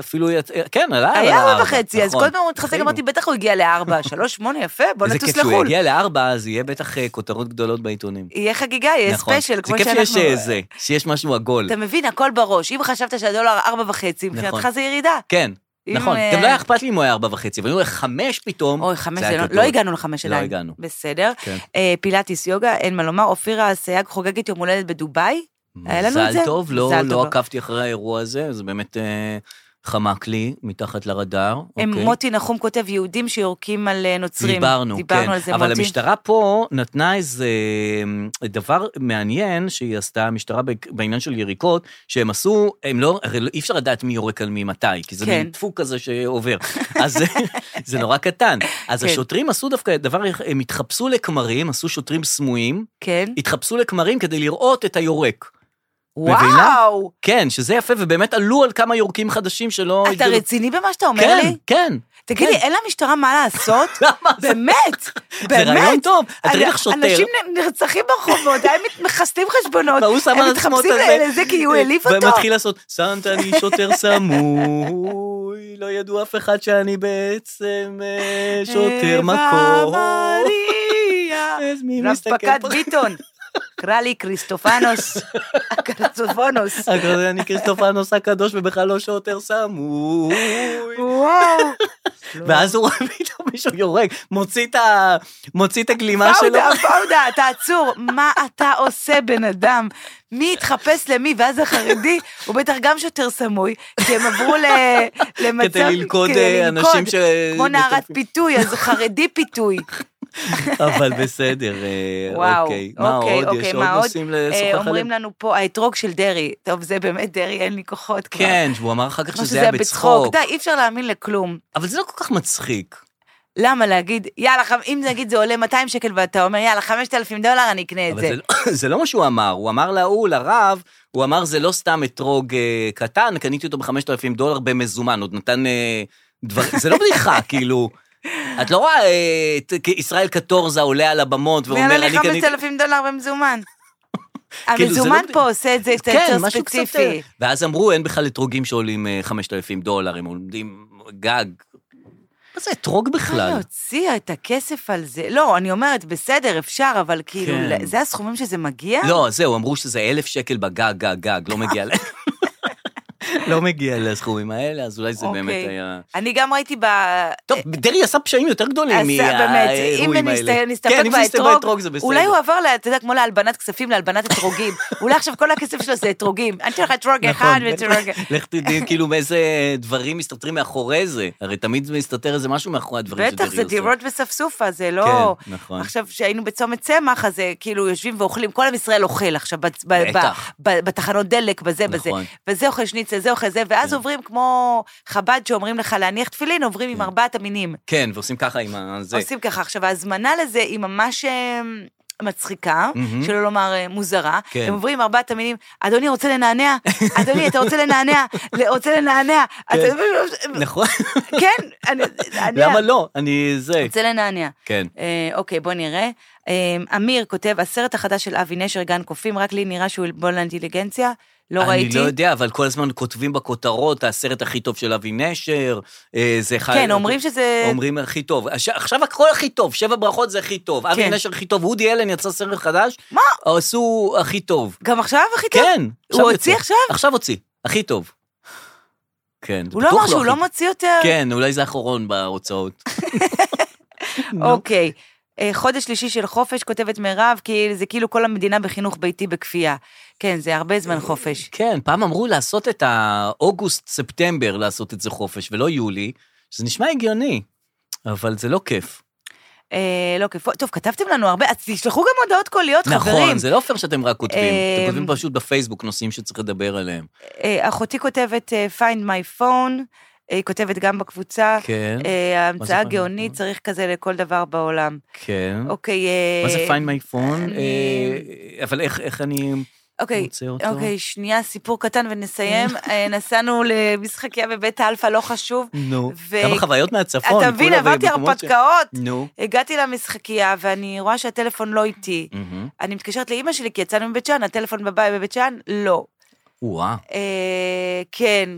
S2: אפילו, יצ- אה, כן, עלה. על
S3: היה ארבע
S2: הארבע,
S3: וחצי, אז
S2: נכון.
S3: כל פעם הוא מתחזק,
S2: אפילו.
S3: אמרתי, בטח הוא הגיע לארבע, שלוש, שמונה, יפה, בוא
S2: איזה
S3: נטוס
S2: כיף שהוא
S3: לחו"ל.
S2: יגיע לארבע, אז יהיה בטח אה, כותרות גדולות בעיתונים.
S3: יהיה חגיגה, יהיה ספיישל, אה, כמו
S2: נכון. זה כיף שיש אה,
S3: שאנחנו...
S2: זה, שיש משהו עגול.
S3: אתה מבין, הכל בראש. אם חשבת שהדולר ארבע וחצי, מבחינתך זה ירידה.
S2: כן,
S3: אם,
S2: נכון.
S3: אה,
S2: גם לא היה אכפת לי אם הוא היה ארבע וחצי, אבל אם הוא היה חמש פתאום,
S3: אוי, חמש
S2: היה
S3: זה לא...
S2: גדול.
S3: לא הגענו לחמש
S2: לא
S3: עדיין.
S2: הגענו.
S3: בסדר.
S2: כן.
S3: אה, פילאטיס יוגה, אין מה לומר. אופירה אסייג חוגגת יום הולדת בדובאי. היה לנו את זה?
S2: מזל טוב, לא-
S3: מזל
S2: לא
S3: טוב.
S2: עקבתי אחרי האירוע הזה, זה באמת אה, חמק לי מתחת לרדאר.
S3: הם-
S2: אוקיי.
S3: מוטי נחום כותב יהודים שיורקים על אה, נוצרים.
S2: דיברנו,
S3: דיברנו
S2: כן.
S3: על זה,
S2: אבל
S3: מוטי.
S2: המשטרה פה נתנה איזה אה, דבר מעניין שהיא עשתה, המשטרה בק- בעניין של יריקות, שהם עשו, הם לא, הרי לא- אי אפשר לדעת מי יורק על מי מתי, כי זה
S3: כן.
S2: מין דפוק כזה שעובר. אז זה- זה נורא קטן. אז
S3: כן.
S2: השוטרים עשו דווקא דבר, הם התחפשו לכמרים, עשו שוטרים סמויים,
S3: כן.
S2: התחפשו לכמרים כדי לראות את היורק. מבינה?
S3: וואו,
S2: כן, שזה יפה, ובאמת עלו על כמה יורקים חדשים שלא...
S3: אתה
S2: הגדירו-
S3: רציני במה שאתה אומר
S2: כן,
S3: לי?
S2: כן.
S3: תגיד לי, אין למשטרה מה לעשות?
S2: למה? זה-
S3: באמת, באמת.
S2: רעיון טוב. את
S3: אני-
S2: תראי לך שוטר.
S3: אנשים נ- נרצחים ברחובות, הם מת- מחסלים חשבונות,
S2: והוא שם על
S3: הם
S2: עצמו את
S3: מתחפשים
S2: הזה.
S3: ל- לזה כי הוא העליב אותו.
S2: ומתחיל לעשות, שמת לי שוטר סמוי, לא ידעו אף אחד שאני בעצם אה, שוטר
S3: אווה
S2: מקור.
S3: מריה.
S2: אז מי
S3: רב
S2: מסתכל
S3: פקד
S2: פה?
S3: ביטון, קרא לי כריסטופנוס, קרצופונוס.
S2: אגב, אני כריסטופנוס הקדוש ובכלל לא שוטר סמוי.
S3: וואו, לא.
S2: ואז הוא רואה פתאום מישהו יורק, מוציא את ה- מוציא את הגלימה שלו.
S3: פאודה, פאודה, אתה עצור, מה אתה עושה בן אדם? מי התחפש למי? ואז החרדי, הוא בטח גם שוטר סמוי, כי הם עברו ל- למצב...
S2: כדי ללכוד
S3: כדי
S2: אה,
S3: כן, ללכוד,
S2: אנשים ש...
S3: כמו נערת
S2: מטורפים.
S3: פיתוי, אז חרדי פיתוי.
S2: אבל בסדר, אה,
S3: וואו,
S2: אוקיי. מה
S3: אוקיי,
S2: עוד? יש
S3: אוקיי,
S2: עוד
S3: מה עוד?
S2: נושאים
S3: אה,
S2: לשוחח עליהם?
S3: אומרים לנו פה, האתרוג של דרעי, טוב, זה באמת דרעי, אין לי כוחות כבר.
S2: כן, הוא אמר אחר כך
S3: כמו
S2: שזה היה בצחוק.
S3: די, אי אפשר להאמין לכלום.
S2: אבל זה לא כל כך מצחיק.
S3: למה להגיד, יאללה, חמ- אם נגיד זה עולה 200 שקל ואתה אומר, יאללה, 5,000 דולר, אני אקנה את
S2: אבל
S3: זה.
S2: זה לא- זה לא מה שהוא אמר, הוא אמר להוא, לרב, הוא אמר זה לא סתם אתרוג אה, קטן, קניתי אותו ב-5,000 דולר במזומן, עוד נתן אה, דבר, זה לא בדיחה, כאילו. את לא רואה אה, את כ- ישראל קטורזה עולה על הבמות
S3: ואומר,
S2: ואומר, לא אני קניתי...
S3: 5,000 דולר במזומן.
S2: זה
S3: המזומן
S2: לא-
S3: פה עושה את זה קצת
S2: כן,
S3: יותר
S2: משהו קצת...
S3: ספציפי.
S2: אה, ואז אמרו, אין בכלל אתרוגים שעולים אה, 5,000 דולר, הם עומדים גג. מה זה אתרוג
S3: בכלל.
S2: בכלל?
S3: להוציא את הכסף על זה. לא, אני אומרת, בסדר, אפשר, אבל כאילו,
S2: כן.
S3: זה הסכומים שזה מגיע?
S2: לא, זהו, אמרו שזה אלף שקל בגג, גג, גג, לא מגיע ל... לא מגיע לסכומים האלה, אז אולי זה באמת
S3: אוקיי.
S2: היה...
S3: אני גם ראיתי ב...
S2: טוב, דרעי עשה פשעים יותר גדולים
S3: אז אה, באמת,
S2: מהאירועים
S3: אם נסת-
S2: האלה.
S3: נסתפק
S2: כן, אם נסתפק
S3: באתרוג,
S2: באתרוג זה בסדר.
S3: אולי הוא עבר, ל- אתה יודע, כמו להלבנת כספים, להלבנת אתרוגים. אולי עכשיו כל הכסף שלו זה אתרוגים. אני אתן לך אתרוג אחד
S2: נכון.
S3: ואתרוג...
S2: לך תדעי, כאילו, מאיזה דברים מסתתרים מאחורי זה. הרי תמיד מסתתר איזה משהו מאחורי הדברים שדרעי
S3: בטח,
S2: עושה.
S3: זה דירות בספסופה, זה לא...
S2: כן, נכון.
S3: עכשיו, כשהיינו בצומת צמח, אז אה, כאילו יושבים ואוכלים, כל עם ישראל אוכל עכשיו, בצ- ב- ב-
S2: בטח.
S3: ב- בתחנות דלק, בזה, בזה.
S2: נכון.
S3: וזה אוכל שניצל, זה אוכל זה,
S2: כן.
S3: ואז עוברים כמו חב"ד שאומרים לך להניח תפילין, עוברים עם ארבעת המינים.
S2: כן, ועושים ככה עם ה- זה.
S3: עושים ככה. עכשיו, ההזמנה לזה היא ממש... אה, מצחיקה,
S2: מהמם.
S3: שלא לומר אה, מוזרה.
S2: כן.
S3: הם עוברים ארבעת המינים, אדוני רוצה לנענע, אדוני אתה רוצה לנענע, "לא, רוצה לנענע.
S2: כן.
S3: אתה-
S2: נכון,
S3: כן, אני... אני-
S2: למה לא? אני זה.
S3: רוצה לנענע.
S2: כן.
S3: אה, אוקיי, בוא נראה. אה, אמיר כותב, הסרט החדש של אבי נשר, גן קופים, רק לי נראה שהוא עלבון לאינטליגנציה, לא ראיתי.
S2: אני לא יודע, אבל כל הזמן כותבים בכותרות, הסרט הכי טוב של אבי נשר, אה, זה אחד...
S3: כן, אומרים שזה...
S2: אומרים הכי טוב. הש- עכשיו הכל הכי טוב, שבע ברכות זה הכי טוב. אבי
S3: כן.
S2: נשר הכי טוב, וודי אלן יצא סרט חדש. מה? עשו הכי טוב.
S3: גם עכשיו, הכי טוב?
S2: כן. עכשיו
S3: הוא הוציא
S2: יוצא.
S3: עכשיו?
S2: עכשיו הוציא, הכי טוב. כן.
S3: הוא לא
S2: בטוח
S3: אמר שהוא
S2: הכי
S3: לא
S2: טוב.
S3: מוציא יותר?
S2: כן, אולי זה אחרון בהוצאות.
S3: אוקיי. אה, חודש שלישי של חופש, כותבת מירב, כי זה כאילו כל המדינה בחינוך ביתי בכפייה. כן, זה הרבה זמן חופש.
S2: כן, פעם אמרו לעשות את האוגוסט-ספטמבר, לעשות את זה חופש, ולא יולי. שזה נשמע הגיוני, אבל זה לא כיף.
S3: אה, לא כיף. טוב, כתבתם לנו הרבה, אז תשלחו גם הודעות קוליות, חברים.
S2: נכון, זה לא פייר שאתם רק כותבים, אתם
S3: אמ,
S2: כותבים פשוט בפייסבוק נושאים שצריך לדבר עליהם.
S3: אה, אחותי כותבת אה, Find my phone, אה, היא כותבת גם בקבוצה.
S2: כן,
S3: אה, ההמצאה
S2: מה זה find my
S3: הגאונית
S2: phone?
S3: צריך כזה לכל דבר בעולם.
S2: כן.
S3: אוקיי, אה,
S2: מה זה find my phone?
S3: אני-
S2: אה, אבל איך איך אני
S3: אוקיי,
S2: מוצא אותו?
S3: אוקיי, שנייה, סיפור קטן ונסיים. אה, נסענו למשחקיה בבית האלפא, לא חשוב.
S2: נו,
S3: ו-
S2: כמה חוויות מהצפון.
S3: אתה מבין,
S2: כולה
S3: עברתי
S2: נכון, במקומות ש-
S3: הרפתקאות.
S2: נו.
S3: הגעתי למשחקייה, ואני רואה שהטלפון לא איתי.
S2: מהמם.
S3: אני מתקשרת לאימא שלי, כי יצאנו מבית שאן, הטלפון בבית בבית שאן, לא.
S2: וואה.
S3: אה, כן,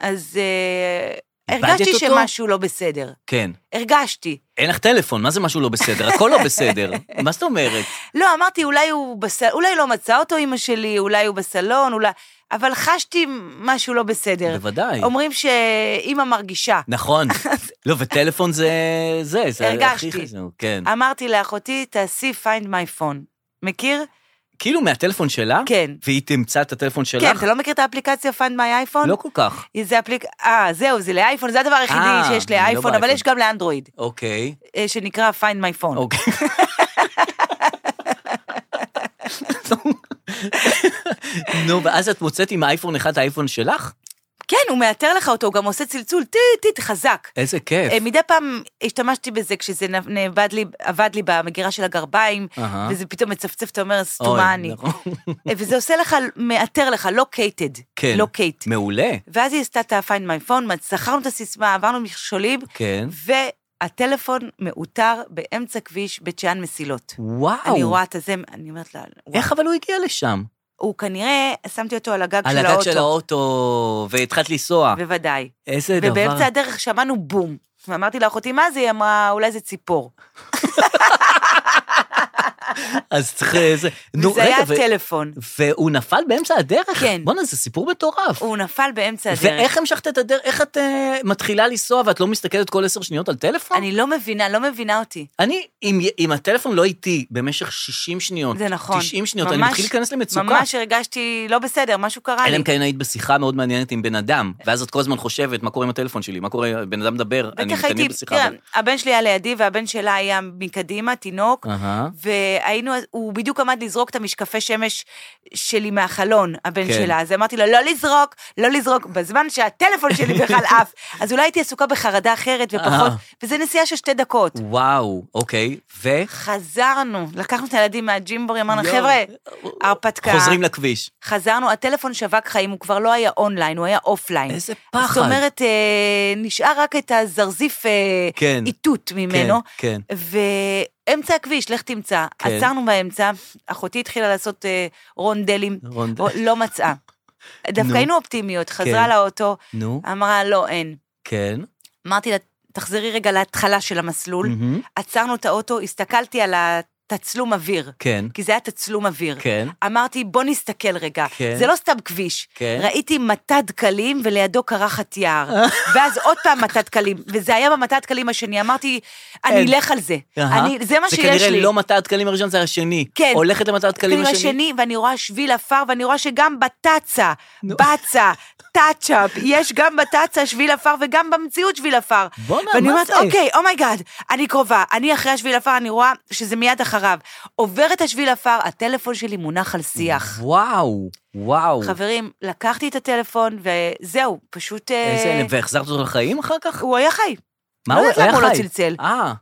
S3: אז אה,
S2: איבדת
S3: הרגשתי
S2: אותו?
S3: שמשהו לא בסדר.
S2: כן.
S3: הרגשתי.
S2: אין לך טלפון, מה זה משהו לא בסדר? הכל לא בסדר. מה זאת אומרת?
S3: לא, אמרתי, אולי הוא בס... אולי לא מצא אותו אימא שלי, אולי הוא בסלון, אולי... אבל חשתי משהו לא בסדר.
S2: בוודאי.
S3: אומרים שאימא מרגישה.
S2: נכון. לא, וטלפון זה זה, זה הכי
S3: הרגשתי. אה-
S2: חשוב. כן.
S3: אמרתי לאחותי, תעשי find my phone. מכיר?
S2: כאילו מהטלפון שלה?
S3: כן.
S2: והיא תמצא את הטלפון שלך?
S3: כן, אתה לא נכון. מכיר את האפליקציה find my iphone?
S2: לא כל כך.
S3: זה אפליק... אה, זהו, זה לאייפון, זה הדבר היחידי
S2: אה,
S3: שיש
S2: אני לא
S3: לאייפון, אבל
S2: באייפון.
S3: יש גם לאנדרואיד,
S2: אוקיי.
S3: אה, שנקרא find my phone.
S2: אוקיי. נו, ואז את מוצאת עם האייפון אחד האייפון שלך?
S3: כן, הוא מאתר לך אותו, הוא גם עושה צלצול טיט טיט חזק.
S2: איזה כיף.
S3: אה, מדי פעם השתמשתי בזה כשזה נ- נאבד לי, עבד לי במגירה של הגרביים,
S2: אהה.
S3: וזה פתאום מצפצף, אתה אומר,
S2: אה? אוי,
S3: סתומה אני.
S2: נכון.
S3: אה, וזה עושה לך, מאתר לך, לא לוקייטד.
S2: כן.
S3: לוקייט.
S2: מעולה.
S3: ואז היא עשתה את ה-Find My Phone, זכרנו את הסיסמה, עברנו מכשולים,
S2: כן.
S3: והטלפון מאותר באמצע כביש בית שאן מסילות.
S2: וואו.
S3: אני רואה את הזה, אני אומרת לה, וואו.
S2: איך אבל הוא הגיע לשם?
S3: הוא כנראה, שמתי אותו על הגג
S2: על
S3: של
S2: הגג
S3: האוטו.
S2: של האוטו, והתחלת לנסוע.
S3: בוודאי.
S2: איזה דבר.
S3: ובאמצע הדרך שמענו בום. ואמרתי לאחותי, מה זה? היא אמרה, אולי זה ציפור.
S2: אז צריך איזה... נו,
S3: וזה היה
S2: רגע, ו-
S3: הטלפון.
S2: והוא נפל באמצע הדרך?
S3: כן.
S2: בואנה, זה סיפור מטורף.
S3: הוא נפל באמצע הדרך.
S2: ואיך המשכת את הדרך? איך את אה, מתחילה לנסוע ואת לא מסתכלת כל עשר שניות על טלפון?
S3: אני לא מבינה, לא מבינה אותי.
S2: אני, אם, אם הטלפון לא איתי במשך 60 שניות,
S3: זה נכון.
S2: 90 שניות, אני
S3: ממש-
S2: מתחיל להיכנס למצוקה.
S3: ממש הרגשתי לא בסדר, משהו קרה
S2: אלא
S3: לי.
S2: אם כן היית בשיחה מאוד מעניינת עם בן אדם, ואז את כל הזמן חושבת, מה קורה עם הטלפון שלי? מה קורה, בן אדם מדבר, כן, אני
S3: בטח
S2: מתעניין
S3: הייתי, כן.
S2: בשיחה.
S3: תראה,
S2: אבל-
S3: הבן שלי היה לידי והבן שלה היה מקדימה, תינוק,
S2: אהה.
S3: והיינו, הוא בדיוק עמד לזרוק את המשקפי שמש שלי מהחלון, הבן
S2: כן.
S3: שלה, אז אמרתי לו, לא לזרוק, לא לזרוק, בזמן שהטלפון שלי בכלל עף. אז אולי הייתי עסוקה בחרדה אחרת ופחות,
S2: אה.
S3: וזה נסיעה של שתי דקות.
S2: וואו, אוקיי, ו...
S3: חזרנו, לקחנו את הילדים מהג'ימבורי, אמרנו,
S2: יואו.
S3: חבר'ה, הרפתקה.
S2: חוזרים לכביש.
S3: חזרנו, הטלפון שווק חיים, הוא כבר לא היה אונליין, הוא היה אופליין.
S2: איזה פחד.
S3: זאת אומרת, אה, נשאר רק את הזרזיף אה,
S2: כן.
S3: איתות ממנו.
S2: כן,
S3: ואמצע הכביש, לך תמצא.
S2: כן.
S3: עצרנו באמצע, אחותי התחילה לעשות אה, רונדלים,
S2: רונד-
S3: רון- לא מצאה.
S2: נו.
S3: דווקא היינו אופטימיות, חזרה
S2: כן.
S3: לאוטו,
S2: נו,
S3: אמרה, לא, אין.
S2: כן.
S3: אמרתי לה, תחזרי רגע להתחלה של המסלול.
S2: מהמם.
S3: עצרנו את האוטו, הסתכלתי על התצלום אוויר,
S2: כן,
S3: כי זה היה תצלום אוויר.
S2: כן.
S3: אמרתי, בוא נסתכל רגע.
S2: כן.
S3: זה לא סתם כביש.
S2: כן.
S3: ראיתי מתד קלים ולידו קרחת יער. ואז עוד פעם מתד קלים, וזה היה במתד קלים השני. אמרתי, אני
S2: אין.
S3: אלך על זה.
S2: אהה.
S3: אני, זה מה שיש
S2: זה
S3: לי.
S2: כנראה לא מטע הדקלים הראשון, זה השני.
S3: כן.
S2: הולכת למטע הדקלים
S3: כאילו
S2: השני.
S3: השני, ואני רואה שביל עפר, ואני רואה שגם בטאצה, בצה, טאצ'אפ, יש גם בטאצה שביל עפר וגם במציאות שביל עפר.
S2: בואנה,
S3: ואני
S2: מה
S3: אומרת,
S2: זה?
S3: אוקיי, אומייגאד, אני קרובה, אני אחרי השביל עפר, אני רואה שזה מיד אחריו. עובר את השביל עפר, הטלפון שלי מונח על שיח.
S2: וואו, וואו.
S3: חברים, לקחתי את הטלפון, וזהו, פשוט... אה,
S2: איזה... והחזרת אותו לחיים אחר כך?
S3: הוא היה חי.
S2: מה
S3: לא
S2: הוא
S3: יודעת למה
S2: היה
S3: הוא לא
S2: חי?
S3: צלצל.
S2: אה.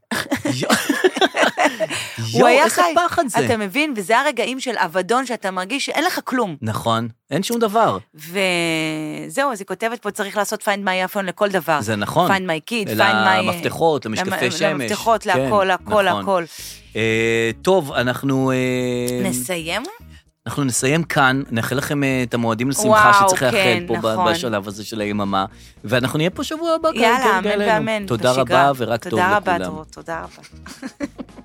S3: הוא היה
S2: איזה
S3: חי.
S2: פחד אה, זה.
S3: אתה מבין? וזה הרגעים של אבדון, שאתה מרגיש שאין לך כלום.
S2: נכון, אין שום דבר.
S3: וזהו, אז היא כותבת פה, צריך לעשות find my iPhone לכל דבר.
S2: זה נכון.
S3: find my kid, find my...
S2: למפתחות, למשקפי
S3: למ-
S2: שמש.
S3: למפתחות,
S2: כן,
S3: להכל, הכל,
S2: נכון.
S3: הכל.
S2: אה, טוב, אנחנו... אה,
S3: נסיים?
S2: אנחנו נסיים כאן, נאחל לכם אה, את המועדים לשמחה
S3: וואו,
S2: שצריך לאחל
S3: כן,
S2: פה ב-
S3: נכון.
S2: בשלב הזה של היממה, ואנחנו נהיה פה שבוע הבא. כן,
S3: יאללה,
S2: כרגיל,
S3: אמן
S2: גאלנו.
S3: ואמן.
S2: תודה
S3: בשגרה.
S2: רבה ורק טוב לכולם.
S3: תודה רבה, דרור, תודה רבה.